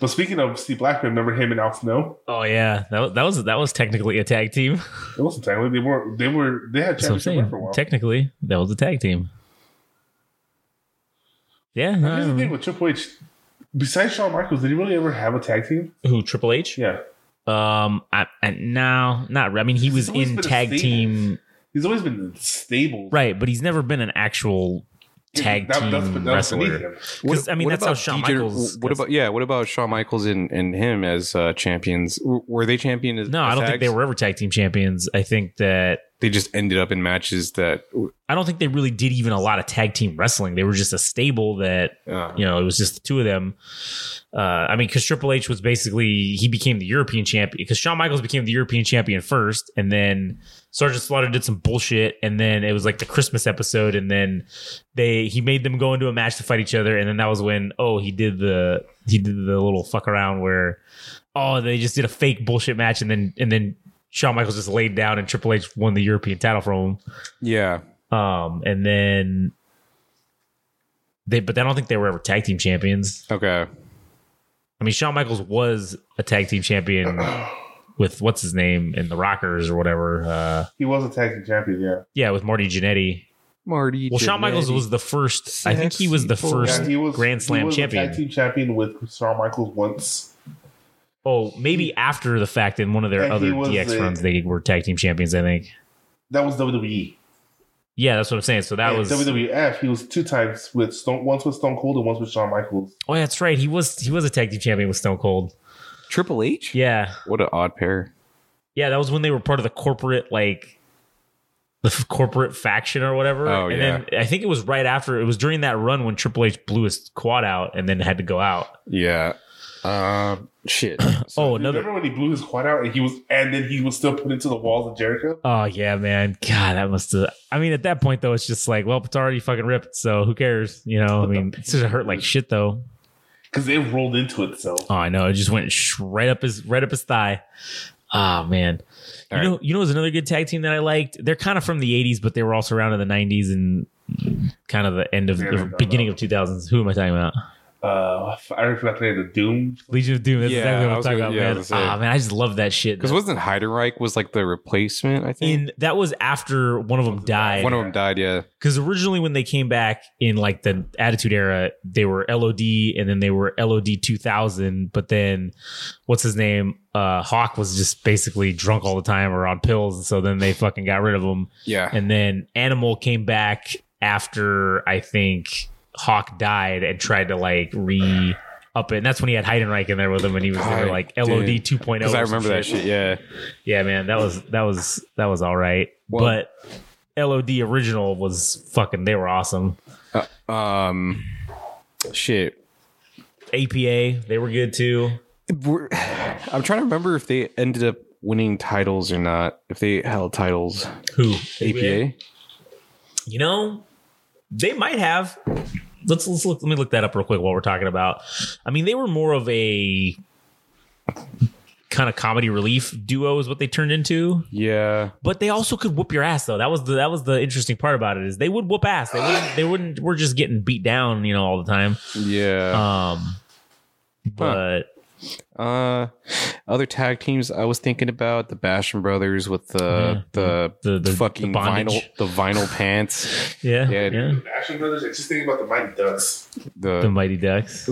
[SPEAKER 6] But speaking of Steve Blackman, remember him and Al Snow?
[SPEAKER 4] Oh yeah, that, wa- that was that was technically a tag team.
[SPEAKER 6] It wasn't technically they were they were they had
[SPEAKER 4] That's what I'm
[SPEAKER 6] championship run for a
[SPEAKER 4] saying.
[SPEAKER 6] while.
[SPEAKER 4] Technically, that was a tag team. Yeah,
[SPEAKER 6] Here's the
[SPEAKER 4] um,
[SPEAKER 6] thing with Triple H. Besides Shawn Michaels, did he really ever have a tag team?
[SPEAKER 4] who Triple H?
[SPEAKER 6] Yeah,
[SPEAKER 4] Um, I, I, no, not. re- I mean, he
[SPEAKER 6] It's
[SPEAKER 4] was
[SPEAKER 6] always
[SPEAKER 4] in
[SPEAKER 6] been a
[SPEAKER 4] tag
[SPEAKER 6] staple.
[SPEAKER 4] team,
[SPEAKER 6] he's always been stable.
[SPEAKER 4] right? But he's never been an actual tag team
[SPEAKER 6] beneath
[SPEAKER 4] wrestler.
[SPEAKER 6] him.
[SPEAKER 4] Because I mean,
[SPEAKER 5] What
[SPEAKER 4] that's how
[SPEAKER 5] about
[SPEAKER 4] Shawn
[SPEAKER 5] DJ
[SPEAKER 4] Michaels.
[SPEAKER 5] What about yeah? What about Shawn Michaels and, and him as uh, champions? W- Were they champion? As,
[SPEAKER 4] No, I
[SPEAKER 5] as
[SPEAKER 4] don't think
[SPEAKER 5] tags?
[SPEAKER 4] they were ever tag team champions. I think that
[SPEAKER 5] They just ended up in matches that.
[SPEAKER 4] I don't think they really did even a lot of tag team wrestling. They were just a stable that
[SPEAKER 5] Uh,
[SPEAKER 4] you know it was just the two of them. Uh, I mean, because Triple H was basically he became the European champion because Shawn Michaels became the European champion first, and then Sergeant Slaughter did some bullshit, and then it was like the Christmas episode, and then they he made them go into a match to fight each other, and then that was when oh he did the he did the little fuck around where oh they just did a fake bullshit match, and then and then. Shawn Michaels just laid down and Triple H won the European title from him.
[SPEAKER 5] yeah,
[SPEAKER 4] Um, and then they, but I don't think they were ever tag team champions.
[SPEAKER 5] okay.
[SPEAKER 4] I mean, Shawn Michaels was a tag team champion with what's his name in the Rockers or whatever. Uh,
[SPEAKER 6] He was a tag team champion. Yeah,
[SPEAKER 4] yeah, with Marty Jannetty.
[SPEAKER 5] Marty.
[SPEAKER 4] Well, Shawn Michaels
[SPEAKER 5] Jannetty.
[SPEAKER 4] was the first. I think he was the
[SPEAKER 5] Sexy
[SPEAKER 4] first
[SPEAKER 6] Yeah, he was
[SPEAKER 4] Grand Slam
[SPEAKER 6] he was a
[SPEAKER 4] champion.
[SPEAKER 6] tag team champion with Shawn Michaels once.
[SPEAKER 4] oh, maybe after the fact in one of their
[SPEAKER 6] And he
[SPEAKER 4] other
[SPEAKER 6] was
[SPEAKER 4] DX
[SPEAKER 6] the-
[SPEAKER 4] runs, they were tag team champions. I think.
[SPEAKER 6] That was E. WWE.
[SPEAKER 4] Yeah, that's what I'm saying. So that
[SPEAKER 6] And
[SPEAKER 4] was.
[SPEAKER 6] WWF. He was two times with Stone, once with Stone Cold and once with Shawn Michaels.
[SPEAKER 4] oh, yeah, that's right. He was he was a tag team champion with Stone Cold.
[SPEAKER 5] Triple H.
[SPEAKER 4] Yeah,
[SPEAKER 5] What an odd pair.
[SPEAKER 4] Yeah, that was when they were part of the corporate like the f- corporate faction or whatever.
[SPEAKER 5] Oh,
[SPEAKER 4] and
[SPEAKER 5] yeah.
[SPEAKER 4] then I think it was right after it was during that run when Triple H blew his quad out and then had to go out.
[SPEAKER 5] Yeah. Um. Shit.
[SPEAKER 4] oh, another
[SPEAKER 6] Remember when he blew his quad out and he was, and then he was still put into the walls of Jericho.
[SPEAKER 4] Oh yeah, man. God, that must have I mean at that point though it's just like, well, it's already fucking ripped, so who cares? You know, I mean it's just hurt like shit though.
[SPEAKER 6] Because it rolled into itself.
[SPEAKER 4] Oh, I know. It just went sh- right up his right up his thigh. Ah man.
[SPEAKER 5] All
[SPEAKER 4] you know, you know, was another good tag team that I liked. They're kind of from the '80s, but they were also around in the '90s and kind of the end of
[SPEAKER 6] Yeah, I
[SPEAKER 4] the
[SPEAKER 6] know
[SPEAKER 4] beginning of 2000s. Who am I talking about?
[SPEAKER 6] Uh, I already forgot the name. The Doom.
[SPEAKER 4] Legion of Doom. That's
[SPEAKER 5] Yeah,
[SPEAKER 4] exactly
[SPEAKER 5] I
[SPEAKER 4] what I'm
[SPEAKER 5] was
[SPEAKER 4] talking
[SPEAKER 5] gonna-
[SPEAKER 4] about,
[SPEAKER 5] yeah, I
[SPEAKER 4] man.
[SPEAKER 5] was gonna say.
[SPEAKER 4] Ah, man, I just love that shit.
[SPEAKER 5] Because wasn't Heidenreich was like the replacement? I think
[SPEAKER 4] in that was after one of them died.
[SPEAKER 5] one of them died. Yeah.
[SPEAKER 4] because originally when they came back in like the attitude era they were lod and then they were lod 2000 but then what's his name uh hawk was just basically drunk all the time or on pills and so then they fucking got rid of him
[SPEAKER 5] Yeah.
[SPEAKER 4] and then animal came back after i think Hawk died and tried to like re up it. And that's when he had Heidenreich in there with him, and he was there
[SPEAKER 5] I
[SPEAKER 4] like
[SPEAKER 5] did.
[SPEAKER 4] LOD 2.0.
[SPEAKER 5] Because I
[SPEAKER 4] or some
[SPEAKER 5] remember that shit. Yeah.
[SPEAKER 4] Yeah, man, that was that was that was all right.
[SPEAKER 5] Well-
[SPEAKER 4] but LOD original was fucking. They were awesome.
[SPEAKER 5] Um, shit.
[SPEAKER 4] APA, they were good too.
[SPEAKER 5] We're- I'm trying to remember if they ended up winning titles or not. If they held titles,
[SPEAKER 4] Who
[SPEAKER 5] APA.
[SPEAKER 4] You know, they might have. Let's let's look. Let me look that up real quick while we're talking about. I mean, they were more of a kind of comedy relief duo is what they turned into
[SPEAKER 5] Yeah.
[SPEAKER 4] but they also could whoop your ass though that was the that was the interesting part about it is they would whoop ass they wouldn't they wouldn't we're just getting beat down you know all the time
[SPEAKER 5] Yeah.
[SPEAKER 4] um but
[SPEAKER 5] Uh, other tag teams I was thinking about the Basham Brothers with the the,
[SPEAKER 4] The- the-
[SPEAKER 5] fucking
[SPEAKER 4] the bondage.
[SPEAKER 5] vinyl the vinyl pants.
[SPEAKER 4] yeah
[SPEAKER 5] Yeah.
[SPEAKER 4] yeah,
[SPEAKER 6] Action Brothers, it's just thinking about the Mighty Ducks.
[SPEAKER 5] The
[SPEAKER 4] the mighty ducks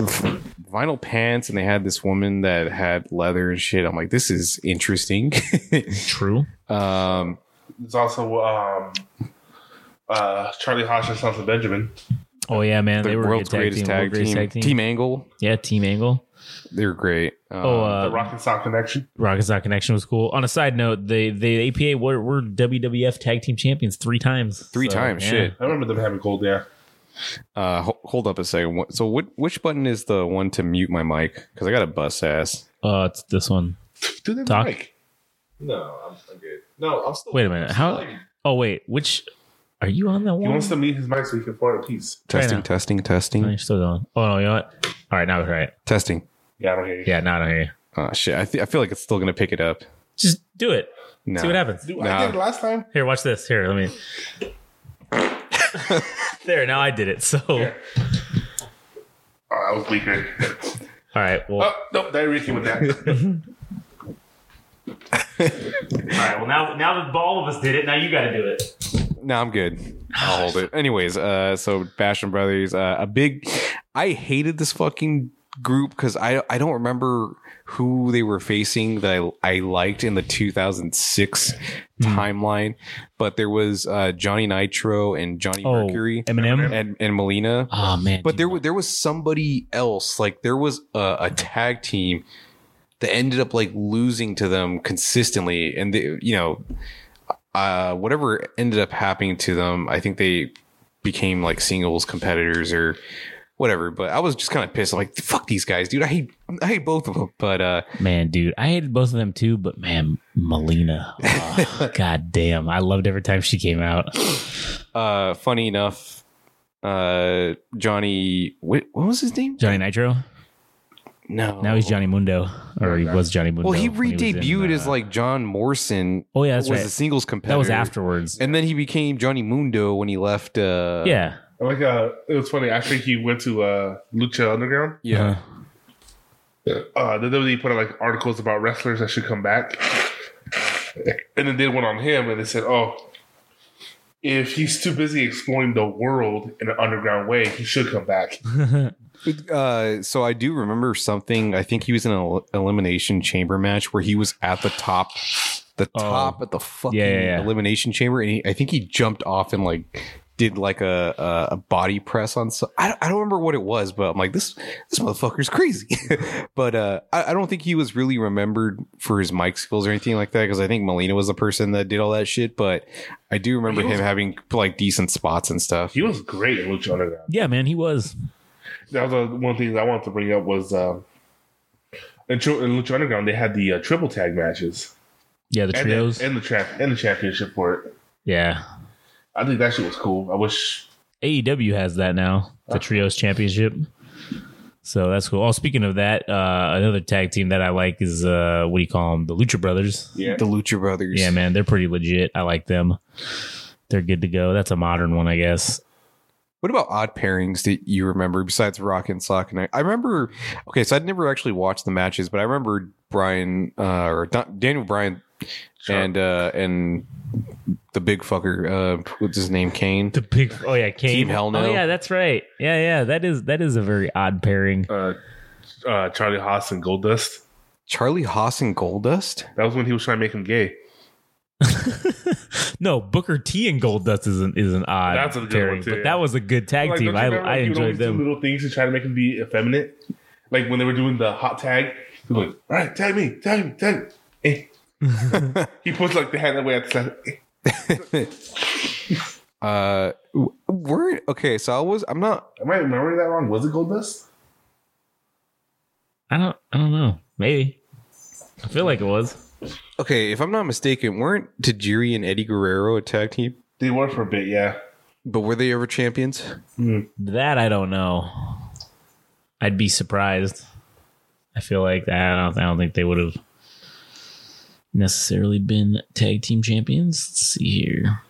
[SPEAKER 5] vinyl pants and they had this woman that had leather and shit. I'm like, this is interesting.
[SPEAKER 4] true
[SPEAKER 5] um,
[SPEAKER 6] There's also um, uh, Charlie Hodge and Sons of Benjamin.
[SPEAKER 4] oh yeah man
[SPEAKER 5] the
[SPEAKER 4] they were a
[SPEAKER 5] world's
[SPEAKER 4] good
[SPEAKER 5] greatest tag,
[SPEAKER 4] world's greatest
[SPEAKER 5] team, team, Angle.
[SPEAKER 4] yeah team angle
[SPEAKER 5] They're great. Um,
[SPEAKER 4] oh
[SPEAKER 6] the
[SPEAKER 4] uh
[SPEAKER 6] Rock and Sock Connection.
[SPEAKER 4] rocket Sock connection was cool on a side note the the apa were, were wwf tag team champions three times
[SPEAKER 5] three
[SPEAKER 4] So,
[SPEAKER 5] times.
[SPEAKER 4] yeah.
[SPEAKER 5] Shit.
[SPEAKER 6] I remember them having gold there.
[SPEAKER 5] Uh, ho- hold up a second. What- So, what which button is the one to mute my mic? Because I got a bust ass.
[SPEAKER 4] uh it's this one
[SPEAKER 6] Do they
[SPEAKER 4] Doc?
[SPEAKER 6] like? No, I'm, I'm good. No, I'm still.
[SPEAKER 4] wait a minute how oh wait which are you on that
[SPEAKER 6] He
[SPEAKER 4] one
[SPEAKER 6] wants to meet his mic so he can fart in peace.
[SPEAKER 4] Try
[SPEAKER 5] Testing,
[SPEAKER 4] now.
[SPEAKER 5] testing, testing,
[SPEAKER 4] No, you're still going. Oh no, you know what? All right, now it's right.
[SPEAKER 5] testing.
[SPEAKER 6] Yeah, I don't hear you.
[SPEAKER 4] Yeah, now I don't hear you.
[SPEAKER 5] Oh shit! I, th- I feel like it's still gonna pick it up.
[SPEAKER 4] Just do it.
[SPEAKER 5] No.
[SPEAKER 4] See what happens.
[SPEAKER 6] Dude,
[SPEAKER 5] Nah.
[SPEAKER 6] I did it last time.
[SPEAKER 4] Here, watch this. Here, let me. there, now I did it. So, all
[SPEAKER 6] Oh, I was weaker.
[SPEAKER 4] right. Well,
[SPEAKER 6] oh, nope, diarrhea came with that.
[SPEAKER 4] all right. Well, now now that all of us did it, now you got to do it.
[SPEAKER 5] No, I'm good. I'll hold it. Anyways, uh, so Basham Brothers, uh, a big. I hated this fucking group because I I don't remember who they were facing that I, I liked in the 2006
[SPEAKER 4] Hmm.
[SPEAKER 5] timeline, but there was uh, Johnny Nitro and Johnny
[SPEAKER 4] Oh,
[SPEAKER 5] Mercury
[SPEAKER 4] Eminem.
[SPEAKER 5] and and Melina.
[SPEAKER 4] Oh man.
[SPEAKER 5] But
[SPEAKER 4] dude.
[SPEAKER 5] there was there was somebody else. Like there was a, a tag team that ended up like losing to them consistently, and they, you know, uh, whatever ended up happening to them, I think they became like singles competitors or whatever. But I was just kind of pissed. I'm like, fuck these guys, dude. I hate I hate both of them. But uh,
[SPEAKER 4] man, dude, I hated both of them too. But man, Melina, oh, god damn, I loved every time she came out.
[SPEAKER 5] uh, funny enough, uh, Johnny, what, what was his name?
[SPEAKER 4] Johnny Nitro.
[SPEAKER 5] No,
[SPEAKER 4] Now he's Johnny Mundo, or he was Johnny Mundo.
[SPEAKER 5] Oh. Well, he
[SPEAKER 4] when was in,
[SPEAKER 5] re-debuted as
[SPEAKER 4] uh,
[SPEAKER 5] like John Morrison.
[SPEAKER 4] Oh, yeah, that's
[SPEAKER 5] was
[SPEAKER 4] right.
[SPEAKER 5] a singles competitor.
[SPEAKER 4] that was afterwards.
[SPEAKER 5] And then he became Johnny Mundo when he left. Uh,
[SPEAKER 4] yeah.
[SPEAKER 6] I like uh, it was funny. I think he went to uh, Lucha Underground.
[SPEAKER 5] yeah.
[SPEAKER 4] Uh-huh.
[SPEAKER 6] uh, the WWE put out like articles about wrestlers that should come back, and then they went on him and they said, "Oh, if he's too busy exploring the world in an underground way, he should come back."
[SPEAKER 5] Uh, so I do remember something. I think he was in an el- elimination chamber match where he was at the top, the top at the fucking
[SPEAKER 4] Oh. Yeah, yeah, yeah.
[SPEAKER 5] elimination chamber, and he, I think he jumped off and like did like a a, a body press on. So I, don't- I don't remember what it was, but I'm like this this motherfucker's crazy. but uh, I, I don't think he was really remembered for his mic skills or anything like that because I think Molina was the person that did all that shit. But I do remember him having like decent spots and stuff.
[SPEAKER 6] He was great in Lucha Underground.
[SPEAKER 4] Yeah, man, he was.
[SPEAKER 6] That was uh, one thing that I wanted to bring up was um, in, Tru- in Lucha Underground they had the uh, triple tag matches
[SPEAKER 4] Yeah, the
[SPEAKER 6] and
[SPEAKER 4] trios.
[SPEAKER 6] the, and the tra- and the championship for it.
[SPEAKER 4] yeah.
[SPEAKER 6] I think that shit was cool. I wish
[SPEAKER 4] AEW E has that now, the Trios Championship. So that's cool. Oh, speaking of that, uh, another tag team that I like is uh, what do you call them? The Lucha Brothers.
[SPEAKER 6] yeah.
[SPEAKER 5] The Lucha Brothers.
[SPEAKER 4] Yeah, man, they're pretty legit. I like them. They're good to go. That's a modern one, I guess.
[SPEAKER 5] What about odd pairings that you remember besides Rock and Sock? And I, I remember, okay, so I'd never actually watched the matches, but I remember Brian uh, or Don, Daniel Bryan and uh, and the big fucker, uh, what's his name, Kane?
[SPEAKER 4] The big oh yeah, Kane.
[SPEAKER 5] Team Hell
[SPEAKER 4] Oh
[SPEAKER 5] No.
[SPEAKER 4] yeah, that's right. Yeah, yeah, that is that is a very odd pairing.
[SPEAKER 6] uh, uh, Charlie Haas and Goldust.
[SPEAKER 5] Charlie Haas and Goldust.
[SPEAKER 6] That was when he was trying to make him gay.
[SPEAKER 4] no, Booker T and Goldust is an is an odd.
[SPEAKER 6] That's a good
[SPEAKER 4] pairing,
[SPEAKER 6] one, too,
[SPEAKER 4] but
[SPEAKER 6] yeah.
[SPEAKER 4] that was a good tag
[SPEAKER 6] Like,
[SPEAKER 4] team.
[SPEAKER 6] don't you
[SPEAKER 4] I,
[SPEAKER 6] remember,
[SPEAKER 4] I
[SPEAKER 6] like, he would
[SPEAKER 4] enjoyed
[SPEAKER 6] always do
[SPEAKER 4] them.
[SPEAKER 6] little things to try to make him be effeminate, like when they were doing the hot tag. He was like, "All right, tag me, tag me, tag." Me. Eh. he puts like the hand away at the side. Eh.
[SPEAKER 5] Uh, w- we're okay. So I was. I'm not.
[SPEAKER 6] Am I remembering that wrong? Was it Goldust?
[SPEAKER 4] I don't I don't know. Maybe I feel like it was.
[SPEAKER 5] Okay, if I'm not mistaken, weren't Tajiri and Eddie Guerrero a tag team?
[SPEAKER 6] They were for a bit, yeah.
[SPEAKER 5] But were they ever champions?
[SPEAKER 4] That I don't know. I'd be surprised. I feel like I don't. I don't think they would have necessarily been tag team champions. Let's see here.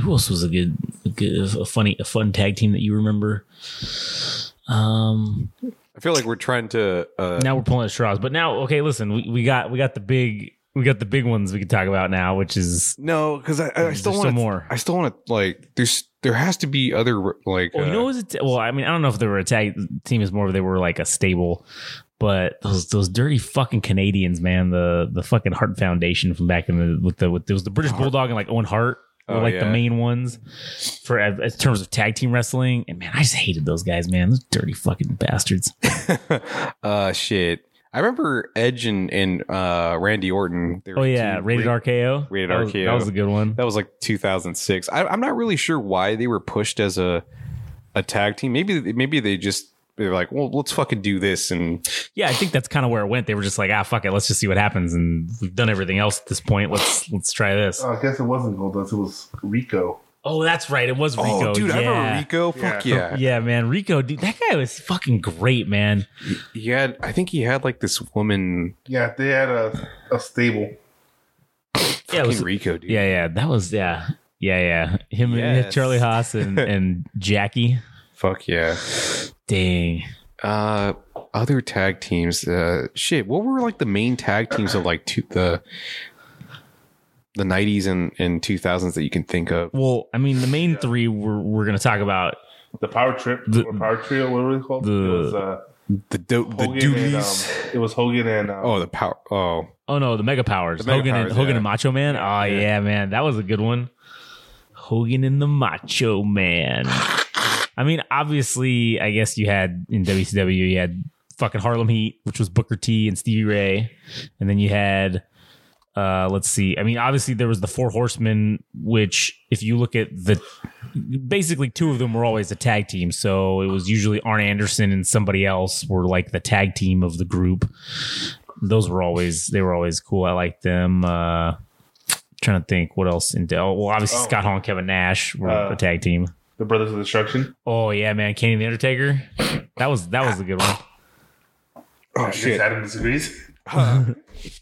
[SPEAKER 4] Who else was a good, a good, a funny, a fun tag team that you remember? Um.
[SPEAKER 5] I feel like we're trying to. Uh,
[SPEAKER 4] Now we're pulling at straws, but now okay. Listen, we, we got we got the big we got the big ones we can talk about now, which is
[SPEAKER 5] no, because I, I
[SPEAKER 4] There's
[SPEAKER 5] still
[SPEAKER 4] still
[SPEAKER 5] want
[SPEAKER 4] more.
[SPEAKER 5] I still want to like. There's there has to be other like. uh,
[SPEAKER 4] Oh, you know, was it? Well, I mean, I don't know if they were a tag team. Is more of they were like a stable, but those those dirty fucking Canadians, man. The the fucking Hart Foundation from back in the with the with there was the British Bulldog and like Owen Hart were
[SPEAKER 5] Oh,
[SPEAKER 4] like the
[SPEAKER 5] yeah.
[SPEAKER 4] main ones for in terms of tag team wrestling. And man, I just hated those guys, man. Those dirty fucking bastards.
[SPEAKER 5] uh, shit. I remember Edge and, and uh, Randy Orton. They were
[SPEAKER 4] Oh yeah,
[SPEAKER 5] two-
[SPEAKER 4] rated RKO.
[SPEAKER 5] Rated
[SPEAKER 4] that was,
[SPEAKER 5] RKO.
[SPEAKER 4] That was a good one.
[SPEAKER 5] That was like 2006. I, I'm not really sure why they were pushed as a a tag team. Maybe maybe they just they're like, well, let's fucking do this and
[SPEAKER 4] Yeah, I think that's kind of where it went. They were just like, ah, fuck it, let's just see what happens, and we've done everything else at this point. Let's let's try this.
[SPEAKER 6] Oh, I guess it wasn't Goldust. It was Rico.
[SPEAKER 4] Oh, that's right. It was Rico.
[SPEAKER 5] oh, dude, I remember
[SPEAKER 4] Yeah.
[SPEAKER 5] Rico. Fuck
[SPEAKER 6] Yeah.
[SPEAKER 5] yeah.
[SPEAKER 4] Yeah, man, Rico, dude, that guy was fucking great, man.
[SPEAKER 5] He had, I think he had like this woman.
[SPEAKER 6] Yeah, they had a, a stable.
[SPEAKER 4] Yeah, it
[SPEAKER 5] Fucking
[SPEAKER 4] was-
[SPEAKER 5] Rico, dude.
[SPEAKER 4] yeah, yeah, that was yeah, yeah, yeah. Him and
[SPEAKER 5] Yes.
[SPEAKER 4] Charlie Haas and, and Jackie.
[SPEAKER 5] Fuck yeah.
[SPEAKER 4] Dang,
[SPEAKER 5] Uh, other tag teams. Uh, shit. What were like the main tag teams of like two, the the nineties and and two thousands that you can think of?
[SPEAKER 4] Well, I mean, the main three we're we're gonna talk about.
[SPEAKER 6] The Power Trip
[SPEAKER 4] The-
[SPEAKER 6] or Power Trio, what were they called?
[SPEAKER 4] the-
[SPEAKER 6] it was uh,
[SPEAKER 5] The do- the
[SPEAKER 6] Hogan and, um,
[SPEAKER 5] duties.
[SPEAKER 6] it was Hogan and um,
[SPEAKER 5] oh, the power. Oh,
[SPEAKER 4] Oh no, the Mega Powers,
[SPEAKER 5] The Mega
[SPEAKER 4] Hogan and
[SPEAKER 5] Powers,
[SPEAKER 4] Hogan
[SPEAKER 5] yeah.
[SPEAKER 4] and Macho Man. Oh yeah. man, that was a good one. Hogan and the Macho Man. I mean, obviously, I guess you had in WCW, you had fucking Harlem Heat, which was Booker T and Stevie Ray, and then you had. Uh, let's see. I mean, obviously there was the Four Horsemen, which if you look at the, basically two of them were always a tag team. So it was usually Arn Anderson and somebody else were like the tag team of the group. Those were always they were always cool. I liked them. Uh, trying to think what else in Dell. Well, obviously Scott Hall and Kevin Nash were
[SPEAKER 6] Uh,
[SPEAKER 4] a tag team.
[SPEAKER 6] the Brothers of Destruction.
[SPEAKER 4] Oh yeah, man, Kenny the Undertaker. That was that was a good one.
[SPEAKER 6] Oh, shit. Adam disagrees.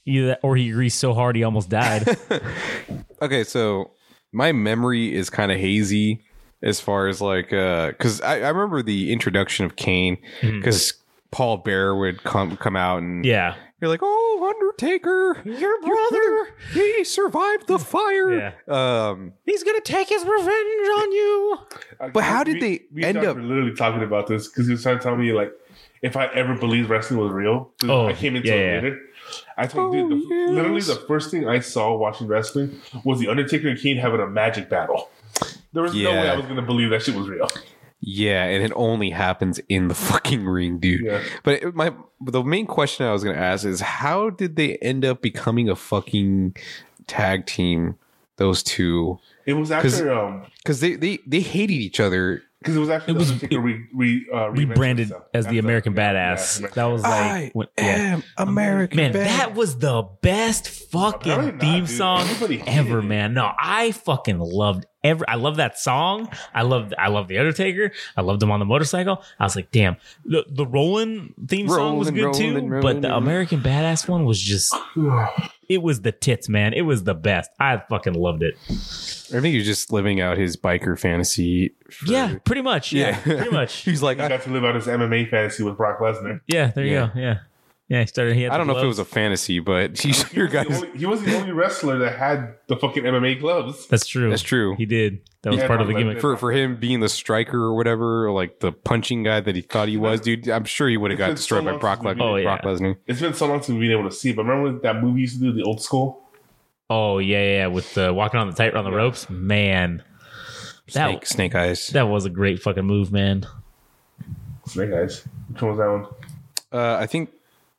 [SPEAKER 4] Either that, or he greased so hard he almost died.
[SPEAKER 5] okay so my memory is kind of hazy as far as like uh because I, I remember the introduction of kane because paul bear would come come out and
[SPEAKER 4] yeah,
[SPEAKER 5] you're like oh undertaker your brother he survived the fire um
[SPEAKER 4] he's gonna take his revenge on you.
[SPEAKER 5] But how did
[SPEAKER 6] We-
[SPEAKER 5] they
[SPEAKER 6] we
[SPEAKER 5] end
[SPEAKER 6] talked-
[SPEAKER 5] up-
[SPEAKER 6] We're literally talking about this because he was trying to tell me like if I ever believed wrestling was real. 'cause
[SPEAKER 4] Oh,
[SPEAKER 6] I came into
[SPEAKER 4] yeah,
[SPEAKER 6] it
[SPEAKER 4] yeah.
[SPEAKER 6] later. I told
[SPEAKER 5] Oh,
[SPEAKER 6] dude, the,
[SPEAKER 5] yes.
[SPEAKER 6] literally the first thing I saw watching wrestling was the Undertaker and Kane having a magic battle. There was no way
[SPEAKER 5] Yeah.
[SPEAKER 6] I was going to believe that shit was real.
[SPEAKER 5] yeah and it only happens in the fucking ring dude
[SPEAKER 6] Yeah.
[SPEAKER 5] but it, my the main question i was gonna ask is how did they end up becoming a fucking tag team those two
[SPEAKER 6] It was
[SPEAKER 5] 'Cause-
[SPEAKER 6] after um
[SPEAKER 5] because they, they they hated each other
[SPEAKER 6] because it was after
[SPEAKER 4] It
[SPEAKER 6] the
[SPEAKER 4] was-
[SPEAKER 6] Undertaker re, re, uh, reinvented
[SPEAKER 4] Rebranded
[SPEAKER 6] himself.
[SPEAKER 4] as the
[SPEAKER 6] After-
[SPEAKER 4] American
[SPEAKER 6] yeah, yeah,
[SPEAKER 4] Badass.
[SPEAKER 6] American
[SPEAKER 4] that was
[SPEAKER 6] Badass.
[SPEAKER 5] I
[SPEAKER 4] like, when- yeah.
[SPEAKER 5] am American.
[SPEAKER 4] Man,
[SPEAKER 5] bad.
[SPEAKER 4] that was the best
[SPEAKER 6] Apparently
[SPEAKER 4] fucking
[SPEAKER 6] not,
[SPEAKER 4] theme
[SPEAKER 6] dude.
[SPEAKER 4] song
[SPEAKER 6] Everybody hated
[SPEAKER 4] ever,
[SPEAKER 6] it.
[SPEAKER 4] man. No, I fucking loved every. I love that song. I loved. I love the Undertaker. I loved him on the motorcycle. I was like, damn. The the Roland theme song was
[SPEAKER 5] Rollin',
[SPEAKER 4] good too,
[SPEAKER 5] rollin',
[SPEAKER 4] but
[SPEAKER 5] rollin'.
[SPEAKER 4] the American Badass one was just. It was the tits, man. It was the best. I fucking loved it.
[SPEAKER 5] I think he was just living out his biker fantasy. for-
[SPEAKER 4] Yeah, pretty much. Yeah,
[SPEAKER 5] Yeah.
[SPEAKER 4] pretty much.
[SPEAKER 5] he's like,
[SPEAKER 6] He
[SPEAKER 5] I,
[SPEAKER 6] got to live out his MMA fantasy with Brock Lesnar.
[SPEAKER 4] Yeah, there
[SPEAKER 5] Yeah.
[SPEAKER 4] you go. Yeah, yeah. He started. He had
[SPEAKER 5] I don't
[SPEAKER 4] the
[SPEAKER 5] know if it
[SPEAKER 4] gloves.
[SPEAKER 5] was a fantasy, but he sure
[SPEAKER 6] The
[SPEAKER 5] got his.
[SPEAKER 6] only- he was the only wrestler that had the fucking MMA gloves.
[SPEAKER 4] That's true.
[SPEAKER 5] That's true.
[SPEAKER 4] He did. That was
[SPEAKER 6] Yeah,
[SPEAKER 4] part of the
[SPEAKER 6] Brock
[SPEAKER 4] gimmick.
[SPEAKER 6] Lesnar.
[SPEAKER 5] For for him being the striker or whatever, or like the punching guy that he thought he was, dude, I'm sure he would have
[SPEAKER 6] It's
[SPEAKER 5] got
[SPEAKER 6] been so
[SPEAKER 5] destroyed by
[SPEAKER 6] long
[SPEAKER 5] Brock,
[SPEAKER 6] since
[SPEAKER 5] Le-
[SPEAKER 6] we've
[SPEAKER 4] Oh,
[SPEAKER 5] Brock
[SPEAKER 4] yeah.
[SPEAKER 5] Lesnar.
[SPEAKER 6] It's been so long since we've been able to see. But remember when that movie used to do the old school?
[SPEAKER 4] Oh yeah, yeah, yeah, with uh, walking on the tightrope on the ropes, man. That
[SPEAKER 5] Snake, snake eyes.
[SPEAKER 4] that was a great fucking move, man.
[SPEAKER 6] Snake Eyes. Which one was that one?
[SPEAKER 5] Uh, I think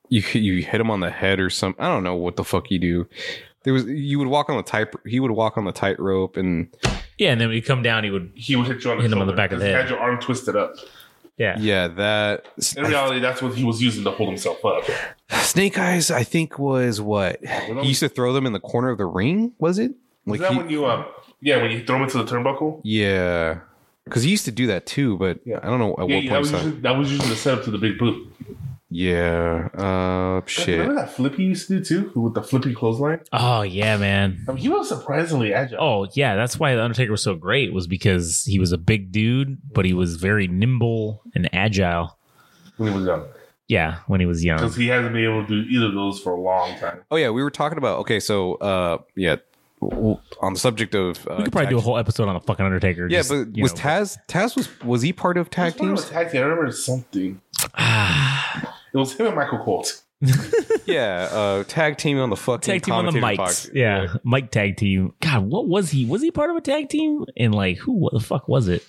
[SPEAKER 5] you you hit him on the head or some. I don't know what the fuck you do. There was you would walk on the tight. He would walk on the tightrope and
[SPEAKER 4] Yeah, and then when you come down, he would.
[SPEAKER 6] He would hit you on the
[SPEAKER 4] Hit him on
[SPEAKER 6] shoulder
[SPEAKER 4] the back of the
[SPEAKER 6] because he
[SPEAKER 4] head.
[SPEAKER 6] Had your arm twisted up.
[SPEAKER 4] Yeah,
[SPEAKER 5] yeah, that
[SPEAKER 6] In reality, that's what he was using to hold himself up.
[SPEAKER 5] snake eyes. I think was what he used to throw them in the corner of the ring. Was it
[SPEAKER 6] Is
[SPEAKER 5] like
[SPEAKER 6] that
[SPEAKER 5] he,
[SPEAKER 6] when you um yeah when you throw him into the turnbuckle?
[SPEAKER 5] yeah? Because he used to do that too, but
[SPEAKER 6] Yeah.
[SPEAKER 5] I don't know at
[SPEAKER 6] yeah,
[SPEAKER 5] what
[SPEAKER 6] yeah, that
[SPEAKER 5] point.
[SPEAKER 6] was,
[SPEAKER 5] so-
[SPEAKER 6] usually, that was usually the setup to the big boot.
[SPEAKER 5] yeah, uh, shit.
[SPEAKER 6] Remember that flip he used to do too with the flippy clothesline?
[SPEAKER 4] Oh yeah, man.
[SPEAKER 6] I mean, he was surprisingly agile.
[SPEAKER 4] Oh yeah, that's why the Undertaker was so great was because he was a big dude, but he was very nimble and agile.
[SPEAKER 6] when he was young
[SPEAKER 4] Yeah, when he was young.
[SPEAKER 6] because he hasn't been able to do either of those for a long time.
[SPEAKER 5] Oh yeah, we were talking about okay. So uh, yeah, w- w- on the subject of uh,
[SPEAKER 4] We could probably
[SPEAKER 5] tag-
[SPEAKER 4] do a whole episode on the fucking Undertaker.
[SPEAKER 5] Yeah,
[SPEAKER 4] just,
[SPEAKER 5] but
[SPEAKER 4] you
[SPEAKER 5] was
[SPEAKER 4] know.
[SPEAKER 5] Taz Taz was was he part of tag
[SPEAKER 6] It was
[SPEAKER 5] teams?
[SPEAKER 6] part of a tag team. I remember something. it was him and Michael Colt.
[SPEAKER 5] yeah, uh, tag team on the fucking
[SPEAKER 4] tag team on the mics?
[SPEAKER 5] commentator box.
[SPEAKER 4] Yeah, mic tag team. God, what was he? Was he part of a tag team? And like, who? What the fuck was it?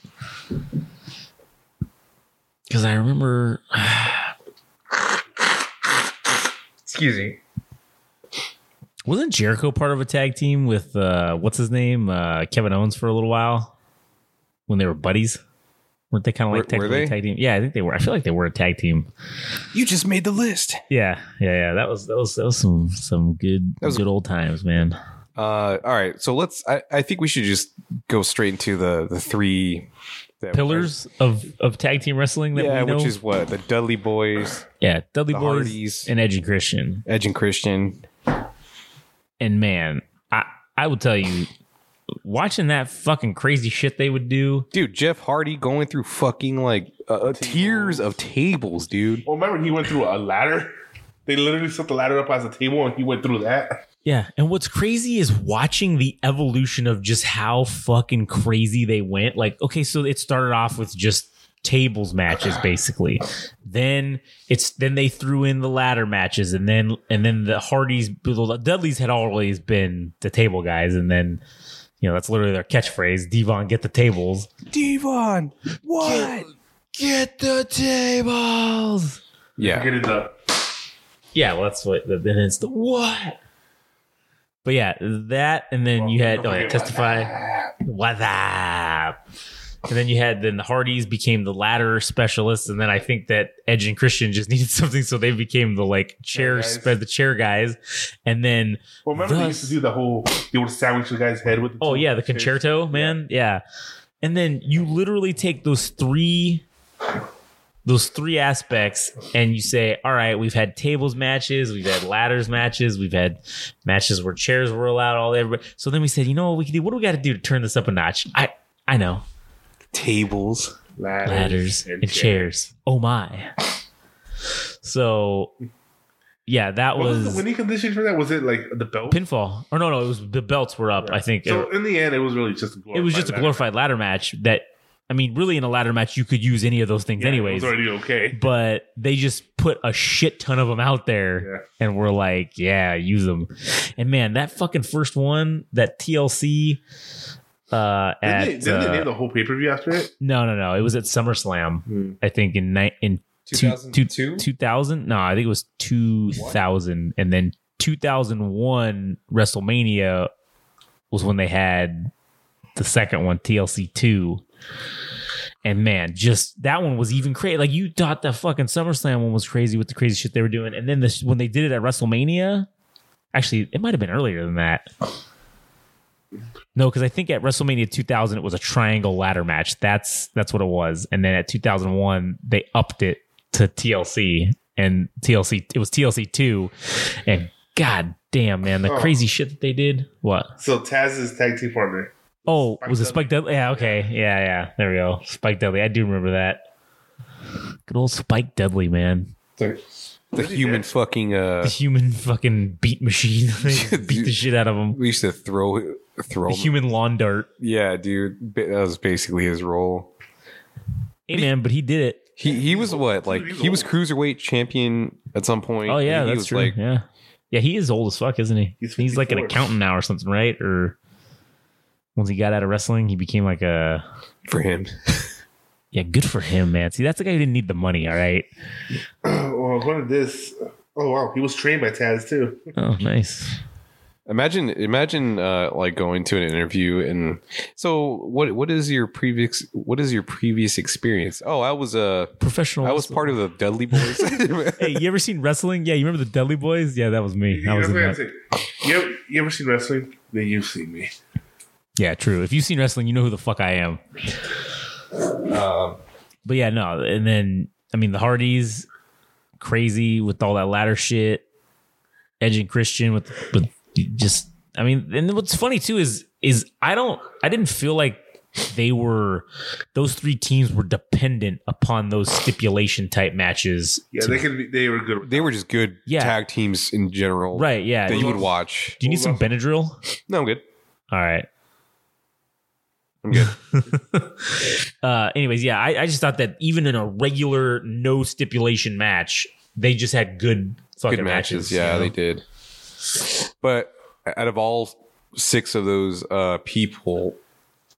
[SPEAKER 4] Because I remember.
[SPEAKER 6] Excuse me.
[SPEAKER 4] Wasn't Jericho part of a tag team with uh, what's his name, uh, Kevin Owens, for a little while when they were buddies? Weren't they kind of like
[SPEAKER 5] Were- were
[SPEAKER 4] technically a
[SPEAKER 5] they?
[SPEAKER 4] tag team? Yeah, I think they were. I feel like they were a tag team.
[SPEAKER 5] You just made the list.
[SPEAKER 4] Yeah, yeah, yeah. That was that was that was some some good
[SPEAKER 5] That was-
[SPEAKER 4] good old times, man.
[SPEAKER 5] Uh, all right, so let's. I, I think we should just go straight into the the three that-
[SPEAKER 4] Pillars of of tag team wrestling that
[SPEAKER 5] Yeah,
[SPEAKER 4] we know.
[SPEAKER 5] which is what the Dudley Boys,
[SPEAKER 4] yeah, Dudley
[SPEAKER 5] the
[SPEAKER 4] Boys
[SPEAKER 5] Hardys.
[SPEAKER 4] and Edge and Christian.
[SPEAKER 5] Edge and Christian.
[SPEAKER 4] and man, I I will tell you, watching that fucking crazy shit they would do.
[SPEAKER 5] Dude, Jeff Hardy going through fucking like uh, tiers of tables, dude.
[SPEAKER 6] Well, remember he went through a ladder. They literally set the ladder up as a table, and he went through that.
[SPEAKER 4] Yeah, and what's crazy is watching the evolution of just how fucking crazy they went. Like, okay, so it started off with just tables matches basically. Then it's then they threw in the ladder matches and then and then the Hardys the Dudleys had always been the table guys and then you know that's literally their catchphrase, Devon get the tables.
[SPEAKER 5] Devon, what?
[SPEAKER 4] Get the tables.
[SPEAKER 5] Yeah,
[SPEAKER 6] Getting the
[SPEAKER 4] Yeah, well, that's what. Then it's the what. But yeah, that, and then you had oh, yeah, testify. What up? And then you had then the Hardys became the ladder specialists, and then I think that Edge and Christian just needed something, so they became the like
[SPEAKER 6] Chair
[SPEAKER 4] chair
[SPEAKER 6] guys.
[SPEAKER 4] spe- the chair guys, and then
[SPEAKER 6] Well, remember they
[SPEAKER 4] Thus-
[SPEAKER 6] used to do the whole they would sandwich the guy's head with. The
[SPEAKER 4] oh
[SPEAKER 6] two
[SPEAKER 4] yeah, the
[SPEAKER 6] chairs?
[SPEAKER 4] concerto man, yeah, and then you literally take those three those three aspects and you say, all right, we've had tables matches, we've had ladders matches, we've had matches where chairs were allowed, all everybody. So then we said, you know what we can do? What do we got to do to turn this up a notch? I I know
[SPEAKER 5] tables.
[SPEAKER 6] Ladders,
[SPEAKER 4] ladders and chairs. Oh my! So yeah, that
[SPEAKER 6] What was,
[SPEAKER 4] was
[SPEAKER 6] the winning condition for that? Was it like the belt?
[SPEAKER 4] pinfall. Or no, no, it was the belts were up. I think
[SPEAKER 6] So in the end, it was really just. A
[SPEAKER 4] it was just a glorified ladder match. That I mean, really, in a ladder match, you could use any of those things,
[SPEAKER 6] Anyways,
[SPEAKER 4] anyways.
[SPEAKER 6] it was already okay.
[SPEAKER 4] but they just put a shit ton of them out there and we're like yeah use them and man that fucking first one that tlc uh
[SPEAKER 6] Didn't,
[SPEAKER 4] at
[SPEAKER 6] they, didn't they
[SPEAKER 4] uh,
[SPEAKER 6] name the whole pay per view after it?
[SPEAKER 4] no no no it was at summerslam i think in ni- in two- two-
[SPEAKER 5] 2002?
[SPEAKER 4] 2000 no i think it was 2000 and then 2001 wrestlemania was when they had the second one tlc 2 and man, just that one was even crazy. Like you thought the fucking SummerSlam one was crazy with the crazy shit they were doing, and then this when they did it at WrestleMania, actually it might have been earlier than that. No, because I think at WrestleMania 2000 it was a triangle ladder match. That's that's what it was, and then at 2001 they upped it to TLC and TLC. It was TLC two, and god damn man, the
[SPEAKER 6] Oh.
[SPEAKER 4] crazy shit that they did. What?
[SPEAKER 6] So Taz's tag team partner.
[SPEAKER 4] Oh,
[SPEAKER 6] Spike
[SPEAKER 4] was it
[SPEAKER 6] Dudley.
[SPEAKER 4] Spike Dudley? Yeah, okay. Yeah, yeah. There we go. Spike Dudley. I do remember that. Good old Spike Dudley, man.
[SPEAKER 5] The human fucking
[SPEAKER 4] The
[SPEAKER 5] uh,
[SPEAKER 4] human fucking beat machine. They beat the
[SPEAKER 5] Dude.
[SPEAKER 4] shit out of him.
[SPEAKER 5] we used to throw throw
[SPEAKER 4] The human lawn dart.
[SPEAKER 5] Yeah, dude, ba- that was basically his role.
[SPEAKER 4] Hey, man, but he did it.
[SPEAKER 5] He he was what like
[SPEAKER 6] he's
[SPEAKER 5] he was
[SPEAKER 6] old.
[SPEAKER 5] cruiserweight champion at some point.
[SPEAKER 4] Oh, yeah,
[SPEAKER 5] he, he
[SPEAKER 4] that's
[SPEAKER 5] was
[SPEAKER 4] true.
[SPEAKER 5] like
[SPEAKER 4] yeah. Yeah, he is old as fuck, isn't he?
[SPEAKER 6] He's
[SPEAKER 4] He's, like an
[SPEAKER 6] 54.
[SPEAKER 4] accountant now or something, right? Or once he got out of wrestling, he became like a
[SPEAKER 5] for him.
[SPEAKER 4] yeah. Good for him, man. See, that's the guy who didn't need the money. All right.
[SPEAKER 6] Oh, what did this? Oh wow, he was trained by Taz too.
[SPEAKER 4] Oh, nice.
[SPEAKER 5] Imagine, imagine, uh, like going to an interview and so what? What is your previous? What is your previous experience? Oh, I was uh,
[SPEAKER 4] Professional.
[SPEAKER 5] I was part of the Dudley Boys.
[SPEAKER 4] Hey, you ever seen wrestling? Yeah, you remember the Dudley Boys? Yeah, that was me.
[SPEAKER 6] You,
[SPEAKER 4] I was in
[SPEAKER 6] know what I'm
[SPEAKER 4] that.
[SPEAKER 6] saying? you, ever, you ever seen wrestling? Then you've seen me.
[SPEAKER 4] Yeah, true. If you've seen wrestling, you know who the fuck I am. Um, but yeah, no. And then, I mean, the Hardys, crazy with all that ladder shit. Edge and Christian with, with just, I mean, and what's funny too is, is I don't, I didn't feel like they were, those three teams were dependent upon those stipulation type matches.
[SPEAKER 6] Yeah, they can. Be, they were good.
[SPEAKER 5] they were just good
[SPEAKER 4] Yeah.
[SPEAKER 5] tag teams in general,
[SPEAKER 4] Right. Yeah.
[SPEAKER 5] That
[SPEAKER 4] Do
[SPEAKER 5] you would watch.
[SPEAKER 4] you need some Benadryl?
[SPEAKER 5] No, I'm good.
[SPEAKER 4] All right.
[SPEAKER 5] I'm good.
[SPEAKER 4] uh anyways yeah I, I just thought that even in a regular no stipulation match they just had good fucking
[SPEAKER 5] good matches.
[SPEAKER 4] you
[SPEAKER 5] Yeah,
[SPEAKER 4] know?
[SPEAKER 5] they did. But out of all six of those uh, people,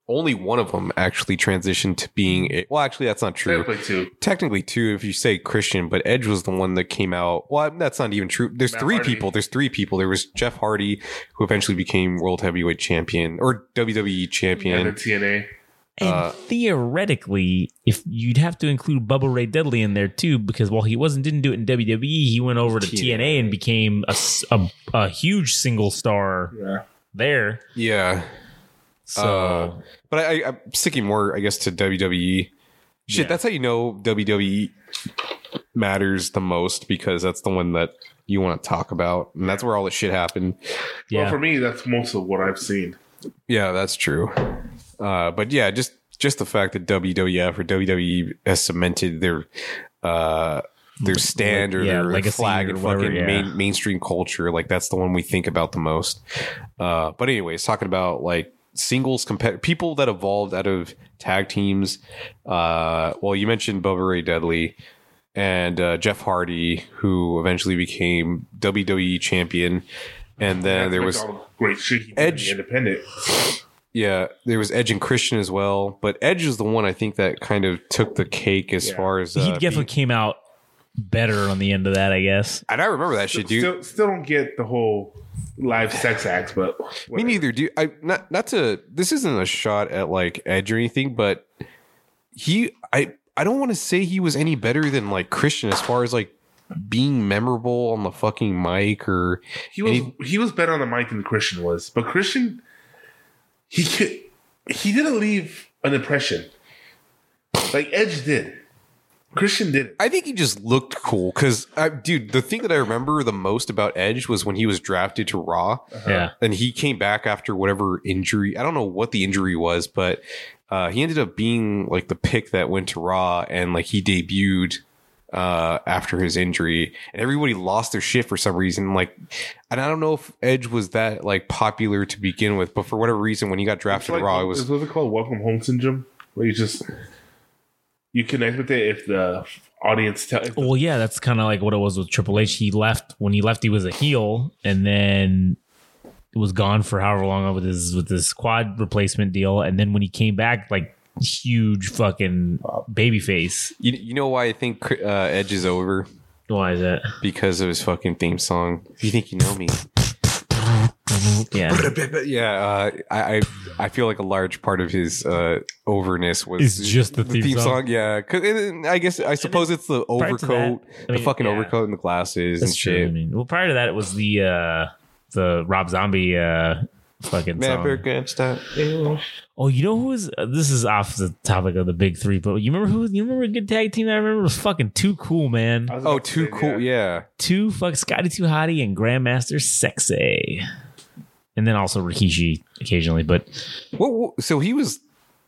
[SPEAKER 5] only one of them actually transitioned to being a. Well, actually, that's not true.
[SPEAKER 6] Technically, too.
[SPEAKER 5] Technically, two if you say Christian, but Edge was the one that came out. Well, that's not even true. There's
[SPEAKER 6] Matt
[SPEAKER 5] three
[SPEAKER 6] Hardy.
[SPEAKER 5] people. There's three people. There was Jeff Hardy, who eventually became world heavyweight champion or WWE
[SPEAKER 6] And then
[SPEAKER 5] champion.
[SPEAKER 6] TNA.
[SPEAKER 4] and
[SPEAKER 5] uh,
[SPEAKER 4] theoretically if you'd have to include Bubba Ray Dudley in there too because while he wasn't didn't do it in WWE he went over to
[SPEAKER 5] TNA.
[SPEAKER 4] TNA and became a, s- a- a huge single star
[SPEAKER 6] Yeah.
[SPEAKER 4] there
[SPEAKER 5] Yeah,
[SPEAKER 4] so
[SPEAKER 5] Uh, but I, I, I'm sticking more, I guess, to WWE. Shit,
[SPEAKER 4] Yeah.
[SPEAKER 5] that's how you know WWE matters the most because that's the one that you want to talk about, and that's where all the shit happened.
[SPEAKER 4] yeah
[SPEAKER 6] Well, for me, that's most of what I've seen.
[SPEAKER 5] Yeah, that's true. Uh, but yeah, just just the fact that E, WWF or WWE has cemented their uh, their stand or
[SPEAKER 4] yeah,
[SPEAKER 5] their
[SPEAKER 4] legacy
[SPEAKER 5] flag
[SPEAKER 4] or
[SPEAKER 5] and
[SPEAKER 4] whatever,
[SPEAKER 5] fucking
[SPEAKER 4] yeah.
[SPEAKER 5] main, mainstream culture, like that's the one we think about the most. Uh, but anyways, talking about like singles compet people that evolved out of tag teams. Uh, well, you mentioned Bubba Ray Dudley and uh, Jeff Hardy, who eventually became WWE champion. And then
[SPEAKER 6] That's
[SPEAKER 5] there
[SPEAKER 6] like
[SPEAKER 5] was
[SPEAKER 6] all the great shit. He did in
[SPEAKER 5] Edge.
[SPEAKER 6] the independent.
[SPEAKER 5] yeah, there was Edge and Christian as well, but Edge is the one I think that kind of took the cake as
[SPEAKER 6] Yeah.
[SPEAKER 5] far as uh,
[SPEAKER 4] he definitely
[SPEAKER 5] being-
[SPEAKER 4] came out better on the end of that I guess
[SPEAKER 5] and I remember that shit, dude.
[SPEAKER 6] Still, still don't get the whole live sex act, but
[SPEAKER 5] Me neither, dude. I not not to this isn't a shot at like Edge or anything, but he I I don't want to say he was any better than like Christian as far as like being memorable on the fucking mic or
[SPEAKER 6] He was
[SPEAKER 5] And
[SPEAKER 6] he was better on the mic than Christian was, but Christian he could, he didn't leave an impression like Edge did. Christian did.
[SPEAKER 5] I think he just looked cool because, dude, the thing that I remember the most about Edge was when he was drafted to Raw.
[SPEAKER 6] Uh-huh.
[SPEAKER 4] Yeah.
[SPEAKER 5] And he came back after whatever injury. I don't know what the injury was, but uh, he ended up being like the pick that went to Raw and like he debuted uh, after his injury. And everybody lost their shit for some reason. Like, and I don't know if Edge was that like popular to begin with, but for whatever reason, when he got
[SPEAKER 6] It's
[SPEAKER 5] drafted
[SPEAKER 6] like,
[SPEAKER 5] to Raw, it
[SPEAKER 6] it's
[SPEAKER 5] was.
[SPEAKER 6] what they call welcome home syndrome, where you just you connect with it if the audience tell. If
[SPEAKER 4] Well, yeah, that's kind of like what it was with Triple H. He left when he left, he was a heel, and then was gone for however long with his with his quad replacement deal, and then when he came back, like huge fucking baby face.
[SPEAKER 5] You, you know why I think uh, Edge is over?
[SPEAKER 4] Why is that?
[SPEAKER 5] Because of his fucking theme song. You think you know me?
[SPEAKER 4] Yeah,
[SPEAKER 5] yeah, uh, I, I I feel like a large part of his uh, overness was
[SPEAKER 4] It's just the theme song?
[SPEAKER 5] Yeah, 'Cause- and I guess I suppose it's the
[SPEAKER 4] prior to that,
[SPEAKER 5] overcoat,
[SPEAKER 4] I
[SPEAKER 5] the
[SPEAKER 4] mean,
[SPEAKER 5] fucking
[SPEAKER 4] yeah.
[SPEAKER 5] overcoat and the glasses
[SPEAKER 4] that's
[SPEAKER 5] and
[SPEAKER 4] true. I
[SPEAKER 5] shit.
[SPEAKER 4] mean, well, prior to that, it was the uh the Rob Zombie uh fucking song.
[SPEAKER 5] Man, stop.
[SPEAKER 4] Oh, you know who was? Uh, this is off the topic of the big three, but you remember who? You remember a good tag team? that I remember was fucking too cool, man.
[SPEAKER 6] I was
[SPEAKER 5] Oh,
[SPEAKER 6] about to
[SPEAKER 5] too
[SPEAKER 6] say,
[SPEAKER 5] cool. Yeah.
[SPEAKER 4] two fuck Scotty Too Hottie and Grandmaster Sexay. And then also Rikishi occasionally, but
[SPEAKER 5] What, what- so he was.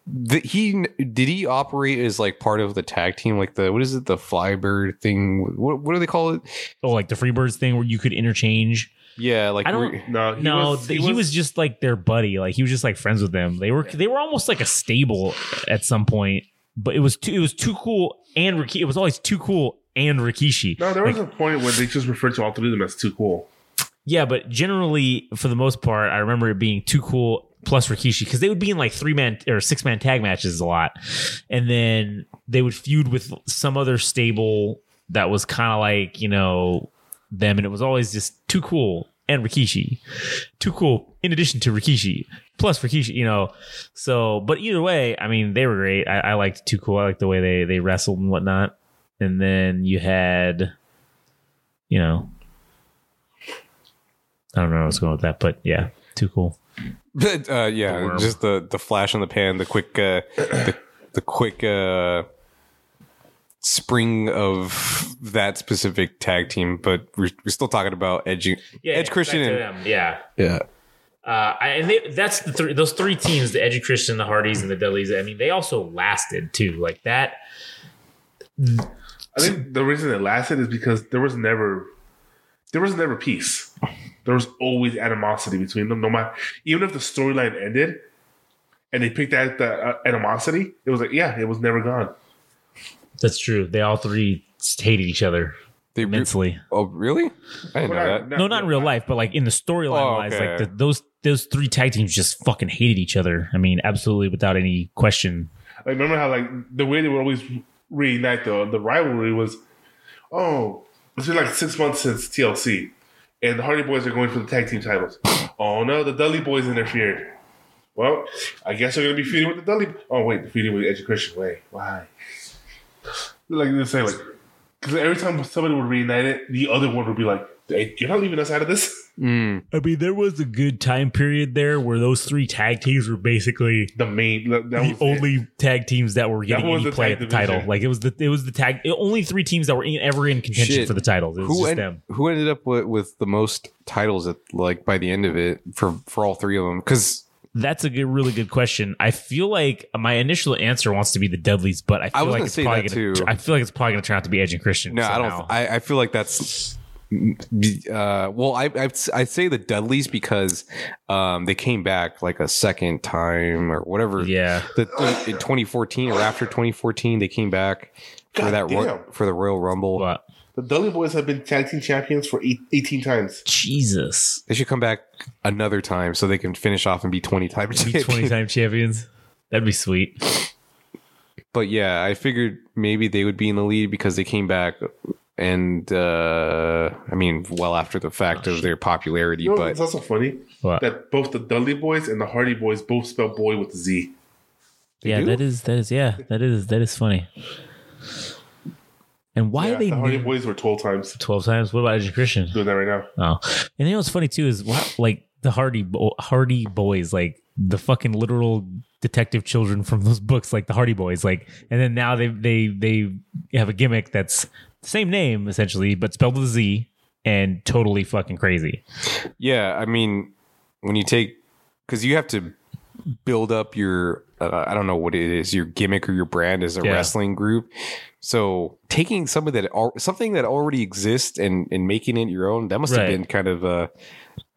[SPEAKER 5] The, he did he operate as like part of the tag team, like the what is it, the Flybird thing? What what do they call it?
[SPEAKER 4] oh, like the Freebirds thing where you could interchange.
[SPEAKER 5] Yeah, like
[SPEAKER 4] I don't-
[SPEAKER 5] re-
[SPEAKER 6] No, he
[SPEAKER 4] no,
[SPEAKER 6] was,
[SPEAKER 4] th- he, was, just like their buddy. Like he was just like friends with them. They were they were almost like a stable at some point. But it was too it was too cool and Rikishi. It was always too cool and Rikishi.
[SPEAKER 6] No, there was
[SPEAKER 4] Like,
[SPEAKER 6] a point where they just referred to all three of them as too cool.
[SPEAKER 4] Yeah, but generally, for the most part, I remember it being too cool plus Rikishi because they would be in like three man or six man tag matches a lot, and then they would feud with some other stable that was kind of like you know them, and it was always just too cool and Rikishi, too cool. In addition to Rikishi, plus Rikishi, you know. So, but either way, I mean, they were great. I, I liked too cool. I liked the way they they wrestled and whatnot. And then you had, you know, I don't know where I was going with that, but yeah, too cool.
[SPEAKER 5] But uh,
[SPEAKER 4] The
[SPEAKER 5] yeah,
[SPEAKER 4] worm.
[SPEAKER 5] just the the flash in the pan, the quick, uh, the, the quick uh, spring of that specific tag team. But we're, we're still talking about Edge, Edge Christian, and
[SPEAKER 4] yeah.
[SPEAKER 5] yeah,
[SPEAKER 4] Uh, I, and they, that's the three, those three teams: the Edge Christian, the Hardys, and the Dudleys. I mean, they also lasted too. Like that.
[SPEAKER 6] I think the reason it lasted is because there was never there was never peace. There was always animosity between them. No matter even if the storyline ended and they picked out the uh, animosity, it was like yeah, it was never gone.
[SPEAKER 4] That's true. They all three hated each other
[SPEAKER 5] they re-
[SPEAKER 4] immensely.
[SPEAKER 5] oh really? I didn't know that.
[SPEAKER 4] No, not in real life, but like in the storyline
[SPEAKER 5] Oh,
[SPEAKER 4] wise, like
[SPEAKER 5] okay.
[SPEAKER 4] the, those those three tag teams just fucking hated each other. I mean, absolutely without any question.
[SPEAKER 6] Like remember how like the way they would always reunite the the rivalry was, oh, it's been like six months since TLC, and the Hardy Boys are going for the tag team titles. Oh no, the Dudley Boys interfered. Well, I guess they're gonna be feuding with the Dudley. Oh wait, they're feuding with Edge and Christian. Way why? Like they say, like because every time somebody would reunite it, the other one would be like, hey, "You're not leaving us out of this."
[SPEAKER 5] Mm.
[SPEAKER 4] I mean, there was a good time period there where those three tag teams were basically
[SPEAKER 6] The main that that
[SPEAKER 4] the
[SPEAKER 6] was it.
[SPEAKER 4] only tag teams that were getting
[SPEAKER 6] was
[SPEAKER 4] any
[SPEAKER 6] the
[SPEAKER 4] play
[SPEAKER 6] tag
[SPEAKER 4] at the
[SPEAKER 6] division.
[SPEAKER 4] title. Like it was the it was the tag the only three teams that were in, ever in contention
[SPEAKER 5] Shit.
[SPEAKER 4] for the titles. It was
[SPEAKER 5] Who
[SPEAKER 4] just
[SPEAKER 5] en-
[SPEAKER 4] them.
[SPEAKER 5] who ended up with, with the most titles at like by the end of it for for all three of them? Because
[SPEAKER 4] That's a good, really good question. I feel like my initial answer wants to be the Dudleys, but I feel
[SPEAKER 5] was
[SPEAKER 4] like
[SPEAKER 5] gonna
[SPEAKER 4] it's
[SPEAKER 5] say
[SPEAKER 4] probably
[SPEAKER 5] that
[SPEAKER 4] gonna,
[SPEAKER 5] too.
[SPEAKER 4] I feel like it's probably gonna turn out to be Edge and Christian.
[SPEAKER 5] No, I
[SPEAKER 4] somehow.
[SPEAKER 5] don't. I, I feel like that's. Uh, well, I I I say the Dudleys because um, they came back like a second time or whatever.
[SPEAKER 4] yeah,
[SPEAKER 5] The, in 2014 or after 2014, they came back for
[SPEAKER 6] God
[SPEAKER 5] that ro-
[SPEAKER 6] damn.
[SPEAKER 5] for the Royal Rumble.
[SPEAKER 4] but
[SPEAKER 6] the Dudley Boys have been tag team champions for eight, 18 times.
[SPEAKER 4] Jesus,
[SPEAKER 5] They should come back another time so they can finish off and be 20 times.
[SPEAKER 4] be twenty time champions. That'd be sweet.
[SPEAKER 5] but yeah, I figured maybe they would be in the lead because they came back. And uh, I mean, well after the fact
[SPEAKER 4] Oh,
[SPEAKER 5] of their popularity,
[SPEAKER 6] You know,
[SPEAKER 5] but
[SPEAKER 6] it's also funny
[SPEAKER 4] What?
[SPEAKER 6] that both the Dudley Boys and the Hardy Boys both spell boy with a Z.
[SPEAKER 5] They
[SPEAKER 4] yeah,
[SPEAKER 5] do?
[SPEAKER 4] that is that is yeah, that is that is funny. And why
[SPEAKER 6] Yeah,
[SPEAKER 4] they
[SPEAKER 6] the Hardy
[SPEAKER 4] name-
[SPEAKER 6] Boys were twelve times.
[SPEAKER 4] twelve times? What about Edge and Christian?
[SPEAKER 6] Doing that right now.
[SPEAKER 4] Oh, and you know what's funny too is what like the Hardy Bo- Hardy Boys, like the fucking literal detective children from those books, like the Hardy Boys, like, and then now they they they have a gimmick that's the same name essentially, but spelled with a Z and totally fucking crazy.
[SPEAKER 5] Yeah, I mean, when you take because you have to build up your uh, I don't know what it is your gimmick or your brand as a
[SPEAKER 4] Yeah.
[SPEAKER 5] wrestling group. So taking something that al- something that already exists and and making it your own that must
[SPEAKER 4] Right.
[SPEAKER 5] have been kind of uh,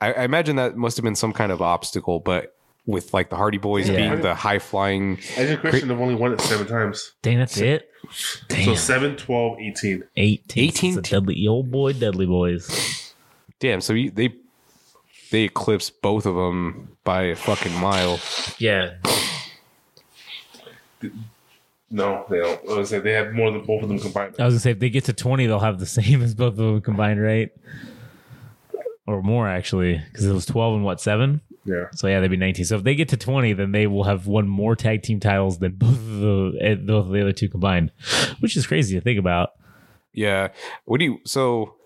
[SPEAKER 5] I, I imagine that must have been some kind of obstacle, but. With like the Hardy Boys
[SPEAKER 4] Yeah.
[SPEAKER 5] being the high flying,
[SPEAKER 6] Edge and Christian have only won it seven times.
[SPEAKER 4] Dang, that's it.
[SPEAKER 6] So
[SPEAKER 4] Damn,
[SPEAKER 6] 7, 12, 18.
[SPEAKER 4] 18,
[SPEAKER 5] 18
[SPEAKER 4] it's a Dudley, old boy, Dudley boys.
[SPEAKER 5] damn. So you, they they eclipse both of them by a fucking mile.
[SPEAKER 4] Yeah,
[SPEAKER 6] No, they don't. I was saying they have more than both of them combined.
[SPEAKER 4] I was gonna say if they get to twenty, they'll have the same as both of them combined, right? Or more actually, because it was twelve and what seven?
[SPEAKER 6] Yeah.
[SPEAKER 4] So yeah, they'd be nineteen. So if they get to twenty, then they will have won more tag team titles than both of the eh, both of the other two combined, which is crazy to think about.
[SPEAKER 5] Yeah. What do you so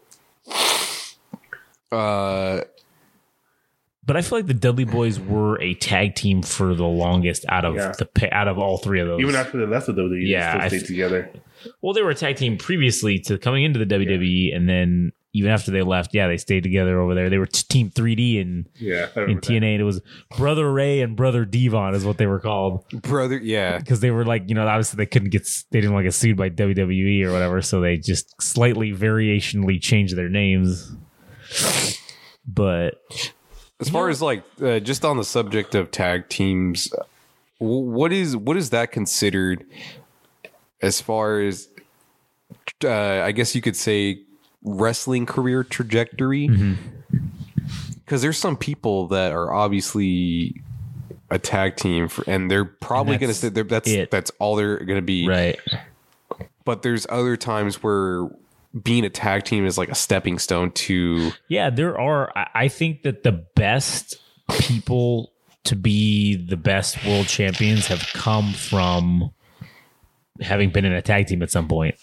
[SPEAKER 5] uh
[SPEAKER 4] But I feel like the Dudley Boys were a tag team for the longest out of
[SPEAKER 6] Yeah.
[SPEAKER 4] the pa- out of all three of those.
[SPEAKER 6] Even after they left the WWE,
[SPEAKER 4] Yeah,
[SPEAKER 6] yeah,
[SPEAKER 4] I
[SPEAKER 6] they still
[SPEAKER 4] th-
[SPEAKER 6] stayed together.
[SPEAKER 4] well, they were a tag team previously to coming into the WWE, and then even after they left, yeah, they stayed together over there. They were t- Team 3D and
[SPEAKER 6] Yeah. I
[SPEAKER 4] in
[SPEAKER 6] remember that.
[SPEAKER 4] TNA, and it was Brother Ray and Brother Devon is what they were called
[SPEAKER 5] brother yeah.
[SPEAKER 4] because they were like, you know, obviously they couldn't get, s- they didn't want to get sued by WWE or whatever, so they just slightly variationally changed their names. But
[SPEAKER 5] As far as like uh, just on the subject of tag teams wh- what is what is that considered as far as
[SPEAKER 4] Mm-hmm.
[SPEAKER 5] uh I guess you could say wrestling career trajectory because there's some people that are obviously a tag team, for, and they're probably
[SPEAKER 4] And
[SPEAKER 5] going to
[SPEAKER 4] that's
[SPEAKER 5] sit there. That's
[SPEAKER 4] it.
[SPEAKER 5] that's all they're going to be.
[SPEAKER 1] Right.
[SPEAKER 5] But there's other times where being a tag team is like a stepping stone to
[SPEAKER 4] Yeah, there are. I- I think that the best people to be the best world champions have come from having been in a tag team at some point.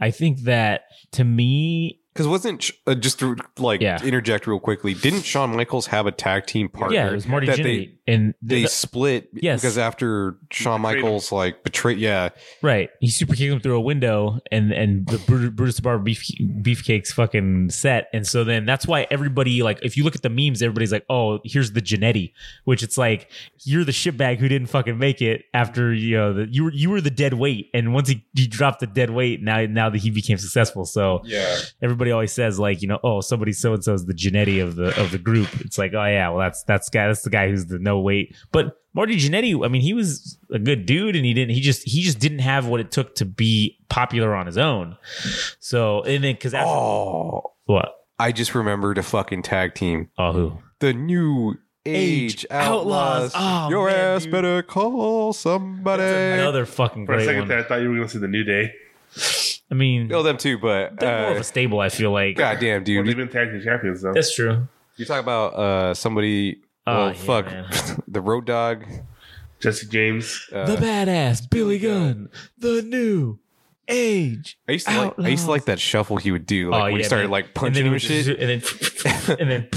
[SPEAKER 4] I think that to me,
[SPEAKER 5] because wasn't Sh- uh, just to like
[SPEAKER 4] Yeah.
[SPEAKER 5] interject real quickly. Didn't Shawn Michaels have a tag team partner?
[SPEAKER 4] yeah, it was Marty
[SPEAKER 5] that
[SPEAKER 4] Jannetty,
[SPEAKER 5] they
[SPEAKER 4] and
[SPEAKER 5] they
[SPEAKER 4] the- the-
[SPEAKER 5] split
[SPEAKER 4] Yes.
[SPEAKER 5] because after Shawn
[SPEAKER 6] Betrayed him.
[SPEAKER 5] Michaels like betrayed. Yeah,
[SPEAKER 4] right, he super kicked him through a window, and and the Brutus, Brutus the Barber beef, Beefcake's fucking set, and so then that's why everybody like if you look at the memes, everybody's like, oh, here's the Janetti, which it's like you're the shitbag who didn't fucking make it after you know the, you were you were the dead weight, and once he, he dropped the dead weight, now now that he became successful, so
[SPEAKER 6] Yeah.
[SPEAKER 4] everybody always says like you know oh somebody so and so is the Genetti of the of the group. It's like oh yeah well that's that's guy that's the guy who's the no weight. But Marty Genetti, I mean he was a good dude and he didn't he just he just didn't have what it took to be popular on his own. So and then because after
[SPEAKER 5] Oh,
[SPEAKER 4] what
[SPEAKER 5] I just remembered a fucking tag team.
[SPEAKER 4] oh who
[SPEAKER 5] The new
[SPEAKER 4] Age
[SPEAKER 5] age, outlaws.
[SPEAKER 4] Outlaws. Oh,
[SPEAKER 5] Your
[SPEAKER 4] man,
[SPEAKER 5] ass
[SPEAKER 4] dude.
[SPEAKER 5] better call somebody.
[SPEAKER 4] another fucking
[SPEAKER 6] For a
[SPEAKER 4] great
[SPEAKER 6] second
[SPEAKER 4] one.
[SPEAKER 6] there, I thought you were going to see the New Day.
[SPEAKER 4] I mean
[SPEAKER 5] Know them too, but
[SPEAKER 4] they're more of
[SPEAKER 5] uh,
[SPEAKER 4] a stable. I feel like
[SPEAKER 5] goddamn,
[SPEAKER 6] Well, they've
[SPEAKER 5] dude,
[SPEAKER 6] been tag team champions, though.
[SPEAKER 4] that's true.
[SPEAKER 5] you talk about uh, somebody.
[SPEAKER 4] Oh,
[SPEAKER 5] Well,
[SPEAKER 4] yeah,
[SPEAKER 5] fuck
[SPEAKER 4] man.
[SPEAKER 5] the road dog.
[SPEAKER 6] Jesse James.
[SPEAKER 5] Uh,
[SPEAKER 4] the badass Billy Gunn, the new age.
[SPEAKER 5] I used to like. I used to like that shuffle he would do, like
[SPEAKER 4] Oh,
[SPEAKER 5] when he
[SPEAKER 4] yeah,
[SPEAKER 5] started
[SPEAKER 4] man.
[SPEAKER 5] like punching him and
[SPEAKER 4] he
[SPEAKER 5] shit.
[SPEAKER 4] would just- and then and then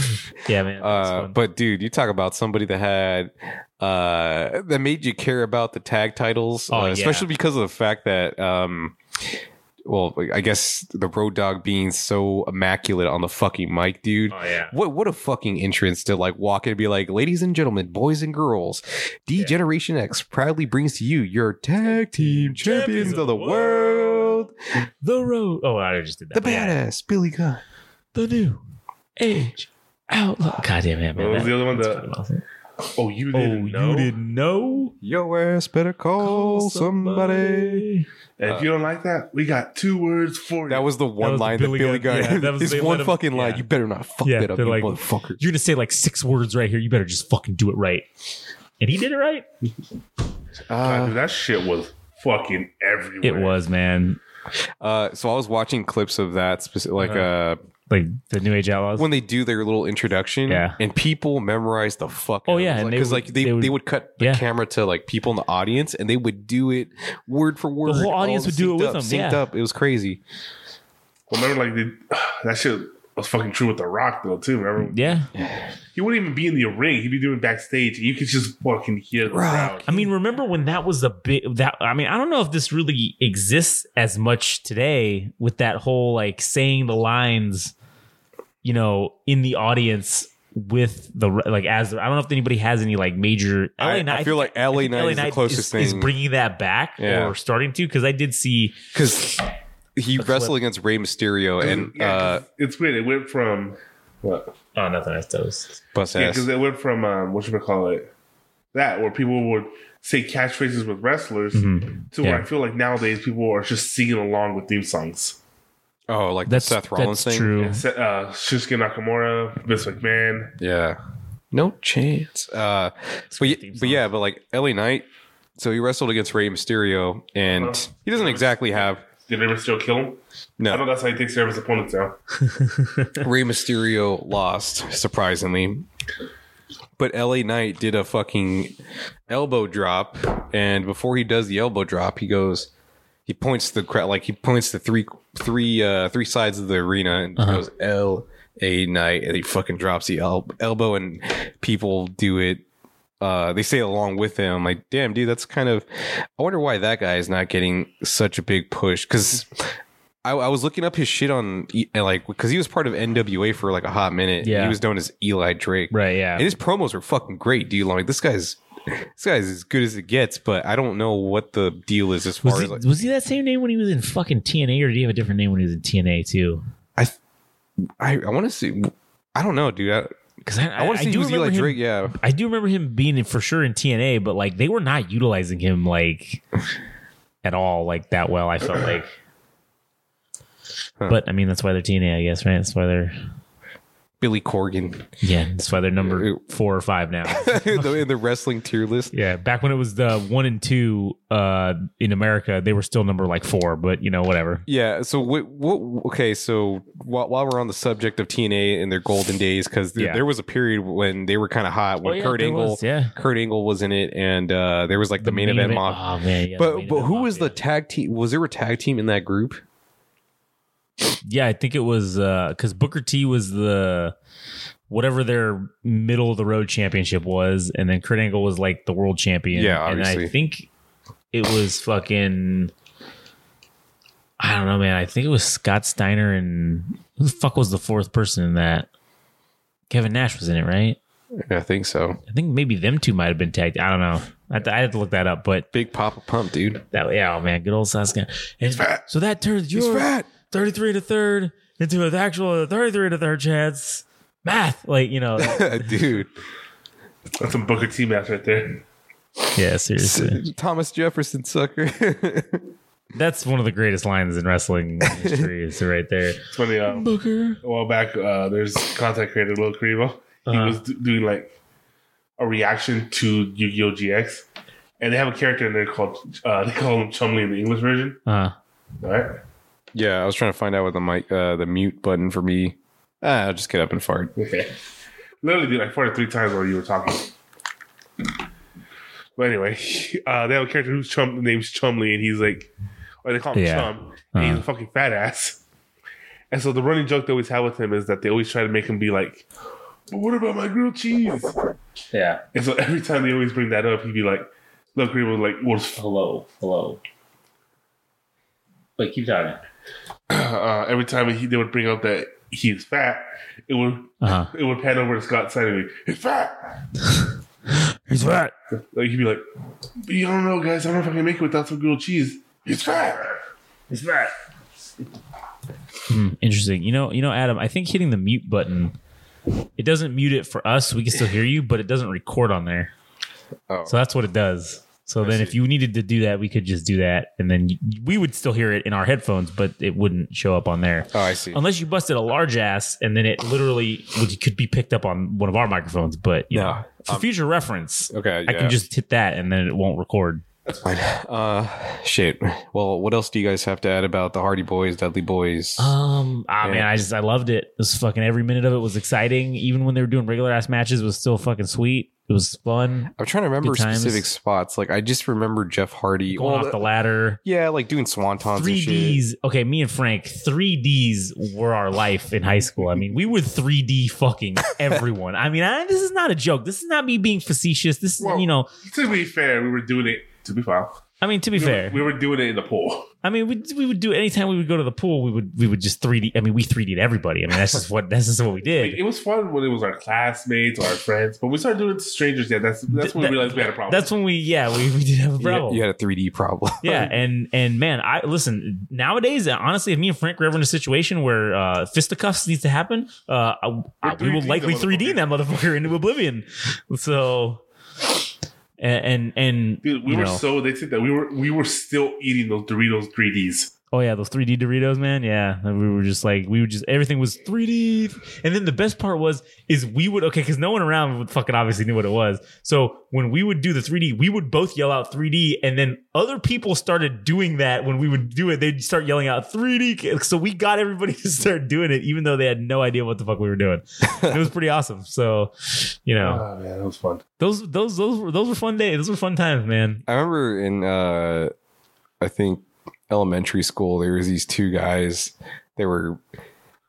[SPEAKER 4] yeah man. that was
[SPEAKER 5] Uh,
[SPEAKER 4] fun.
[SPEAKER 5] but dude, you talk about somebody that had uh, that made you care about the tag titles,
[SPEAKER 4] Oh,
[SPEAKER 5] uh,
[SPEAKER 4] yeah.
[SPEAKER 5] especially because of the fact that, um, well, I guess the Road Dog being so immaculate on the fucking mic, dude.
[SPEAKER 6] Oh, yeah.
[SPEAKER 5] What what a fucking entrance to like walk in and be like, ladies and gentlemen, boys and girls, D Generation X proudly brings to you your tag team champions of the world,
[SPEAKER 4] The road. Oh, I just did that.
[SPEAKER 5] the
[SPEAKER 4] But yeah,
[SPEAKER 5] badass Billy Gunn.
[SPEAKER 4] The new age outlaw. God damn it, man.
[SPEAKER 6] What was
[SPEAKER 4] that-
[SPEAKER 6] the other one?
[SPEAKER 4] that's
[SPEAKER 6] The-
[SPEAKER 4] fucking awesome.
[SPEAKER 6] Oh, you
[SPEAKER 4] Oh,
[SPEAKER 6] didn't know?
[SPEAKER 4] you didn't know?
[SPEAKER 5] Your ass better call, somebody.
[SPEAKER 6] And if you don't like that, we got two words for you.
[SPEAKER 5] That was the one
[SPEAKER 4] was the
[SPEAKER 5] line
[SPEAKER 4] Billy
[SPEAKER 5] that Billy
[SPEAKER 4] Gunn-
[SPEAKER 5] Gunn.
[SPEAKER 4] yeah, that was
[SPEAKER 5] this
[SPEAKER 4] the-
[SPEAKER 5] one
[SPEAKER 4] let him-
[SPEAKER 5] fucking line.
[SPEAKER 4] yeah.
[SPEAKER 5] You better not fuck
[SPEAKER 4] Yeah,
[SPEAKER 5] that up,
[SPEAKER 4] they're
[SPEAKER 5] you
[SPEAKER 4] like-
[SPEAKER 5] motherfucker.
[SPEAKER 4] You're gonna say like six words right here. You better just fucking do it right. And he did it right.
[SPEAKER 6] God, dude, that shit was fucking everywhere.
[SPEAKER 4] Uh, It was, man.
[SPEAKER 5] Uh, so I was watching clips of that, speci- like
[SPEAKER 4] Uh-huh.
[SPEAKER 5] uh,
[SPEAKER 4] Like the New Age Outlaws.
[SPEAKER 5] when they do their little introduction,
[SPEAKER 4] Yeah, and
[SPEAKER 5] and people memorize the fuck.
[SPEAKER 4] Oh, yeah, and they
[SPEAKER 5] because
[SPEAKER 4] would-
[SPEAKER 5] like they,
[SPEAKER 4] they
[SPEAKER 5] they,
[SPEAKER 4] would-
[SPEAKER 5] would, cut the
[SPEAKER 4] yeah.
[SPEAKER 5] camera to like people in the audience, and they would do it word for word.
[SPEAKER 4] whole
[SPEAKER 5] all
[SPEAKER 4] audience would do it
[SPEAKER 5] synced
[SPEAKER 4] with
[SPEAKER 5] up,
[SPEAKER 4] them,
[SPEAKER 5] Synced
[SPEAKER 4] yeah.
[SPEAKER 5] up. It was crazy.
[SPEAKER 6] Remember, like, the, that shit was fucking true with The Rock, though, too. Remember?
[SPEAKER 4] yeah.
[SPEAKER 6] He wouldn't even be in the ring. He'd be doing backstage. And you could just fucking hear the crowd.
[SPEAKER 4] I mean, remember when that was a bit that I mean, I don't know if this really exists as much today with that whole like saying the lines, you know, in the audience with the like as I don't know if anybody has any like major.
[SPEAKER 5] I,
[SPEAKER 4] LA Knight-
[SPEAKER 5] I feel like LA
[SPEAKER 4] think
[SPEAKER 5] Knight is the closest
[SPEAKER 4] is,
[SPEAKER 5] thing
[SPEAKER 4] is bringing that back
[SPEAKER 5] Yeah.
[SPEAKER 4] or starting to because I did see
[SPEAKER 5] because he wrestled against Rey Mysterio and
[SPEAKER 6] Yeah,
[SPEAKER 5] uh,
[SPEAKER 6] 'cause it's weird. It went from what?
[SPEAKER 4] oh nothing I suppose
[SPEAKER 5] bus
[SPEAKER 6] Yeah,
[SPEAKER 5] ass.
[SPEAKER 6] because it went from um, what should we call it? That where people would say catchphrases with wrestlers to where
[SPEAKER 4] Mm-hmm. Yeah.
[SPEAKER 6] I feel like nowadays people are just singing along with theme songs.
[SPEAKER 5] oh, like
[SPEAKER 4] that's
[SPEAKER 5] the Seth Rollins
[SPEAKER 4] that's
[SPEAKER 5] thing.
[SPEAKER 4] true.
[SPEAKER 6] Se- Uh, Shinsuke Nakamura, Vince McMahon.
[SPEAKER 5] Yeah. No chance. Uh, but, y-
[SPEAKER 4] theme
[SPEAKER 5] but yeah, but like LA Knight, so he wrestled against Rey Mysterio, and
[SPEAKER 6] Uh-huh.
[SPEAKER 5] he doesn't exactly have.
[SPEAKER 6] Did ever still kill him? I know
[SPEAKER 5] No,
[SPEAKER 6] that's how he takes care of his opponents now.
[SPEAKER 5] Rey Mysterio lost, surprisingly. But LA Knight did a fucking elbow drop, and before he does the elbow drop, he goes, he points the crowd, like he points the three, three, uh, three sides of the arena, and goes L A Knight, and he fucking drops the el- elbow, and people do it. Uh, they say it along with him. I'm like, damn, dude, that's kind of. I wonder why that guy is not getting such a big push because. I, I was looking up his shit on E- and, like because he was part of NWA for like a hot minute.
[SPEAKER 4] Yeah.
[SPEAKER 5] he was known as Eli Drake.
[SPEAKER 4] Right, yeah.
[SPEAKER 5] And his promos were fucking great, dude. Like this guy's this guy's as good as it gets, but I don't know what the deal is as far
[SPEAKER 4] Was he,
[SPEAKER 5] as like
[SPEAKER 4] was he that same name when he was in fucking TNA, or did he have a different name when he was in TNA too?
[SPEAKER 5] I, I want to see. I don't know, dude. I,
[SPEAKER 4] Because I,
[SPEAKER 5] I want to see
[SPEAKER 4] do
[SPEAKER 5] who's Eli
[SPEAKER 4] remember him
[SPEAKER 5] Drake. Yeah,
[SPEAKER 4] I do remember him being in, for sure in TNA, but like they were not utilizing him like at all like that well. I felt like,
[SPEAKER 5] Huh.
[SPEAKER 4] but I mean that's why they're TNA, I guess, right? That's why they're
[SPEAKER 5] Billy Corgan
[SPEAKER 4] Yeah, that's why they're number four or five now.
[SPEAKER 5] in the, in the wrestling tier list.
[SPEAKER 4] yeah, back when it was the one and two uh, in America, they were still number like four, but you know, whatever.
[SPEAKER 5] Yeah. So what? What? Okay. So while, while we're on the subject of TNA and their golden days, because
[SPEAKER 4] Yeah.
[SPEAKER 5] there was a period when they were kind of hot when
[SPEAKER 4] Oh, yeah,
[SPEAKER 5] Kurt
[SPEAKER 4] there
[SPEAKER 5] Angle,
[SPEAKER 4] was, yeah.
[SPEAKER 5] Kurt Angle was in it, and uh, there was like the, main, event, mob.
[SPEAKER 4] Oh, man, yeah, the
[SPEAKER 5] but
[SPEAKER 4] main
[SPEAKER 5] but
[SPEAKER 4] event
[SPEAKER 5] who
[SPEAKER 4] mob,
[SPEAKER 5] was the
[SPEAKER 4] yeah.
[SPEAKER 5] tag team? Was there a tag team in that group?
[SPEAKER 4] Yeah, I think it was because Booker T was the whatever their middle of the road championship was, and then Kurt Angle was like the world champion.
[SPEAKER 5] Yeah,
[SPEAKER 4] and
[SPEAKER 5] obviously.
[SPEAKER 4] I think it was fucking. I don't know, man. I think it was Scott Steiner and who the fuck was the fourth person in that? Kevin Nash was in it, right?
[SPEAKER 5] I think so.
[SPEAKER 4] I think maybe them two might have been tagged. I don't know. I had to, I had to look that up, but
[SPEAKER 5] Big Papa Pump, dude.
[SPEAKER 4] that yeah, oh man, good old Sasuke. And
[SPEAKER 6] fat.
[SPEAKER 4] So that turns your 33 to third into an actual 33 to third chance. Math, like you know,
[SPEAKER 5] dude.
[SPEAKER 6] That's some Booker T match right there.
[SPEAKER 4] yeah, seriously,
[SPEAKER 5] Thomas Jefferson sucker.
[SPEAKER 4] that's one of the greatest lines in wrestling history, is right there.
[SPEAKER 6] It's funny. Um,
[SPEAKER 4] Booker,
[SPEAKER 6] a while back, uh, there's content creator Will Carino. He
[SPEAKER 4] Uh-huh.
[SPEAKER 6] was d- doing like a reaction to Yu-Gi-Oh GX, and they have a character in there called uh, they call him Chumley in the English version.
[SPEAKER 4] uh,
[SPEAKER 6] All right,
[SPEAKER 5] yeah, I was trying to find out what the mic, uh, the mute button for me. Ah, I'll just get up and fart.
[SPEAKER 6] okay. Literally, did like four to three times while you were talking. But anyway, uh, they have a character who's Chum, name's Chumley, and he's like, or they call him
[SPEAKER 4] Yeah.
[SPEAKER 6] Chum. And he's a
[SPEAKER 4] Uh-huh.
[SPEAKER 6] fucking fat ass. And so the running joke they always have with him is that they always try to make him be like, "But what about my grilled cheese?"
[SPEAKER 7] Yeah.
[SPEAKER 6] And so every time they always bring that up, he'd be like, "Look, Green was like, was
[SPEAKER 7] Hello. Hello. Wait, keep talking.
[SPEAKER 6] uh, every time he, they would bring up that he's fat, it would
[SPEAKER 4] uh,
[SPEAKER 6] it would pan over to Scott Steiner and be, "He's fat."
[SPEAKER 4] he's right.
[SPEAKER 6] Like he'd be like, "But "You don't know, guys. I don't know if I can make it without some grilled cheese. He's fat. He's fat."
[SPEAKER 4] Interesting. You know, you know, Adam. I think hitting the mute button, it doesn't mute it for us. We can still hear you, but it doesn't record on there.
[SPEAKER 5] Oh.
[SPEAKER 4] So that's what it does. So then, if you needed to do that, we could just do that, and then y- we would still hear it in our headphones, but it wouldn't show up on there.
[SPEAKER 5] Oh, I see.
[SPEAKER 4] Unless you busted a large ass, and then it literally would, could be picked up on one of our microphones. But you
[SPEAKER 5] No.
[SPEAKER 4] know, for future reference,
[SPEAKER 5] Okay,
[SPEAKER 4] I
[SPEAKER 5] yeah.
[SPEAKER 4] can just hit that, and then it won't record.
[SPEAKER 5] Uh, shit. Well, what else do you guys have to add about the Hardy Boys, Dudley Boys?
[SPEAKER 4] Um, ah
[SPEAKER 5] Yeah.
[SPEAKER 4] man, I just I loved it. It was fucking every minute of it was exciting. Even when they were doing regular ass matches, it was still fucking sweet. It was fun
[SPEAKER 5] I'm trying to remember
[SPEAKER 4] good times.
[SPEAKER 5] specific spots. Like, I just remember Jeff Hardy.
[SPEAKER 4] going
[SPEAKER 5] Well,
[SPEAKER 4] off the ladder.
[SPEAKER 5] yeah, like doing swantons and
[SPEAKER 4] Three
[SPEAKER 5] shit.
[SPEAKER 4] Ds. Okay, me and Frank, three Ds were our life in high school. I mean, we were three D fucking everyone. I mean, I, this is not a joke. This is not me being facetious. This is
[SPEAKER 6] Well,
[SPEAKER 4] you know.
[SPEAKER 6] To be fair, we were doing it. To be fair,
[SPEAKER 4] I mean, to be
[SPEAKER 6] we
[SPEAKER 4] fair,
[SPEAKER 6] were, we were doing it in the pool.
[SPEAKER 4] I mean, we, we would do anytime we would go to the pool, we would we would just 3D. I mean, we 3D'd everybody. I mean, that's just what that's just what we
[SPEAKER 6] Like,
[SPEAKER 4] did.
[SPEAKER 6] it was fun when it was our classmates or our friends, but we started doing it to strangers. Yeah, that's that's when
[SPEAKER 4] That-
[SPEAKER 6] we realized we had a problem.
[SPEAKER 4] That's when we yeah we, we did
[SPEAKER 5] You
[SPEAKER 4] have a
[SPEAKER 5] had-
[SPEAKER 4] problem.
[SPEAKER 5] You had a 3D problem.
[SPEAKER 4] yeah, and and man, I listen nowadays. Honestly, if me and Frank were ever in a situation where uh, fisticuffs needs to happen, uh, I, I- we will
[SPEAKER 6] 3D
[SPEAKER 4] likely
[SPEAKER 6] that
[SPEAKER 4] 3D that motherfucker into oblivion. So, and and, and
[SPEAKER 6] Dude, we
[SPEAKER 4] you
[SPEAKER 6] were
[SPEAKER 4] know,
[SPEAKER 6] so they said that we were we were still eating those Doritos 3ds.
[SPEAKER 4] Oh yeah, those 3D Doritos, man. Yeah, we were just like we would just everything was 3D. And then the best part was is we would okay because no one around would fucking obviously knew what it was. So when we would do the 3D, we would both yell out 3D, and then other people started doing that when we would do it. They'd start yelling out 3D. So we got everybody to start doing it, even though they had no idea what the fuck we were doing. it was pretty awesome. So you know
[SPEAKER 6] Oh man, that was fun.
[SPEAKER 4] those those those were those were fun days. Those were fun times, man.
[SPEAKER 5] I remember in uh I think elementary school there was these two guys they were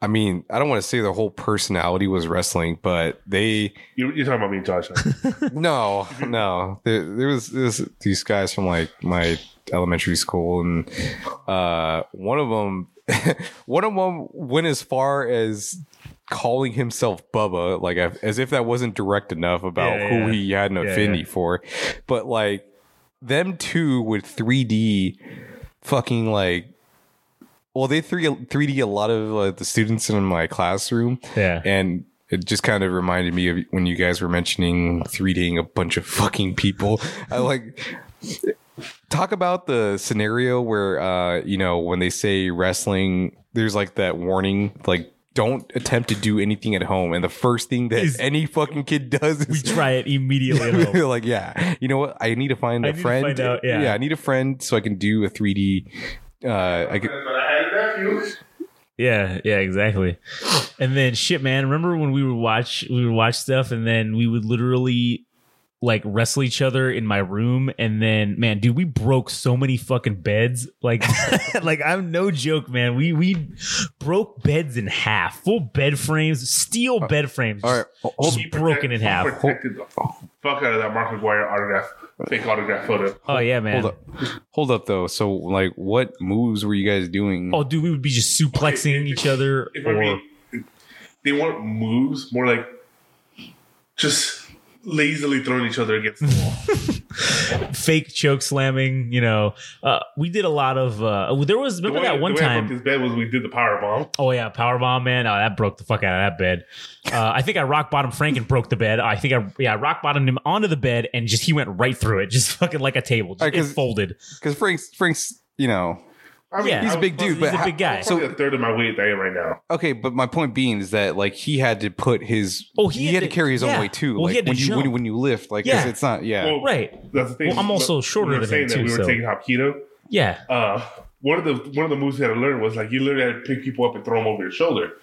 [SPEAKER 5] I mean, I don't want to say their whole personality was wrestling, but they
[SPEAKER 6] You're, you're talking about me and Josh. huh?
[SPEAKER 5] no, no. There, there was this, these guys from like my elementary school, and uh, one of them, one of them went as far as calling himself Bubba, like as if that wasn't direct enough about
[SPEAKER 4] Yeah,
[SPEAKER 5] who
[SPEAKER 4] yeah.
[SPEAKER 5] he had an affinity for. But like them two with 3D, fucking like. Well, they three 3D a lot of uh, the students in my classroom,
[SPEAKER 4] Yeah.
[SPEAKER 5] and it just kind of reminded me of when you guys were mentioning 3Ding a bunch of fucking people. I like talk about the scenario where uh you know when they say wrestling there's like that warning like don't attempt to do anything at home. And the first thing that
[SPEAKER 4] Is-
[SPEAKER 5] any fucking kid does
[SPEAKER 4] We
[SPEAKER 5] is
[SPEAKER 4] try it immediately at home.
[SPEAKER 5] They're like, yeah, you know what? I need to find
[SPEAKER 4] I
[SPEAKER 5] a
[SPEAKER 4] need to
[SPEAKER 5] friend.
[SPEAKER 4] find out, yeah.
[SPEAKER 5] I need a friend so I can do a 3D. Uh, I could,
[SPEAKER 6] But I had a nephew.
[SPEAKER 4] Yeah, yeah, exactly. And then shit, man. Remember when we would watch we would watch stuff and then we would literally like wrestle each other in my room and then man, dude, we broke so many fucking beds. Like like I'm no joke, man. We we broke beds in half. Full bed frames,
[SPEAKER 6] Uh,
[SPEAKER 4] steel bed frames.
[SPEAKER 5] all right, hold-
[SPEAKER 4] just
[SPEAKER 5] hold,
[SPEAKER 4] broken in half.
[SPEAKER 6] Protected the fuck out of that Mark McGuire autograph, fake autograph photo.
[SPEAKER 4] Oh yeah, man.
[SPEAKER 5] hold up, hold up though. So, like, what moves were you guys doing?
[SPEAKER 4] Oh dude, we would be just suplexing each other
[SPEAKER 6] If I
[SPEAKER 4] or
[SPEAKER 6] mean, they weren't moves, more like just lazily throwing each other against the wall.
[SPEAKER 4] fake choke slamming, you know. Uh we did a lot of uh there was remember
[SPEAKER 6] The way-
[SPEAKER 4] that one
[SPEAKER 6] the way I
[SPEAKER 4] time
[SPEAKER 6] broke his bed was we did the power bomb.
[SPEAKER 4] Oh yeah, Powerbomb man. Oh, that broke the fuck out of that bed. Uh, I think I rock bottom Frank and broke the bed. I think I yeah I rock bottomed him onto the bed and just he went right through it, just fucking like a table, just
[SPEAKER 5] Alright,
[SPEAKER 4] it
[SPEAKER 5] 'cause-
[SPEAKER 4] folded.
[SPEAKER 5] Because Frank's, Frank's, you know,
[SPEAKER 6] I mean,
[SPEAKER 4] Yeah.
[SPEAKER 5] he's a big dude,
[SPEAKER 4] He's
[SPEAKER 5] but
[SPEAKER 4] a
[SPEAKER 5] how-
[SPEAKER 4] big guy.
[SPEAKER 6] So a third of my weight that I am right now.
[SPEAKER 5] okay. But my point being is that like he had to put his,
[SPEAKER 4] Oh, he had
[SPEAKER 5] had,
[SPEAKER 4] to-
[SPEAKER 5] to, carry his
[SPEAKER 4] yeah.
[SPEAKER 5] own weight too.
[SPEAKER 4] Well,
[SPEAKER 5] like
[SPEAKER 4] he had to
[SPEAKER 5] when you when,
[SPEAKER 4] jump.
[SPEAKER 5] you- when you lift, like 'cause
[SPEAKER 4] Yeah.
[SPEAKER 5] it's not, yeah.
[SPEAKER 6] Well,
[SPEAKER 4] Right.
[SPEAKER 6] That's the thing.
[SPEAKER 4] Well, I'm also
[SPEAKER 6] Look,
[SPEAKER 4] shorter
[SPEAKER 6] we were
[SPEAKER 4] than
[SPEAKER 6] saying
[SPEAKER 4] him,
[SPEAKER 6] that
[SPEAKER 4] too,
[SPEAKER 6] we were
[SPEAKER 4] so-
[SPEAKER 6] taking Hapkido.
[SPEAKER 4] Yeah.
[SPEAKER 6] Uh, one of the one of the moves we had to learn was like you literally had to pick people up and throw them over your shoulder.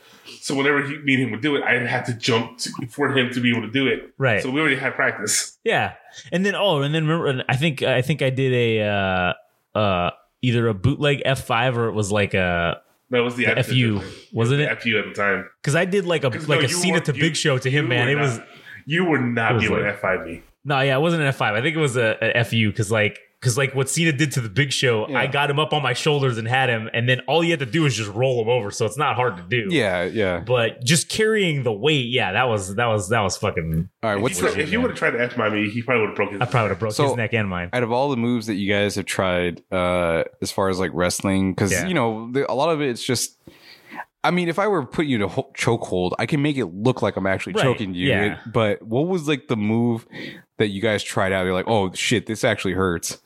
[SPEAKER 6] So whenever he, me and him would do it, I had to jump to, for him to be able to do it.
[SPEAKER 4] Right.
[SPEAKER 6] So we already had practice.
[SPEAKER 4] Yeah. And then oh, and then remember and I think I think I did a uh uh either a bootleg F five or it was like a
[SPEAKER 6] That was the,
[SPEAKER 4] the FU, wasn't it?
[SPEAKER 6] FU at the time.
[SPEAKER 4] Because I did like a
[SPEAKER 6] 'Cause,
[SPEAKER 4] like
[SPEAKER 6] no,
[SPEAKER 4] a
[SPEAKER 6] you
[SPEAKER 4] Cena
[SPEAKER 6] weren't-
[SPEAKER 4] to
[SPEAKER 6] you-
[SPEAKER 4] Big Show to him,
[SPEAKER 6] you
[SPEAKER 4] man.
[SPEAKER 6] were
[SPEAKER 4] It was
[SPEAKER 6] not- you were
[SPEAKER 4] It
[SPEAKER 6] not
[SPEAKER 4] was
[SPEAKER 6] being able
[SPEAKER 4] like-
[SPEAKER 6] to F5 me.
[SPEAKER 4] No, yeah, it wasn't an F five. I think it was a, a FU because like because like what Cena did to the Big Show,
[SPEAKER 5] Yeah.
[SPEAKER 4] I got him up on my shoulders and had him, and then all you had to do is just roll him over. So it's not hard to do.
[SPEAKER 5] Yeah, yeah.
[SPEAKER 4] But just carrying the weight, yeah, that was that was that was fucking.
[SPEAKER 5] All right.
[SPEAKER 6] If,
[SPEAKER 5] What's
[SPEAKER 6] you, try- if you would have tried to F5 me, he probably would have broken
[SPEAKER 4] I
[SPEAKER 6] his.
[SPEAKER 4] probably would have broke
[SPEAKER 5] So-
[SPEAKER 4] his neck and mine.
[SPEAKER 5] out of all the moves that you guys have tried uh as far as like wrestling because
[SPEAKER 4] Yeah.
[SPEAKER 5] you know the, a lot of it's just i mean if i were to put you in a ho- chokehold i can make it look like i'm actually
[SPEAKER 4] Right,
[SPEAKER 5] choking you
[SPEAKER 4] yeah.
[SPEAKER 5] It- but what was like the move that you guys tried out you're like oh shit this actually hurts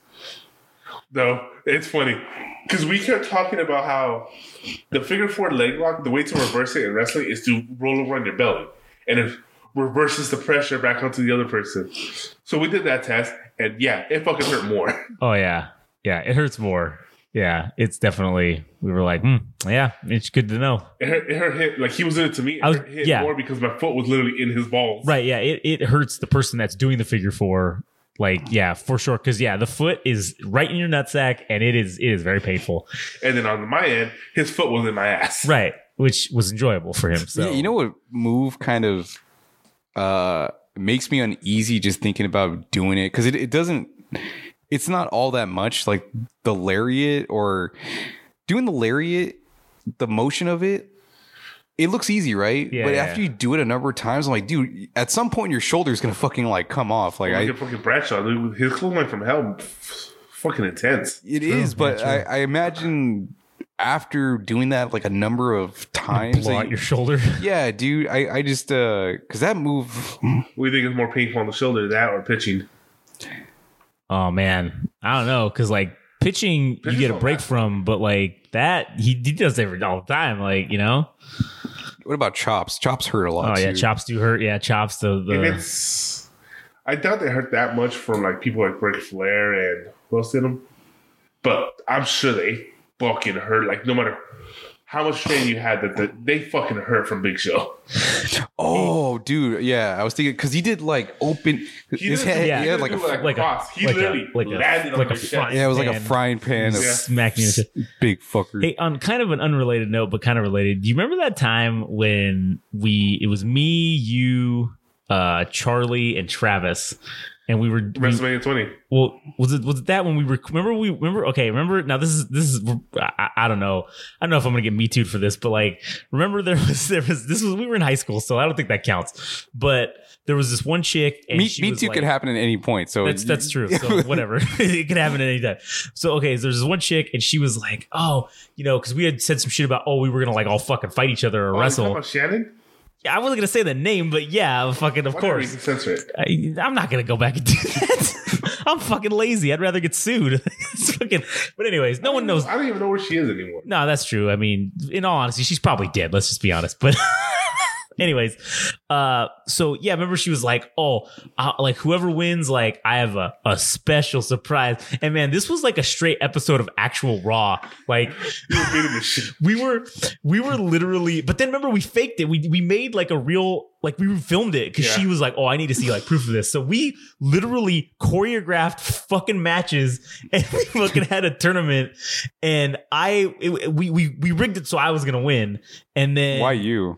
[SPEAKER 6] No, it's funny because we kept talking about how the figure four leg lock, the way to reverse it in wrestling is to roll over on your belly, and it reverses the pressure back onto the other person. So we did that test, and yeah, it fucking hurt more.
[SPEAKER 4] Oh yeah, yeah, it hurts more. Yeah, it's definitely. We were like, hmm, yeah, it's good to know.
[SPEAKER 6] It hurt, it hurt hit like he was in it to me. It
[SPEAKER 4] I was-
[SPEAKER 6] hurt hit
[SPEAKER 4] yeah.
[SPEAKER 6] more because my foot was literally in his balls.
[SPEAKER 4] Right. Yeah. It, it hurts the person that's doing the figure four. Like, yeah, for sure. Cause yeah, the foot is right in your nutsack and it is, it is very painful.
[SPEAKER 6] And then on my end, his foot was in my ass.
[SPEAKER 4] Right. Which was enjoyable for him. So,
[SPEAKER 5] yeah, you know what move kind of uh makes me uneasy just thinking about doing it because it, it doesn't it's not all that much like the lariat or doing the lariat the motion of it it looks easy right
[SPEAKER 4] Yeah,
[SPEAKER 5] but
[SPEAKER 4] yeah.
[SPEAKER 5] after you do it a number of times i'm like dude at some point your shoulder's gonna fucking like come off like
[SPEAKER 6] Like
[SPEAKER 5] i
[SPEAKER 6] a fucking Bradshaw, dude, with his clothesline from hell, f- fucking intense.
[SPEAKER 5] it is, but I, I imagine after doing that like a number of times
[SPEAKER 4] blow
[SPEAKER 5] like-
[SPEAKER 4] out your shoulder.
[SPEAKER 5] yeah dude i i just uh because that move
[SPEAKER 6] What do you think is more painful on the shoulder, that or pitching?
[SPEAKER 4] oh man. I don't know. Cause like pitching, you
[SPEAKER 6] Pitching's
[SPEAKER 4] get a
[SPEAKER 6] all
[SPEAKER 4] break
[SPEAKER 6] right.
[SPEAKER 4] from, but like that, he, he does every all the time. Like, you know,
[SPEAKER 5] What about chops? Chops hurt a
[SPEAKER 4] oh
[SPEAKER 5] lot.
[SPEAKER 4] yeah.
[SPEAKER 5] too.
[SPEAKER 4] Chops do hurt. Yeah. Chops. The,
[SPEAKER 6] if
[SPEAKER 4] the
[SPEAKER 6] it's I doubt they hurt that much from like people like Ric Flair and who else did them, but I'm sure they fucking hurt. Like no matter how much training you had, that that they fucking hurt from Big Show.
[SPEAKER 5] Oh, dude. Yeah, I was thinking because he did like open
[SPEAKER 6] He
[SPEAKER 5] his
[SPEAKER 6] didn't
[SPEAKER 5] head.
[SPEAKER 6] do-
[SPEAKER 5] Yeah,
[SPEAKER 4] he
[SPEAKER 5] he had
[SPEAKER 6] didn't
[SPEAKER 5] like a.
[SPEAKER 6] do, like,
[SPEAKER 4] like a-
[SPEAKER 6] cross. he
[SPEAKER 4] like a-
[SPEAKER 6] literally
[SPEAKER 4] like a-
[SPEAKER 6] landed
[SPEAKER 4] like
[SPEAKER 6] on
[SPEAKER 4] a
[SPEAKER 6] a
[SPEAKER 4] front.
[SPEAKER 6] shot.
[SPEAKER 5] yeah, it was like a
[SPEAKER 4] pan.
[SPEAKER 5] frying pan. Of
[SPEAKER 6] Yeah.
[SPEAKER 4] smack me in the face.
[SPEAKER 5] Big fucker.
[SPEAKER 4] Hey, on kind of an unrelated note, but kind of related. Do you remember that time when we it was me, you, uh, Charlie, and Travis, and we were we,
[SPEAKER 6] WrestleMania 20.
[SPEAKER 4] well was it was it that when we were remember we remember okay remember now this is this is I, I- I don't know I don't know if I'm gonna get me too for this but like remember there was there was this was we were in high school so I don't think that counts but there was this one chick and
[SPEAKER 5] Me,
[SPEAKER 4] she
[SPEAKER 5] me
[SPEAKER 4] was
[SPEAKER 5] too
[SPEAKER 4] like,
[SPEAKER 5] could happen at any point. So
[SPEAKER 4] that's that's true. So whatever, it can happen at any time. So okay, so there's this one chick, and she was like, "Oh, you know," because we had said some shit about, "Oh, we were gonna like all fucking fight each other
[SPEAKER 6] Oh,
[SPEAKER 4] or
[SPEAKER 6] you talking
[SPEAKER 4] wrestle."
[SPEAKER 6] about Shannon?
[SPEAKER 4] Yeah, I wasn't gonna say the name, but yeah, fucking of
[SPEAKER 6] Why did we
[SPEAKER 4] course.
[SPEAKER 6] censor it?
[SPEAKER 4] I, I'm not gonna go back and do that. I'm fucking lazy. I'd rather get sued. It's fucking- but anyways, no one knows.
[SPEAKER 6] I don't even know where she is anymore.
[SPEAKER 4] No, that's true. I mean, in all honesty, she's probably dead. Let's just be honest. But anyways, uh, so yeah, remember she was like, "Oh, uh, like whoever wins, like I have a, a special surprise." And man, this was like a straight episode of actual Raw. Like
[SPEAKER 6] You were beating the shit.
[SPEAKER 4] we were we were literally but then remember we faked it we we made like a real like we filmed it because
[SPEAKER 6] Yeah.
[SPEAKER 4] she was like oh i need to see like proof of this so we literally choreographed fucking matches and we fucking had a tournament and i it, we, we we rigged it so i was gonna win and then
[SPEAKER 5] Why you?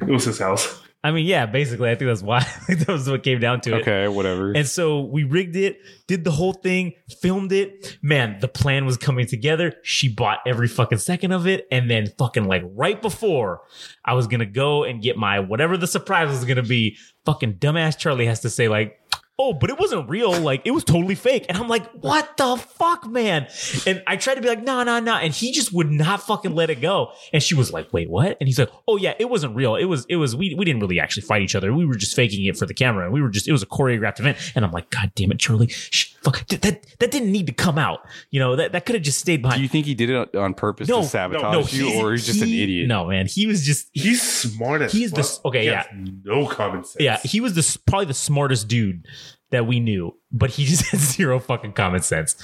[SPEAKER 6] It was his house.
[SPEAKER 4] i mean yeah basically i think that's why that was what came down to it
[SPEAKER 5] Okay, whatever.
[SPEAKER 4] and so we rigged it, did the whole thing, filmed it. Man, the plan was coming together. She bought every fucking second of it. And then fucking like right before I was going to go and get my whatever the surprise was going to be, fucking dumbass Charlie has to say like, Oh, but it wasn't real. Like it was totally fake. And I'm like, what the fuck, man? And I tried to be like, no, no, no. And he just would not fucking let it go. And she was like, wait, what? And he's like, oh yeah, it wasn't real. It was, it was, we, we didn't really actually fight each other. We were just faking it for the camera. And we were just, it was a choreographed event. And I'm like, God damn it, Charlie. Shh, fuck, that, that, that didn't need to come out. You know, that, that could have just stayed behind.
[SPEAKER 5] Do you think he did it on purpose
[SPEAKER 4] No,
[SPEAKER 5] to sabotage
[SPEAKER 4] no,
[SPEAKER 5] you,
[SPEAKER 4] he-
[SPEAKER 5] or he's just an
[SPEAKER 4] he-
[SPEAKER 5] idiot?
[SPEAKER 4] No, man. He was just,
[SPEAKER 6] He's smart as
[SPEAKER 4] He's
[SPEAKER 6] fuck.
[SPEAKER 4] the- okay,
[SPEAKER 6] He
[SPEAKER 4] yeah.
[SPEAKER 6] has No common sense.
[SPEAKER 4] Yeah, he was the s- probably the smartest dude that we knew, but he just had zero fucking common sense.